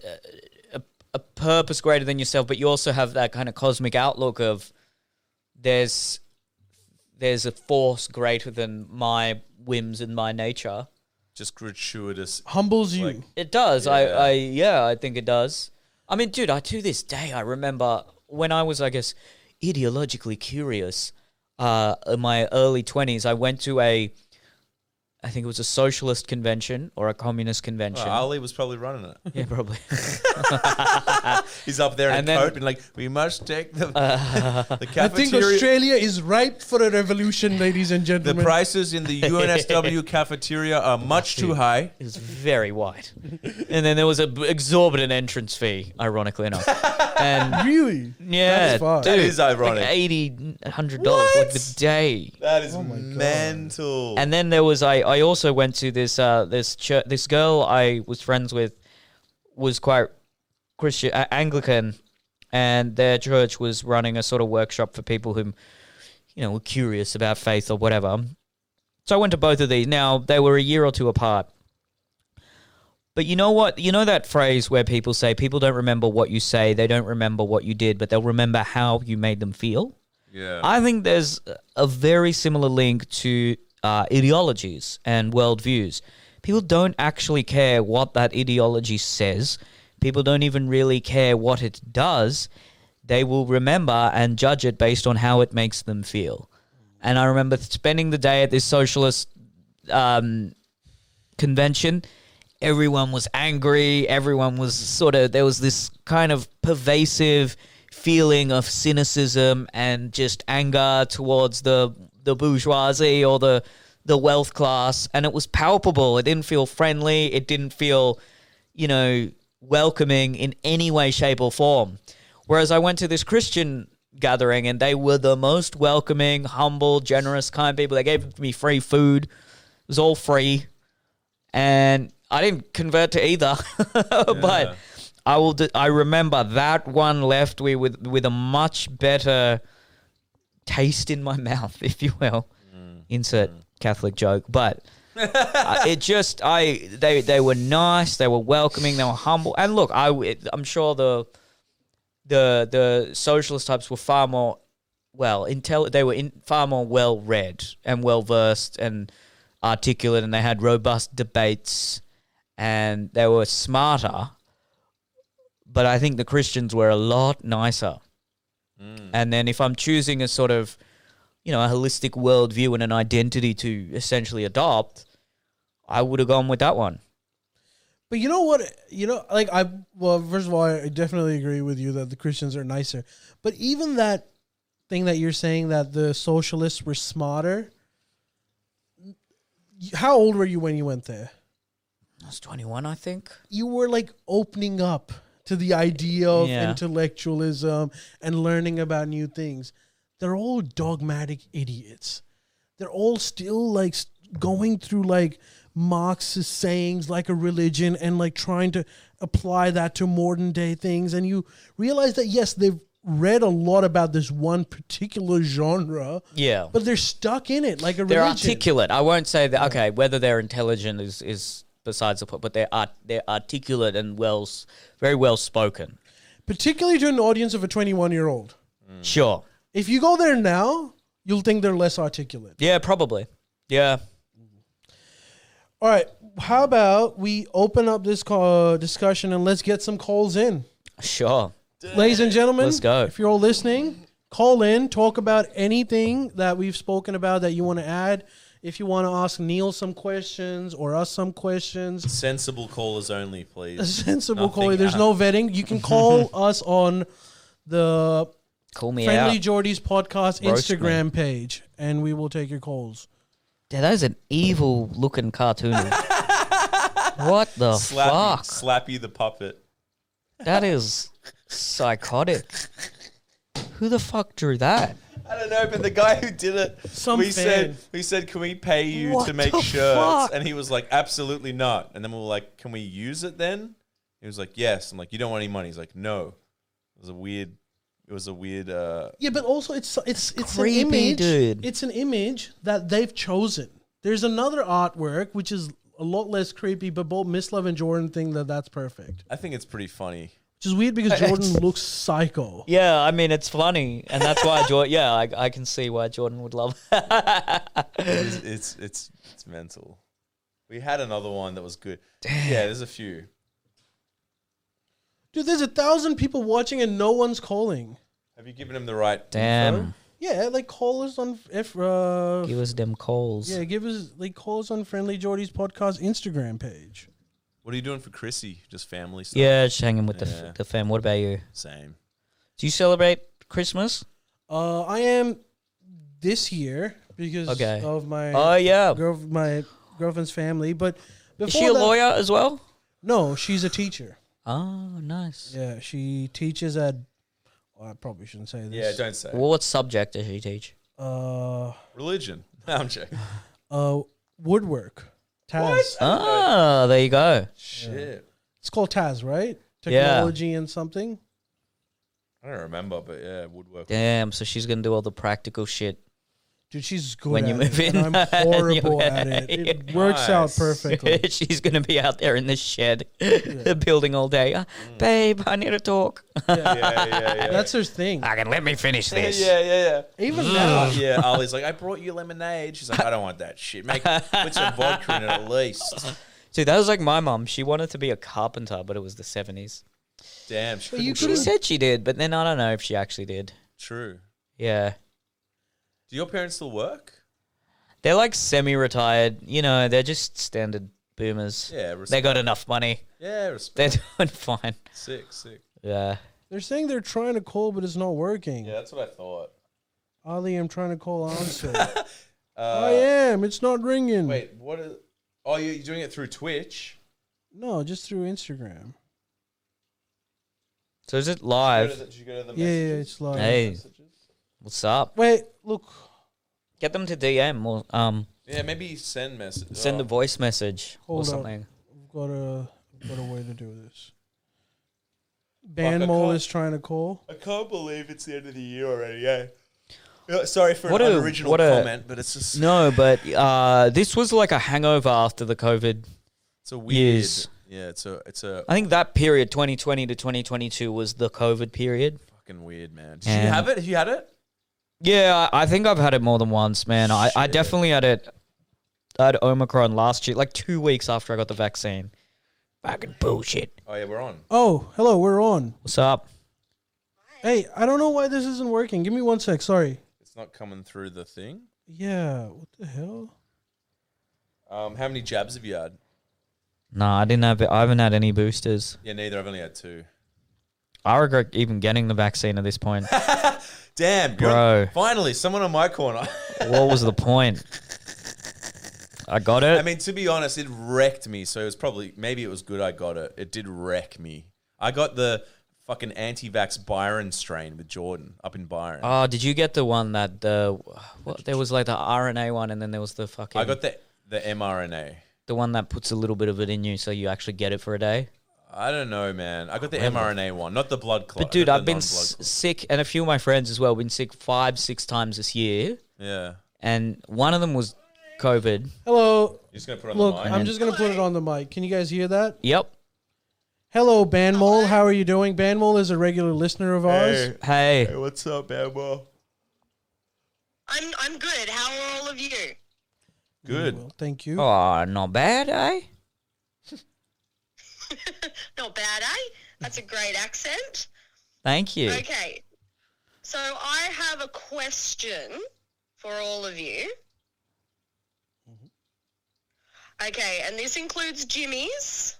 Speaker 2: a- a purpose greater than yourself, but you also have that kind of cosmic outlook of there's there's a force greater than my whims and my nature.
Speaker 3: Just gratuitous.
Speaker 2: Oh,
Speaker 1: Humbles you.
Speaker 3: Like-
Speaker 2: It does. I,
Speaker 3: Yeah.
Speaker 2: I yeah, I think it does. I mean, dude, I to this day I remember when I was, I guess, ideologically curious, uh, in my early twenties, I went to a I think it was a socialist convention or a communist convention.
Speaker 3: Oh, Ali was probably running it.
Speaker 2: yeah, probably.
Speaker 3: He's up there in
Speaker 2: And
Speaker 3: a
Speaker 2: then-
Speaker 3: coat and like, we must take the, the
Speaker 1: I think
Speaker 3: cafeteria.
Speaker 1: Australia is ripe for a revolution, ladies and
Speaker 3: The
Speaker 1: gentlemen.
Speaker 3: prices in the UNSW cafeteria are much too high.
Speaker 2: It was very white. and then there was an exorbitant entrance fee, ironically enough. And
Speaker 1: really?
Speaker 2: yeah,
Speaker 1: That's far.
Speaker 2: dude,
Speaker 1: That
Speaker 3: is ironic.
Speaker 2: Like 80 $100 dollars, like the day.
Speaker 3: That is mental.
Speaker 2: And then there was I, I also went to this uh this church, this girl I was friends with was quite Christian uh, Anglican and their church was running a sort of workshop for people who you know were curious about faith or whatever. So I went to both of these. Now they were a year or two apart. But you know what? You know that phrase where people say people don't remember what you say, they don't remember what you did, but they'll remember how you made them feel.
Speaker 3: yeah.
Speaker 2: I think there's a very similar link to uh, ideologies and worldviews. People don't actually care what that ideology says. People don't even really care what it does. They will remember and judge it based on how it makes them feel. And I remember spending the day at this socialist um, convention, everyone was angry. Everyone was sort of, there was this kind of pervasive feeling of cynicism and just anger towards the, the bourgeoisie or the, the wealth class. And it was palpable. It didn't feel friendly. It didn't feel, you know, welcoming in any way, shape, or form. Whereas I went to this Christian gathering and they were the most welcoming, humble, generous, kind people. They gave me free food. It was all free and I didn't convert to either. But I will. d I I remember that one left me with with a much better taste in my mouth, if you will. Insert Catholic joke, but. I- it just I they they were nice, they were welcoming, they were humble, and look, I w- I'm sure the the the socialist types were far more well intel they were in, far more well read and well versed and articulate and they had robust debates and they were smarter but i think the christians were a lot nicer and then if i'm choosing a sort of you know a holistic worldview and an identity to essentially adopt i would have gone with that one
Speaker 1: But you know what? You know, like I well, first of all, I definitely agree with you that the Christians are nicer. But even that thing that you're saying that the socialists were smarter. How old were you when you went there?
Speaker 2: i was 21 i think
Speaker 1: You were like opening up to the idea of
Speaker 2: Yeah.
Speaker 1: intellectualism and learning about new things. They're all dogmatic idiots. They're all still like s- going through like Marx's sayings like a religion and like trying to apply that to modern day things. And you realize that, yes, they've read a lot about this one particular genre,
Speaker 2: yeah
Speaker 1: but they're stuck in it like a
Speaker 2: they're
Speaker 1: religion.
Speaker 2: articulate. I won't say that. Okay, whether they're intelligent is is besides the point, but they're art, they're articulate and well, s- very well spoken.
Speaker 1: particularly to an audience of a 21 year old.
Speaker 2: Sure.
Speaker 1: If you go there now, you'll think they're less articulate.
Speaker 2: Yeah, probably. Yeah.
Speaker 1: All right. How about we open up this call, discussion and let's get some calls in,
Speaker 2: Sure.
Speaker 1: ladies and gentlemen.
Speaker 2: Let's go.
Speaker 1: If you're all listening, call in. Talk about anything that we've spoken about that you want to add. If you want to ask Neil some questions or us some questions,
Speaker 3: Sensible callers only, please.
Speaker 1: a sensible
Speaker 3: Nothing
Speaker 1: call. There's
Speaker 3: out.
Speaker 1: no vetting. You can call us on the
Speaker 2: Call me
Speaker 1: Friendly
Speaker 2: out.
Speaker 1: Geordies podcast
Speaker 2: Roast me.
Speaker 1: Instagram page, and we will take your calls.
Speaker 2: Yeah, that is an evil looking cartoon. what the
Speaker 3: Slappy,
Speaker 2: fuck?
Speaker 3: Slappy the puppet.
Speaker 2: That is psychotic. Who the fuck drew that?
Speaker 3: I don't know, but the guy who did it,
Speaker 1: Some
Speaker 3: we
Speaker 1: fan.
Speaker 3: said, we said, can we pay you
Speaker 2: What
Speaker 3: to make
Speaker 2: the
Speaker 3: shirts?
Speaker 2: fuck?
Speaker 3: And he was like, absolutely not. And then we were like, can we use it then? He was like, yes. I'm like, you don't want any money. He's like, no. It was a weird. It was a weird. Uh,
Speaker 1: Yeah, but also it's it's it's
Speaker 2: creepy,
Speaker 1: an image.
Speaker 2: dude.
Speaker 1: It's an image that they've chosen. There's another artwork which is a lot less creepy, but both Miss Love and Jordan think that that's perfect,
Speaker 3: I think it's pretty funny.
Speaker 1: which is weird
Speaker 2: Uh,
Speaker 1: because Jordan looks psycho.
Speaker 2: Yeah, I mean it's funny, and that's why Jordan. Yeah, I, I can see why Jordan would love.
Speaker 3: It's it's it's, it's mental. We had another one that was good. Yeah, there's a few.
Speaker 1: Dude, there's a thousand people watching and no one's calling.
Speaker 3: Have you given him the right? info?
Speaker 2: Damn,
Speaker 1: Yeah, like call us on if uh,
Speaker 2: give us them calls.
Speaker 1: yeah, give us like call us on Friendly Geordie's podcast Instagram page.
Speaker 3: What are you doing for Chrissy? Just family stuff.
Speaker 2: Yeah, just hanging with the
Speaker 3: Yeah.
Speaker 2: f- the fam. What about you?
Speaker 3: Same.
Speaker 2: Do you celebrate Christmas?
Speaker 1: Uh, I am this year because
Speaker 2: Okay.
Speaker 1: of my
Speaker 2: Oh yeah.
Speaker 1: Uh, girl, my girlfriend's family, but. Before
Speaker 2: Is she a
Speaker 1: that-
Speaker 2: lawyer as well?
Speaker 1: No, she's a teacher.
Speaker 2: Oh, nice.
Speaker 1: Yeah, she teaches at. well, I probably shouldn't say
Speaker 3: Yeah,
Speaker 1: this.
Speaker 3: don't say
Speaker 2: Well, what subject does she teach?
Speaker 1: Uh,
Speaker 3: religion. No, I'm joking.
Speaker 1: uh, woodwork. Taz.
Speaker 2: Ah, there you go.
Speaker 3: Shit,
Speaker 1: It's called Taz, right?
Speaker 2: Yeah.
Speaker 1: Technology and something.
Speaker 3: I don't remember, but yeah, woodwork.
Speaker 2: Damn. So she's gonna do all the practical shit.
Speaker 1: Dude, she's good
Speaker 2: When
Speaker 1: at
Speaker 2: you move
Speaker 1: it,
Speaker 2: in.
Speaker 1: and I'm horrible
Speaker 2: You-
Speaker 1: at it. It works out
Speaker 3: Nice.
Speaker 1: perfectly.
Speaker 2: she's gonna be out there in the shed, building all day. Uh, Babe, I need to talk.
Speaker 3: Yeah, yeah, yeah.
Speaker 1: That's her thing.
Speaker 2: I can let me finish
Speaker 3: yeah,
Speaker 2: this.
Speaker 3: yeah, yeah.
Speaker 1: Even now,
Speaker 3: Yeah, Ollie's like, I brought you lemonade. She's like, I don't want that shit. Make put some vodka in it at least.
Speaker 2: See, that was like my mum. She wanted to be a carpenter, but it was the 70s.
Speaker 3: Damn, she couldn't
Speaker 2: She
Speaker 3: do it.
Speaker 2: said she did, but then I don't know if she actually did.
Speaker 3: True.
Speaker 2: Yeah.
Speaker 3: Do your parents still work?
Speaker 2: They're like semi retired. You know, they're just standard boomers.
Speaker 3: Yeah,
Speaker 2: They
Speaker 3: respect.
Speaker 2: got enough money.
Speaker 3: Yeah,
Speaker 2: They're
Speaker 3: respect.
Speaker 2: doing fine.
Speaker 3: Sick, sick.
Speaker 2: Yeah.
Speaker 1: They're saying they're trying to call, but it's not working.
Speaker 3: Yeah, that's what I thought.
Speaker 1: Ali, I'm trying to call Ansel. I am. It's not ringing.
Speaker 3: Wait, what is? Oh, you- you're doing it through Twitch.
Speaker 1: No, just through Instagram.
Speaker 2: So is it
Speaker 3: Go to
Speaker 2: live?
Speaker 3: the- Did you go to the
Speaker 1: Yeah, yeah,
Speaker 3: messages?
Speaker 1: it's live.
Speaker 2: Hey, what's up?
Speaker 1: Wait, look.
Speaker 2: Get them to DM or um,
Speaker 3: Yeah, maybe send message.
Speaker 2: send a voice message or
Speaker 1: Hold on.
Speaker 2: something.
Speaker 1: I've got a, I've got a way to do this. Banmo
Speaker 3: call-
Speaker 1: is trying to call.
Speaker 3: oh, I can't believe it's the end of the year already. Yeah. Yeah, Sorry for
Speaker 2: What
Speaker 3: an
Speaker 2: a-
Speaker 3: original
Speaker 2: what a-
Speaker 3: comment, but it's just
Speaker 2: No, but uh, this was like a hangover after the COVID.
Speaker 3: it's a weird.
Speaker 2: Yes.
Speaker 3: Yeah, it's a it's a
Speaker 2: I think that period, 2020 to 2022, was the COVID period.
Speaker 3: fucking weird man. Did you
Speaker 2: And-
Speaker 3: have it? Have you had it?
Speaker 2: Yeah, I I think I've had it more than once, man. I, I definitely had it. I had Omicron last year, like two weeks after I got the vaccine. Fucking bullshit.
Speaker 3: Oh yeah, we're on.
Speaker 1: Oh, hello, we're on.
Speaker 2: What's up?
Speaker 1: Hey, I don't know why this isn't working. Give me one sec. Sorry.
Speaker 3: It's not coming through the thing.
Speaker 1: Yeah, what the hell?
Speaker 3: Um, how many jabs have you had?
Speaker 2: Nah, I didn't have it. I haven't had any boosters.
Speaker 3: Yeah, neither. I've only had two.
Speaker 2: I regret even getting the vaccine at this point.
Speaker 3: Damn, you're-
Speaker 2: Bro.
Speaker 3: Finally, someone on my corner.
Speaker 2: what was the point? I got it.
Speaker 3: I mean, to be honest, it wrecked me. So it was probably maybe it was good I got it. It did wreck me. I got the fucking anti-vax Byron strain with Jordan up in Byron.
Speaker 2: oh, did you get the one that the what, there was like the RNA one, and then there was the fucking
Speaker 3: I got the the mRNA.
Speaker 2: the one that puts a little bit of it in you, so you actually get it for a day.
Speaker 3: I don't know, man. I got the mRNA one, not the blood clot.
Speaker 2: But dude,
Speaker 3: I got
Speaker 2: I've
Speaker 3: the
Speaker 2: been
Speaker 3: non-blood
Speaker 2: s-
Speaker 3: clot.
Speaker 2: sick, and a few of my friends as well been sick five, six times this year,
Speaker 3: yeah.
Speaker 2: and one of them was COVID.
Speaker 1: Hello.
Speaker 3: You're just gonna put it on
Speaker 1: Look,
Speaker 3: the mic.
Speaker 1: I'm just gonna put it on the mic. Can you guys hear that?
Speaker 2: Yep.
Speaker 1: Hello, Banmole. How are you doing? Banmole is a regular listener of ours.
Speaker 2: Hey,
Speaker 3: what's up, Babo?
Speaker 7: I'm I'm good. How are all of you?
Speaker 3: Good.
Speaker 1: Well, thank you.
Speaker 2: oh, not bad, eh?
Speaker 7: Not bad, eh? That's a great accent.
Speaker 2: Thank you.
Speaker 7: Okay. So I have a question for all of you. Okay, and this includes Jimmy's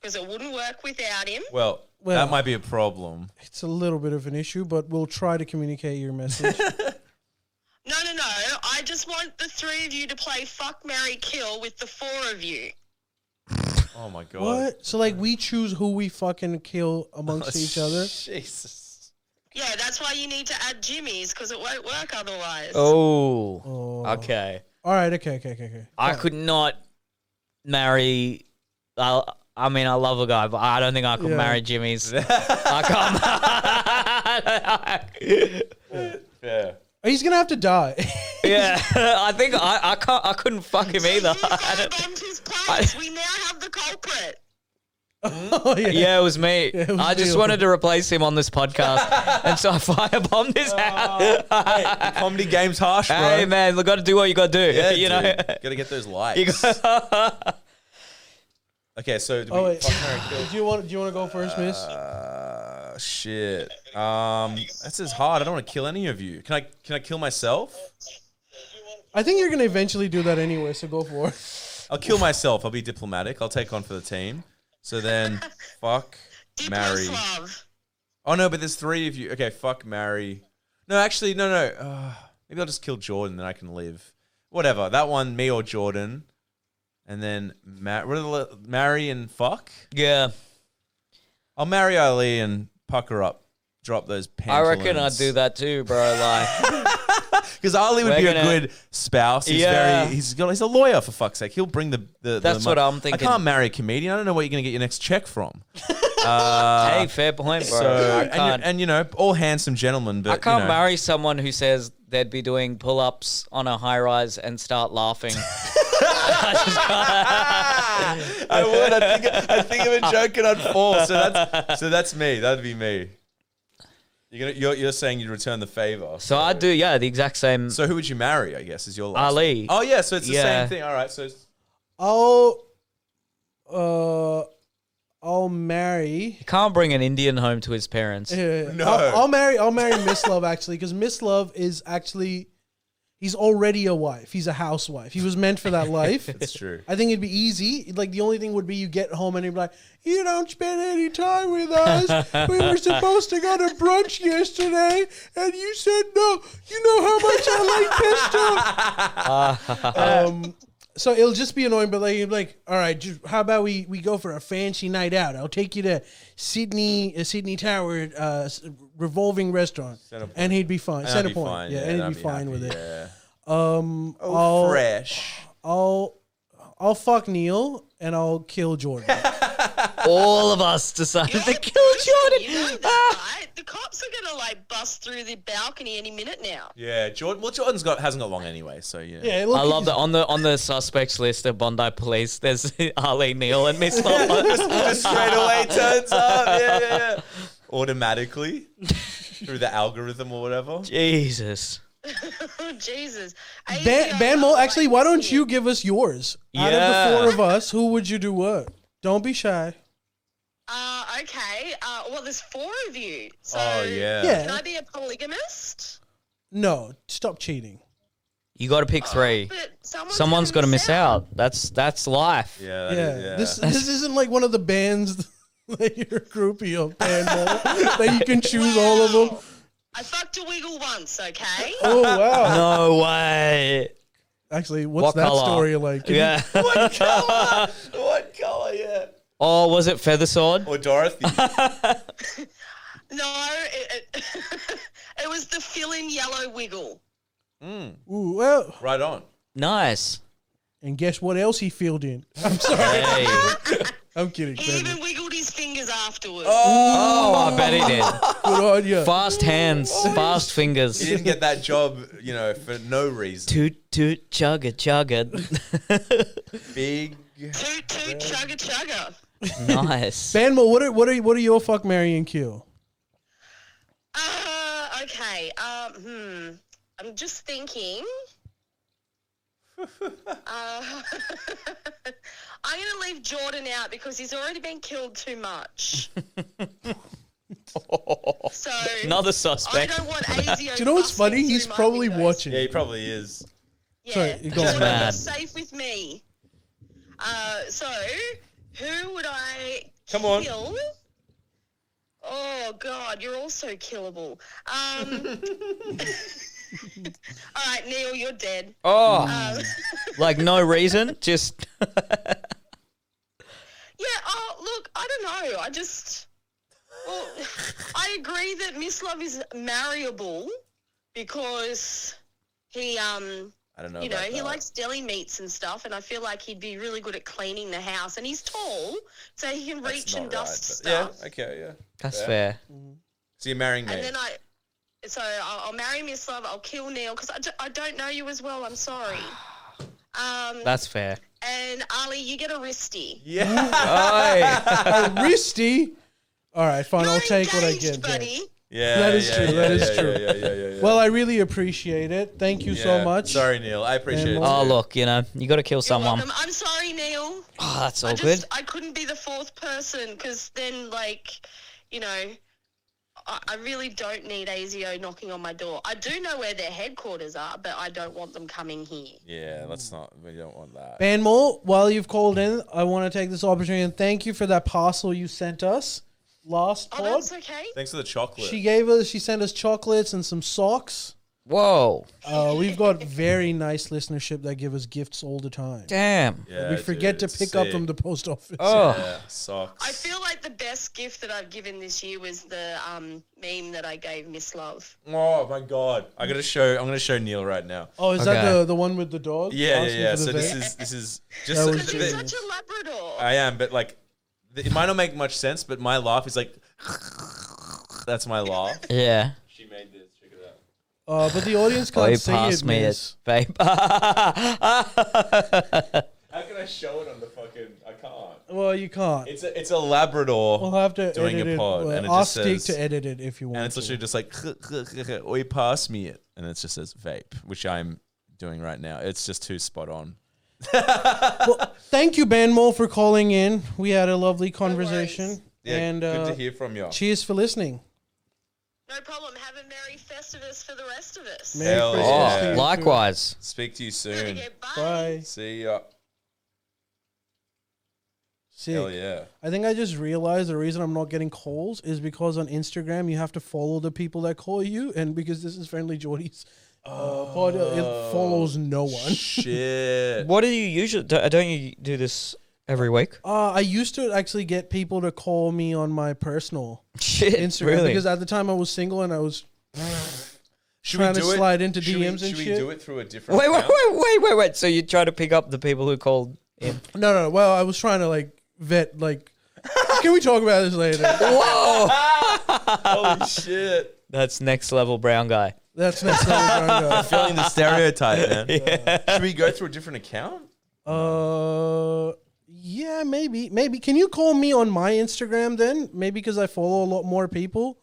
Speaker 7: because it wouldn't work without him.
Speaker 3: Well,
Speaker 1: Well-
Speaker 3: that might be a problem.
Speaker 1: It's a little bit of an issue, but we'll try to communicate your message.
Speaker 7: No, no, no. I just want the three of you to play fuck, marry, kill with the four of you.
Speaker 3: Oh my god.
Speaker 1: what? So like we choose who we fucking kill
Speaker 2: Oh,
Speaker 1: amongst each other.
Speaker 3: Jesus.
Speaker 7: Yeah, that's why you need to add Jimmy's because it won't work otherwise.
Speaker 2: Oh,
Speaker 1: Oh.
Speaker 2: okay.
Speaker 1: All right. Okay. Okay. Okay. Okay.
Speaker 2: I could not marry. I, I mean, I love a guy, but I don't think I could
Speaker 1: Yeah.
Speaker 2: marry Jimmy's. I can't.
Speaker 3: Yeah.
Speaker 1: He's gonna have to die.
Speaker 2: yeah, I think I, I can't. I couldn't fuck him either.
Speaker 7: You
Speaker 2: I don't-
Speaker 7: bombed his place. we now have the culprit.
Speaker 1: oh yeah.
Speaker 2: Yeah, it was me.
Speaker 1: it was
Speaker 2: I just
Speaker 1: you.
Speaker 2: wanted to replace him on this podcast, and so I firebombed
Speaker 3: Oh,
Speaker 2: his house.
Speaker 3: Comedy game's harsh, bro.
Speaker 2: hey man, look, got to do what you got to do.
Speaker 3: Yeah,
Speaker 2: you know.
Speaker 3: dude. gotta get those likes. okay, so do we
Speaker 1: Oh wait.
Speaker 3: fuck, marry, kill?
Speaker 1: Do you want? Do you want to go first, Miss?
Speaker 3: Uh, shit. Um, this is hard. I don't want to kill any of you. Can I? Can I kill myself?
Speaker 1: I think you're gonna eventually do that anyway. So go for it.
Speaker 3: I'll kill myself. I'll be diplomatic. I'll take on for the team. So then, fuck, marry.
Speaker 7: Diploslav.
Speaker 3: Oh no, but there's three of you. Okay, fuck, marry. No, actually, no, no. Uh, maybe I'll just kill Jordan, then I can live. Whatever. That one, me or Jordan, and then ma- what are the, marry and fuck.
Speaker 2: Yeah,
Speaker 3: I'll marry Ali and pucker up. Drop those
Speaker 2: I
Speaker 3: pants.
Speaker 2: reckon I'd do that too, bro. Like.
Speaker 3: Because Ali would
Speaker 2: We're
Speaker 3: be a
Speaker 2: gonna-
Speaker 3: good spouse. He's
Speaker 2: Yeah.
Speaker 3: very he's got he's a lawyer for fuck's sake. He'll bring the the
Speaker 2: That's
Speaker 3: the
Speaker 2: what
Speaker 3: mon-
Speaker 2: I'm thinking.
Speaker 3: I can't marry a comedian. I don't know where you're gonna get your next check from.
Speaker 2: hey, fair point, bro.
Speaker 3: Uh, So
Speaker 2: I
Speaker 3: and, you-
Speaker 2: can't,
Speaker 3: and you know, all handsome gentlemen, but
Speaker 2: I can't
Speaker 3: you know,
Speaker 2: marry someone who says they'd be doing pull-ups on a high-rise and start laughing.
Speaker 3: I would. I think I think of a joke and I'd fall. So that's so that's me. That'd be me. You're gonna you're, you're saying you'd return the favor.
Speaker 2: so I'd do, yeah, the exact same.
Speaker 3: So who would you marry? I guess is your last
Speaker 2: Ali.
Speaker 3: Oh yeah. So it's the
Speaker 2: Yeah.
Speaker 3: same thing. All right. So it's-
Speaker 1: I'll uh, I'll marry.
Speaker 2: He can't bring an Indian home to his parents.
Speaker 1: Yeah, I'll, I'll marry. I'll marry Miss Love actually, because Miss Love is actually, he's already a wife. He's a housewife. He was meant for that life.
Speaker 3: It's true.
Speaker 1: I think it'd be easy. Like the only thing would be you get home and you'd be like, "You don't spend any time with us. We were supposed to go to brunch yesterday, and you said no. You know how much I like pesto." um, so it'll just be annoying. But like, you'd be like, "All right, ju- how about we we go for a fancy night out? I'll take you to Sydney uh, Sydney Tower uh, s- revolving restaurant, and he'd be fine.
Speaker 3: I'd
Speaker 1: Center
Speaker 3: be
Speaker 1: point,
Speaker 3: fine,
Speaker 1: yeah,
Speaker 3: yeah,
Speaker 1: and
Speaker 3: I'd
Speaker 1: he'd be,
Speaker 3: be
Speaker 1: fine with
Speaker 3: happy,
Speaker 1: it.
Speaker 3: yeah.
Speaker 1: Um,
Speaker 3: Oh,
Speaker 1: I'll-
Speaker 3: fresh.
Speaker 1: I'll I'll fuck Neil and I'll kill Jordan.
Speaker 2: All of us decided to kill
Speaker 7: You
Speaker 2: Jordan.
Speaker 7: know that, right? The cops are gonna like bust through the balcony any minute now.
Speaker 3: Yeah, Jordan. Well, Jordan's got hasn't got long anyway, so yeah.
Speaker 1: yeah, look,
Speaker 2: I love
Speaker 1: he's-
Speaker 2: that on the on the suspects list of Bondi Police. There's Ali Neal and Miss Love.
Speaker 3: Just straight away turns up. Yeah, yeah, yeah. Automatically through the algorithm or whatever.
Speaker 2: Jesus.
Speaker 7: Oh Jesus!
Speaker 1: Ban,
Speaker 7: AEO
Speaker 1: Ban Mo,
Speaker 7: are
Speaker 1: actually,
Speaker 7: like-
Speaker 1: why don't you give us yours? Out of
Speaker 2: Yeah.
Speaker 1: the four of us, who would you do what? Don't be shy.
Speaker 7: Uh, okay. Uh, well, there's four of you. So
Speaker 3: Oh yeah.
Speaker 1: Yeah.
Speaker 7: Can I be a polygamist?
Speaker 1: No, stop cheating.
Speaker 2: You got to pick three.
Speaker 7: But someone's,
Speaker 2: Someone's got to
Speaker 7: gonna
Speaker 2: miss out. That's that's life.
Speaker 3: Yeah.
Speaker 1: Yeah.
Speaker 3: that is- yeah.
Speaker 1: This this isn't like one of the bands that you're a groupie of Ban Mo that you can choose all of them.
Speaker 7: I fucked a wiggle once, okay?
Speaker 2: Uh,
Speaker 1: Oh wow.
Speaker 2: No way.
Speaker 1: Actually, what's
Speaker 2: What
Speaker 1: that
Speaker 2: color?
Speaker 1: story like? Can you-
Speaker 2: yeah.
Speaker 3: what color? Yeah.
Speaker 2: oh, was it feather sword?
Speaker 3: Or Dorothy.
Speaker 7: No, it, it, it was the fill in yellow wiggle.
Speaker 1: Ooh, well,
Speaker 3: right on.
Speaker 2: Nice.
Speaker 1: and guess what else he filled in? I'm sorry.
Speaker 2: Hey.
Speaker 1: I'm kidding.
Speaker 7: He
Speaker 1: Ban Mo.
Speaker 7: even wiggled his fingers afterwards.
Speaker 2: Oh, I bet he did.
Speaker 1: Good on you.
Speaker 2: Fast hands, fast
Speaker 3: He
Speaker 2: fingers.
Speaker 3: didn't get that job, you know, for no reason.
Speaker 2: Toot toot chugga chugga.
Speaker 3: Big.
Speaker 7: Toot, toot, chugga, chugga.
Speaker 2: nice.
Speaker 1: Banmo, what are what are what are your fuck Mary and kill?
Speaker 7: Uh, okay. Um, hmm. I'm just thinking. uh, I'm going to leave Jordan out because he's already been killed too much. so.
Speaker 2: Another
Speaker 7: I
Speaker 2: suspect.
Speaker 7: don't want ASIO.
Speaker 1: Do you know what's funny? He's probably watching.
Speaker 3: Yeah, he probably is.
Speaker 7: Yeah.
Speaker 1: Sorry, you go on.
Speaker 7: Jordan,
Speaker 2: Mad.
Speaker 7: you're safe with me. Uh, so, who would I
Speaker 3: Come on.
Speaker 7: kill? Oh God, you're all so killable. Um, all right, Neil, you're dead.
Speaker 2: Oh,
Speaker 7: Um,
Speaker 2: like no reason, just
Speaker 7: yeah. Oh, look, I don't know. I just, well, I agree that Miss Love is marryable because he um
Speaker 3: I don't know.
Speaker 7: you know,
Speaker 3: about
Speaker 7: he
Speaker 3: that.
Speaker 7: likes deli meats and stuff, and I feel like he'd be really good at cleaning the house. And he's tall, so he can
Speaker 3: That's
Speaker 7: reach
Speaker 3: not
Speaker 7: and dust
Speaker 3: right, but-
Speaker 7: stuff.
Speaker 3: Yeah. Okay. Yeah.
Speaker 2: that's
Speaker 3: Yeah.
Speaker 2: fair.
Speaker 3: So you're marrying me.
Speaker 7: And then I, so I'll, I'll marry Miss Love. I'll kill Neil because I, ju- I don't know you as well. I'm sorry. Um,
Speaker 2: That's fair.
Speaker 7: and Ali, you get a wristy.
Speaker 3: yeah.
Speaker 2: Aye.
Speaker 1: Risty. All right, fine.
Speaker 7: You're
Speaker 1: I'll take what I
Speaker 7: engaged,
Speaker 1: get. then.
Speaker 7: buddy.
Speaker 3: Yeah.
Speaker 1: That is
Speaker 3: yeah,
Speaker 1: true,
Speaker 3: Yeah,
Speaker 1: that is
Speaker 3: yeah,
Speaker 1: true.
Speaker 3: Yeah. Yeah. Yeah. yeah, yeah.
Speaker 1: Well, I really appreciate it. Thank you so
Speaker 3: Yeah.
Speaker 1: much.
Speaker 3: Sorry, Neil. I appreciate it.
Speaker 1: And-
Speaker 2: oh, look, you know, you got to kill
Speaker 7: You're
Speaker 2: someone.
Speaker 7: welcome. I'm sorry, Neil.
Speaker 2: Oh, that's all
Speaker 7: I
Speaker 2: good.
Speaker 7: just I couldn't be the fourth person because then like, you know, I, I really don't need ASIO knocking on my door. I do know where their headquarters are, but I don't want them coming here.
Speaker 3: Yeah. Let's not. We don't want that.
Speaker 1: Banmo, while you've called in, I want to take this opportunity and thank you for that parcel you sent us last
Speaker 7: Oh,
Speaker 1: pod.
Speaker 7: that's okay.
Speaker 3: Thanks for the chocolate.
Speaker 1: She gave us, she sent us chocolates and some socks.
Speaker 2: Whoa,
Speaker 1: Uh, we've got very nice listenership that give us gifts all the time.
Speaker 2: damn.
Speaker 3: yeah,
Speaker 1: we forget
Speaker 3: dude,
Speaker 1: to
Speaker 3: it's
Speaker 1: pick up
Speaker 3: sick.
Speaker 1: from the post office.
Speaker 2: Oh,
Speaker 3: Yeah, socks.
Speaker 7: I feel like the best gift that I've given this year was the um, meme that I gave Miss Love.
Speaker 3: Oh my god! I gotta show. I'm gonna show Neil right now.
Speaker 1: oh, is that
Speaker 2: Okay.
Speaker 1: the, the one with the dog?
Speaker 3: Yeah, yeah,
Speaker 1: asking
Speaker 3: yeah.
Speaker 1: for the
Speaker 3: So this
Speaker 1: vape?
Speaker 3: is this is
Speaker 1: That
Speaker 3: just.
Speaker 1: was
Speaker 3: the-
Speaker 7: She's
Speaker 1: genius.
Speaker 3: the-
Speaker 7: such a Labrador.
Speaker 3: I am, but like, the- it might not make much sense. But my laugh is like. That's my laugh.
Speaker 2: yeah.
Speaker 3: She made this. Check it out.
Speaker 1: Uh, but the audience
Speaker 2: Oh,
Speaker 1: can't
Speaker 2: he
Speaker 1: see
Speaker 2: passed
Speaker 1: it,
Speaker 2: me
Speaker 1: miss.
Speaker 2: it, babe.
Speaker 3: How can I show it on the fucking? I can't.
Speaker 1: Well, you can't.
Speaker 3: It's a it's a Labrador.
Speaker 1: we'll have to
Speaker 3: doing
Speaker 1: edit
Speaker 3: a
Speaker 1: it.
Speaker 3: pod,
Speaker 1: Well,
Speaker 3: and it
Speaker 1: I'll
Speaker 3: just
Speaker 1: stick
Speaker 3: says-
Speaker 1: to edit it if you want.
Speaker 3: and it's
Speaker 1: to.
Speaker 3: literally just like oi pass me it, and it just says vape, which I'm doing right now. It's just too spot on.
Speaker 1: well, thank you, Banmo, for calling in. We had a lovely conversation.
Speaker 3: Yeah,
Speaker 1: and
Speaker 3: good
Speaker 1: uh,
Speaker 3: to hear from you.
Speaker 1: Cheers for listening.
Speaker 7: No problem. Have a merry Festivus for the rest of us.
Speaker 1: Merry
Speaker 3: Hell
Speaker 1: Christmas to
Speaker 3: yeah.
Speaker 1: you too.
Speaker 2: Likewise.
Speaker 3: Speak to you soon.
Speaker 1: Bye.
Speaker 3: See ya.
Speaker 1: Sick.
Speaker 3: Hell yeah.
Speaker 1: I think I just realized the reason I'm not getting calls is because on Instagram you have to follow the people that call you, and because this is Friendly Geordie's uh,
Speaker 3: Oh.
Speaker 1: pod, it follows no one.
Speaker 3: Shit.
Speaker 2: What do you usually do? Don't you do this every week?
Speaker 1: Uh, I used to actually get people to call me on my personal
Speaker 2: Shit,
Speaker 1: Instagram
Speaker 2: really?
Speaker 1: because at the time I was single and I was
Speaker 3: Should
Speaker 1: trying to
Speaker 3: do it-
Speaker 1: slide into
Speaker 3: should
Speaker 1: DMs
Speaker 3: we,
Speaker 1: and
Speaker 3: Should
Speaker 1: shit.
Speaker 3: we do it through a different
Speaker 2: Wait, wait,
Speaker 3: account?
Speaker 2: wait, wait, wait, wait. So you try to pick up the people who called in?
Speaker 1: No, no. Well, I was trying to like vet. Like, can we talk about this later?
Speaker 2: Whoa!
Speaker 3: Holy shit.
Speaker 2: That's next level brown guy.
Speaker 1: That's next level. brown guy.
Speaker 3: Feeling the stereotype, man. Should we go through a different account?
Speaker 1: Uh, yeah, maybe, maybe. Can you call me on my Instagram then? Maybe because I follow a lot more people.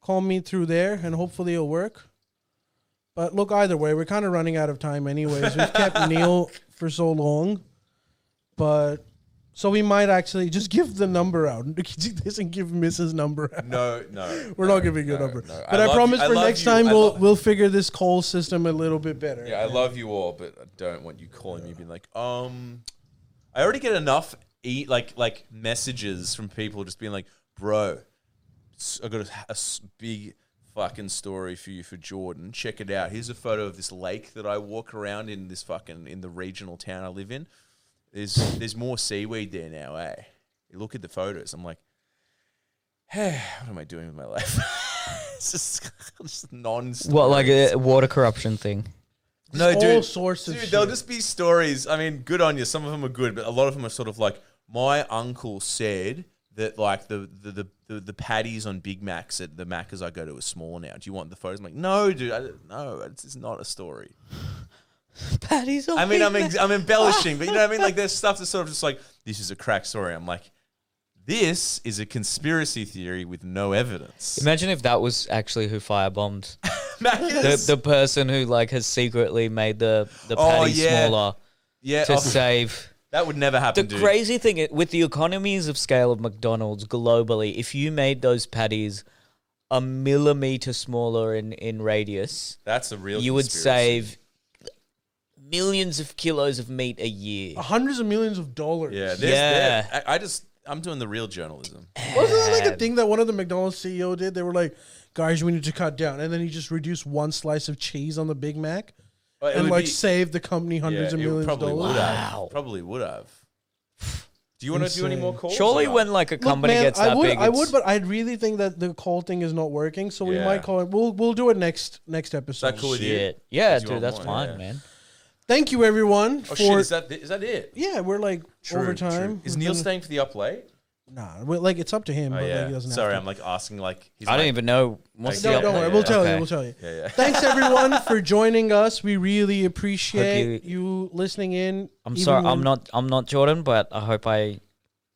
Speaker 1: Call me through there, and hopefully it'll work. But look, either way, we're kind of running out of time, anyways. We've kept Neil for so long, but so we might actually just give the number out. Doesn't give Mrs. number out.
Speaker 3: No, no.
Speaker 1: We're not giving you a
Speaker 3: no,
Speaker 1: number,
Speaker 3: no.
Speaker 1: but
Speaker 3: I
Speaker 1: I,
Speaker 3: love
Speaker 1: promise
Speaker 3: you- I
Speaker 1: for
Speaker 3: love
Speaker 1: next
Speaker 3: you.
Speaker 1: time
Speaker 3: I
Speaker 1: we'll
Speaker 3: love-
Speaker 1: we'll figure this call system a little bit better.
Speaker 3: Yeah, I love you all, but I don't want you calling me being like, um, I already get enough e- like like messages from people just being like, bro, s- I got a, a s- big fucking story for you for Jordan. Check it out. Here's a photo of this lake that I walk around in this fucking in the regional town I live in. There's there's more seaweed there now, eh? You look at the photos. I'm like, hey, what am I doing with my life? it's just, just non.
Speaker 2: What, like uh, a water corruption thing?
Speaker 3: No,
Speaker 1: all
Speaker 3: dude.
Speaker 1: sorts of
Speaker 3: dude,
Speaker 1: shit.
Speaker 3: there'll just be stories. I mean, good on you. Some of them are good, but a lot of them are sort of like my uncle said that like the the the, the, the patties on Big Macs at the Macca's I go to are small now. Do you want the photos? I'm like, no, dude. I, don't- no, it's, it's not a story.
Speaker 2: Patty's
Speaker 3: I mean, I'm ex- I'm embellishing, but you know what I mean. Like, there's stuff that's sort of just like this is a crack story. I'm like, this is a conspiracy theory with no evidence.
Speaker 2: Imagine if that was actually who firebombed the,
Speaker 3: Macca's,
Speaker 2: the person who like has secretly made the the
Speaker 3: Oh,
Speaker 2: patty
Speaker 3: yeah.
Speaker 2: smaller
Speaker 3: yeah,
Speaker 2: to
Speaker 3: oh,
Speaker 2: save.
Speaker 3: that would never
Speaker 2: The
Speaker 3: happen. dude.
Speaker 2: crazy thing i- with the economies of scale of McDonald's globally, if you made those patties a millimeter smaller in in radius,
Speaker 3: That's a real.
Speaker 2: you would
Speaker 3: conspiracy.
Speaker 2: save millions of kilos of meat a year.
Speaker 1: hundreds of millions of dollars.
Speaker 3: Yeah, there's,
Speaker 2: Yeah.
Speaker 3: there- I, I just I'm doing the real journalism.
Speaker 1: Wasn't that like a thing that one of the McDonald's CEO did? They were like, "Guys, we need to cut down," and then he just reduced one slice of cheese on the Big Mac
Speaker 3: But it
Speaker 1: and
Speaker 3: would
Speaker 1: like
Speaker 3: be-
Speaker 1: saved the company
Speaker 3: yeah,
Speaker 1: hundreds of
Speaker 3: it
Speaker 1: millions of
Speaker 3: probably
Speaker 1: dollars.
Speaker 3: would have.
Speaker 2: Wow.
Speaker 3: Probably would have. Do you want to do any more calls?
Speaker 2: Surely,
Speaker 3: or not?
Speaker 2: when like a
Speaker 1: Look,
Speaker 2: company
Speaker 1: man,
Speaker 2: gets that
Speaker 1: I would,
Speaker 2: big,
Speaker 1: I would,
Speaker 2: it's-
Speaker 1: but I really think that the call thing is not working, so we
Speaker 3: Yeah.
Speaker 1: might call it. We'll we'll do it next next episode.
Speaker 3: that cool with you?
Speaker 2: shit. Yeah,
Speaker 3: Did you
Speaker 2: dude,
Speaker 3: want
Speaker 2: that's
Speaker 3: more?
Speaker 2: fine,
Speaker 3: Yeah.
Speaker 2: man.
Speaker 1: Thank you, everyone.
Speaker 3: Oh
Speaker 1: for
Speaker 3: shit! Is that is that it?
Speaker 1: yeah, we're like over time.
Speaker 3: Is
Speaker 1: We've
Speaker 3: Neil
Speaker 1: been-
Speaker 3: staying for the up late?
Speaker 1: Nah, we're, like it's up to him.
Speaker 3: Oh
Speaker 1: but like, he
Speaker 3: yeah.
Speaker 1: doesn't
Speaker 3: Sorry,
Speaker 1: have
Speaker 3: I'm
Speaker 1: to.
Speaker 3: like asking like. He's
Speaker 2: I
Speaker 3: like,
Speaker 2: don't even know. What's
Speaker 3: Like,
Speaker 1: No,
Speaker 2: the
Speaker 3: yeah,
Speaker 1: don't
Speaker 2: update?
Speaker 1: worry. We'll tell you.
Speaker 2: Okay.
Speaker 1: We'll tell you.
Speaker 3: Yeah, yeah.
Speaker 1: Thanks everyone for joining us. We really appreciate
Speaker 2: Hope
Speaker 1: you, listening in.
Speaker 2: I'm
Speaker 1: even
Speaker 2: sorry,
Speaker 1: when-
Speaker 2: I'm not. I'm not Jordan, but I hope I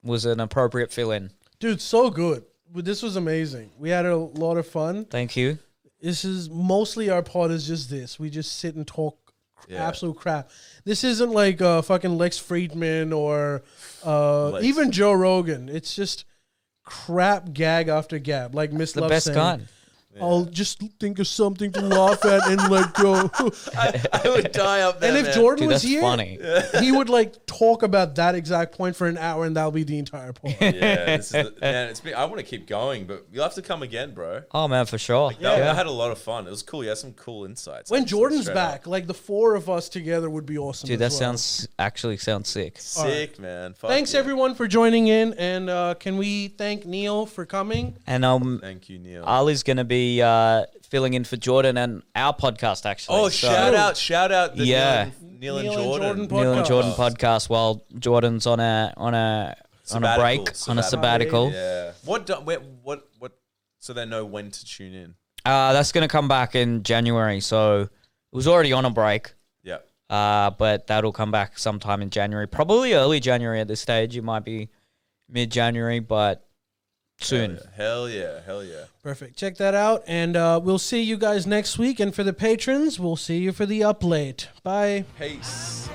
Speaker 2: was an appropriate fill-in.
Speaker 1: Dude, so good. Well, This was amazing. We had a lot of fun.
Speaker 2: Thank you.
Speaker 1: This is mostly our pod is just this. We just sit and talk cr-
Speaker 3: Yeah.
Speaker 1: absolute crap. This isn't like uh, fucking Lex Friedman or uh,
Speaker 3: Lex.
Speaker 1: even Joe Rogan. It's just crap gag after gag. Like Miss
Speaker 2: The
Speaker 1: Love
Speaker 2: best
Speaker 1: saying,
Speaker 2: kind.
Speaker 1: I'll just think of something to laugh at and let go.
Speaker 3: I would die up there.
Speaker 1: and if
Speaker 3: man.
Speaker 1: Jordan
Speaker 2: Dude,
Speaker 1: was
Speaker 2: that's
Speaker 1: here,
Speaker 2: funny.
Speaker 1: he would like talk about that exact point for an hour, and that'll be the entire pod.
Speaker 3: Yeah, this is the, man, it's been, I want to keep going, but you'll have to come again, bro.
Speaker 2: Oh man, for sure.
Speaker 3: No, I
Speaker 2: yeah.
Speaker 3: had a lot of fun. It was cool. You had some cool insights.
Speaker 1: When
Speaker 3: actually,
Speaker 1: Jordan's
Speaker 3: straight up.
Speaker 1: back, like the four of us together would be awesome.
Speaker 2: Dude, that
Speaker 1: as well.
Speaker 2: sounds actually sounds sick.
Speaker 3: sick, man. Fuck
Speaker 1: Thanks
Speaker 3: yeah.
Speaker 1: everyone for joining in, and uh, can we thank Neil for coming?
Speaker 2: And um,
Speaker 3: Thank you, Neil.
Speaker 2: Ali's gonna be uh, filling in for Jordan and our podcast actually.
Speaker 3: Oh,
Speaker 2: so-
Speaker 3: shout out, shout out the
Speaker 2: Yeah.
Speaker 3: Neil, and, Neil
Speaker 1: Neil
Speaker 3: and
Speaker 1: and
Speaker 3: Jordan.
Speaker 1: Jordan
Speaker 2: Neil and
Speaker 1: podcast.
Speaker 2: Jordan podcast while Jordan's on a on a on a
Speaker 3: Sabbatical,
Speaker 2: break on a
Speaker 3: sabbatical.
Speaker 2: sabbatical.
Speaker 3: Yeah. What do, where, what what so they know when to tune in.
Speaker 2: Uh, that's gonna come back in January, so it was already on a break.
Speaker 3: Yeah.
Speaker 2: Uh, but that'll come back sometime in January, probably early January at this stage. It might be mid January, but soon.
Speaker 3: Hell yeah, hell yeah.
Speaker 1: Perfect. Check that out, and uh, we'll see you guys next week. And for the patrons, we'll see you for the up late. Bye.
Speaker 3: Peace.